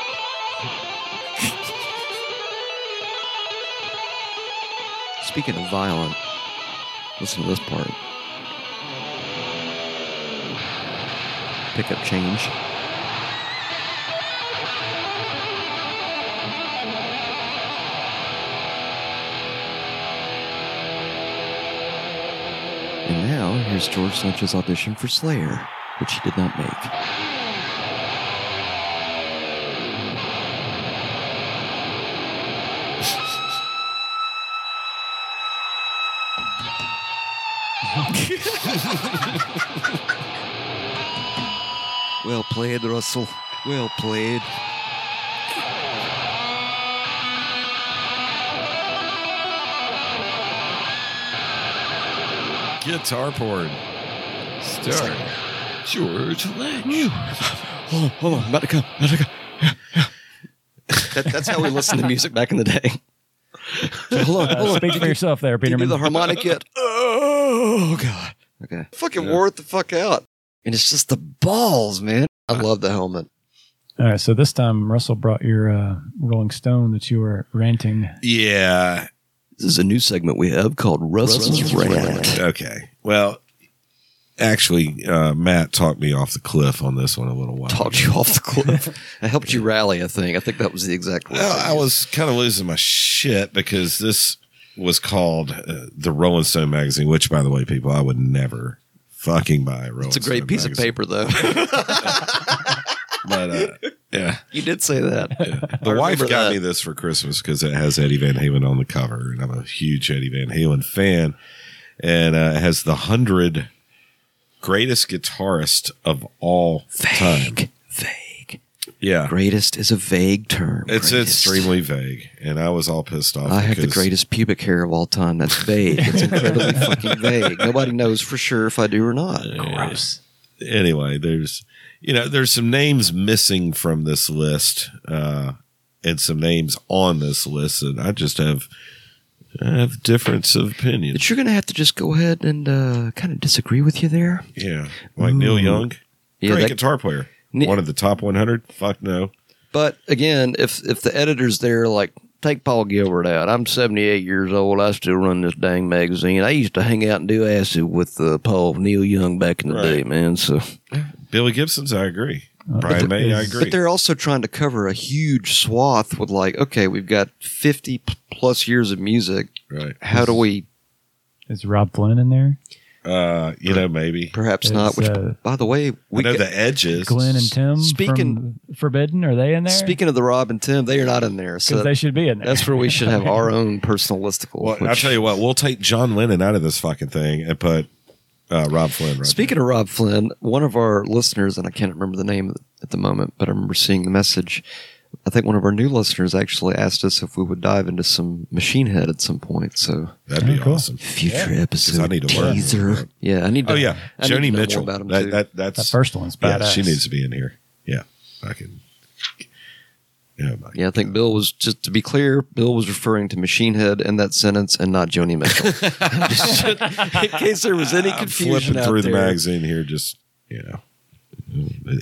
Speaker 1: Speaking of violent, listen to this part. Pickup change. And now, here's George Lynch's audition for Slayer, which he did not make. well played, Russell. Well played.
Speaker 2: Guitar Porn. Star. George Lynch.
Speaker 1: Oh,
Speaker 3: Hold on, hold on, I'm about to come, about to come. that, that's how we listened to music back in the day. hold on,
Speaker 4: Uh,
Speaker 3: hold on.
Speaker 4: speak for yourself there,
Speaker 3: Did you do
Speaker 4: Peterman.
Speaker 3: the harmonic yet? Oh god.
Speaker 1: Okay.
Speaker 3: Fucking
Speaker 2: Yeah.
Speaker 3: wore it the fuck out.
Speaker 1: And it's just the balls, man. I love the helmet.
Speaker 4: All right, so this time Russell brought your uh, Rolling Stone that you were ranting.
Speaker 2: Yeah.
Speaker 1: This is a new segment we have called Russell's,
Speaker 3: Russell's
Speaker 1: Rant.
Speaker 2: Okay. Well, actually, uh, Matt talked me off the cliff on this one a little while.
Speaker 1: Talked you off the cliff. I helped you rally, I think. I think that was the exact word.
Speaker 2: Well, I was kind of losing my shit because this was called uh, the Rolling Stone magazine, which, by the way, people, I would never fucking buy. a Rolling
Speaker 1: It's a great
Speaker 2: Stone
Speaker 1: piece of
Speaker 2: magazine.
Speaker 1: paper, though.
Speaker 2: But uh, yeah,
Speaker 1: you did say that.
Speaker 2: the wife got
Speaker 1: that.
Speaker 2: me this for Christmas because it has Eddie Van Halen on the cover, and I'm a huge Eddie Van Halen fan, and uh, it has the hundred greatest guitarist of all time.
Speaker 1: Vague. Vague.
Speaker 2: Yeah,
Speaker 1: Greatest is a vague term.
Speaker 2: it's
Speaker 1: Greatest.
Speaker 2: extremely vague, and I was all pissed off.
Speaker 1: I have the
Speaker 2: because-
Speaker 1: greatest pubic hair of all time. That's vague. It's incredibly fucking vague. Nobody knows for sure if I do or not.
Speaker 4: Gross.
Speaker 2: anyway, there's you know there's some names missing from this list, uh, and some names on this list, and I just have I have difference of opinion.
Speaker 1: But you're going to have to just go ahead and uh, kind of disagree with you there.
Speaker 2: Yeah, like Neil Young,
Speaker 1: Yeah,
Speaker 2: great
Speaker 1: that-
Speaker 2: guitar player,
Speaker 1: Ne-
Speaker 2: one of the top 100. Fuck no.
Speaker 1: But again, if if the editor's there, like take Paul Gilbert out. I'm 78 years old. I still run this dang magazine. I used to hang out and do acid with uh, Paul Neil Young back in the
Speaker 2: Right.
Speaker 1: day, man. So,
Speaker 2: Billy Gibson's, I agree.
Speaker 4: Uh,
Speaker 2: Brian
Speaker 4: but
Speaker 2: May,
Speaker 4: there-
Speaker 2: I
Speaker 4: but
Speaker 2: agree.
Speaker 1: but they're also trying to cover a huge swath with like, okay, we've got 50 p- plus years of music.
Speaker 2: right.
Speaker 1: How do we?
Speaker 4: Is Rob Flynn in there?
Speaker 2: Uh, you know, maybe.
Speaker 1: Perhaps
Speaker 4: It's,
Speaker 1: not. Which,
Speaker 4: uh,
Speaker 1: by the way,
Speaker 2: We
Speaker 1: we
Speaker 2: know
Speaker 1: got-
Speaker 2: the edges.
Speaker 4: Glenn and Tim
Speaker 1: Speaking-
Speaker 4: from Forbidden, are they in there?
Speaker 1: speaking of the Rob and Tim, they are not in there. So
Speaker 4: because they should be in there.
Speaker 1: that's where we should have our own personal listicle.
Speaker 2: Well, I'll
Speaker 1: which-
Speaker 2: tell you what, we'll take John Lennon out of this fucking thing and put uh, Rob Flynn right
Speaker 1: Speaking of Rob Flynn, one of our listeners, and I can't remember the name at the moment, but I remember seeing the message. I think one of our new listeners actually asked us if we would dive into some Machine Head at some point. So
Speaker 2: there. That'd be
Speaker 4: Oh, cool.
Speaker 2: awesome.
Speaker 1: future
Speaker 2: Because
Speaker 1: episode
Speaker 2: I need to learn.
Speaker 1: teaser. Yeah, I need. To,
Speaker 2: Oh yeah,
Speaker 1: I need to
Speaker 2: Joni
Speaker 1: know more
Speaker 2: Mitchell.
Speaker 1: about him
Speaker 2: that,
Speaker 1: too.
Speaker 2: that that's
Speaker 4: that first one's
Speaker 2: yeah,
Speaker 4: badass.
Speaker 2: she needs to be in here. Yeah, I can. Yeah, my-
Speaker 1: yeah, I think Bill was just to be clear. Bill was referring to Machine Head in that sentence, and not Joni Mitchell. Just- in case there was any
Speaker 2: I'm
Speaker 1: confusion
Speaker 2: flipping
Speaker 1: out
Speaker 2: through
Speaker 1: there.
Speaker 2: the magazine here. Just you know,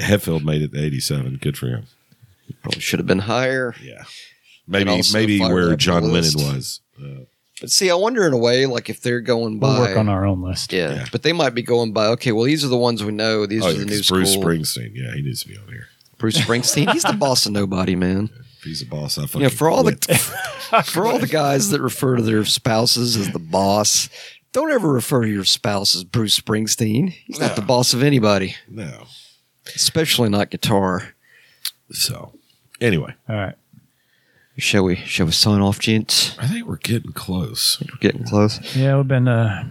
Speaker 2: Hetfield made it to 87. Good for him.
Speaker 1: Probably should have been higher.
Speaker 2: Yeah,
Speaker 1: And
Speaker 2: maybe
Speaker 1: also
Speaker 2: maybe
Speaker 1: fired up
Speaker 2: where
Speaker 1: the
Speaker 2: John Lennon
Speaker 1: list.
Speaker 2: was. Uh,
Speaker 1: But see, I wonder in a way, like if they're going
Speaker 4: We'll
Speaker 1: by.
Speaker 4: work on our own list.
Speaker 1: yeah,
Speaker 2: Yeah.
Speaker 1: but they might be going by. Okay, well, these are the ones we know. These
Speaker 2: oh,
Speaker 1: are
Speaker 2: yeah,
Speaker 1: the new
Speaker 2: 'cause
Speaker 1: school.
Speaker 2: Bruce Springsteen. Yeah, he needs to be on here.
Speaker 1: Bruce Springsteen. He's the boss of nobody, man.
Speaker 2: If he's a boss, I fucking
Speaker 1: You know, for all
Speaker 2: quit.
Speaker 1: the for all the guys that refer to their spouses as the boss, don't ever refer to your spouse as Bruce Springsteen. He's not the boss of anybody,
Speaker 2: no.
Speaker 1: especially not guitar.
Speaker 2: So anyway,
Speaker 4: All right.
Speaker 1: Shall we? Shall we sign off, gents?
Speaker 2: I think we're getting close.
Speaker 1: We're getting close.
Speaker 4: Yeah, we've been uh,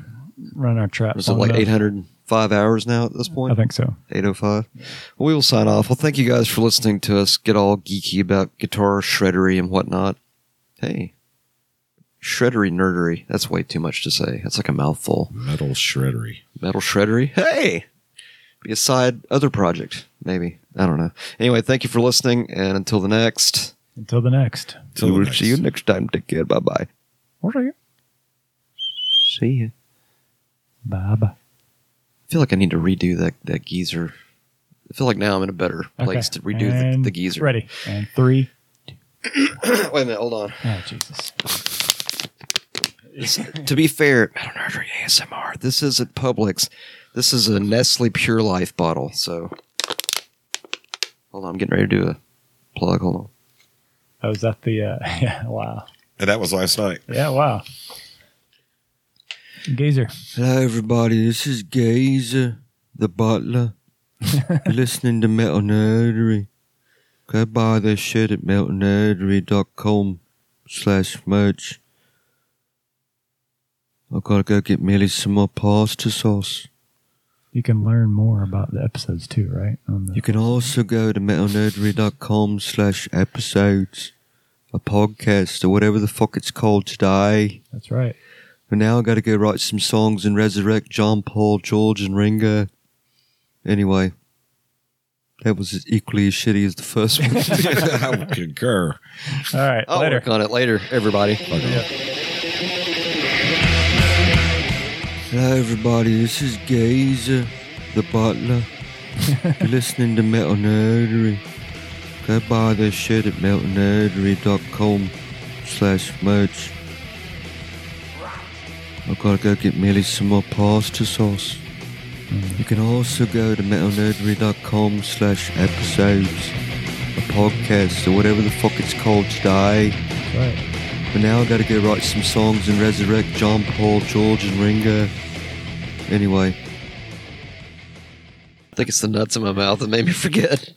Speaker 4: running our traps.
Speaker 1: Is it like
Speaker 4: long
Speaker 1: eight
Speaker 4: enough.
Speaker 1: hundred five hours now at this
Speaker 4: uh, I
Speaker 1: point?
Speaker 4: think so.
Speaker 1: 805. Well, oh we will sign off. Well, thank you guys for listening to us get all geeky about guitar shreddery and whatnot. Hey, shreddery nerdery. That's way too much to say. That's like a mouthful.
Speaker 2: Metal shreddery.
Speaker 1: Metal shreddery. Hey, be a side other project, maybe. I don't know. Anyway, thank you for listening, and until the next,
Speaker 4: Until the next.
Speaker 2: Till
Speaker 1: we will
Speaker 2: next.
Speaker 1: see you next time. Take care. Bye bye.
Speaker 4: What are you?
Speaker 1: See ya.
Speaker 4: Bob.
Speaker 1: I feel like I need to redo that that geezer. I feel like now I'm in a better place to redo the,
Speaker 4: And
Speaker 1: the geezer.
Speaker 4: Ready. And three.
Speaker 1: Wait a minute. Hold on.
Speaker 4: Oh, Jesus.
Speaker 1: This- to be fair, Metal Nerdery ASMR. This isn't Publix. This is a Nestle Pure Life bottle. So, hold on, I'm getting ready to do a plug. Hold on.
Speaker 4: I was at the. Uh, yeah, wow.
Speaker 2: And that was last night.
Speaker 4: Yeah, wow. Gazer.
Speaker 1: Hello, everybody. This is Gazer, the butler, listening to Metal Nerdery. Go buy their shit at metalnerdery.com slash merch. I've got to go get Millie some more pasta sauce.
Speaker 4: You can learn more about the episodes too, right? On the,
Speaker 1: You can also go to metalnerdery.com slash episodes, a podcast or whatever the fuck it's called today.
Speaker 4: that's right.
Speaker 5: And now I got to go write some songs and resurrect John Paul, George, and Ringo. Anyway, that was as equally as shitty as the first one.
Speaker 2: I would concur.
Speaker 4: All right,
Speaker 1: Oh.
Speaker 5: I'll
Speaker 4: later.
Speaker 5: work on it later, everybody. Hello, everybody. This is Gazer, the butler. You're listening to Metal Nerdery. Go buy their shit at metalnerdery.com slash merch. I've got to go get Millie some more pasta sauce. You can also go to metalnerdery.com slash episodes, a podcast, or whatever the fuck it's called today.
Speaker 4: Right.
Speaker 5: But now I gotta go write some songs and resurrect John Paul, George, and Ringo. Anyway. I think it's the nuts in my mouth that made me forget.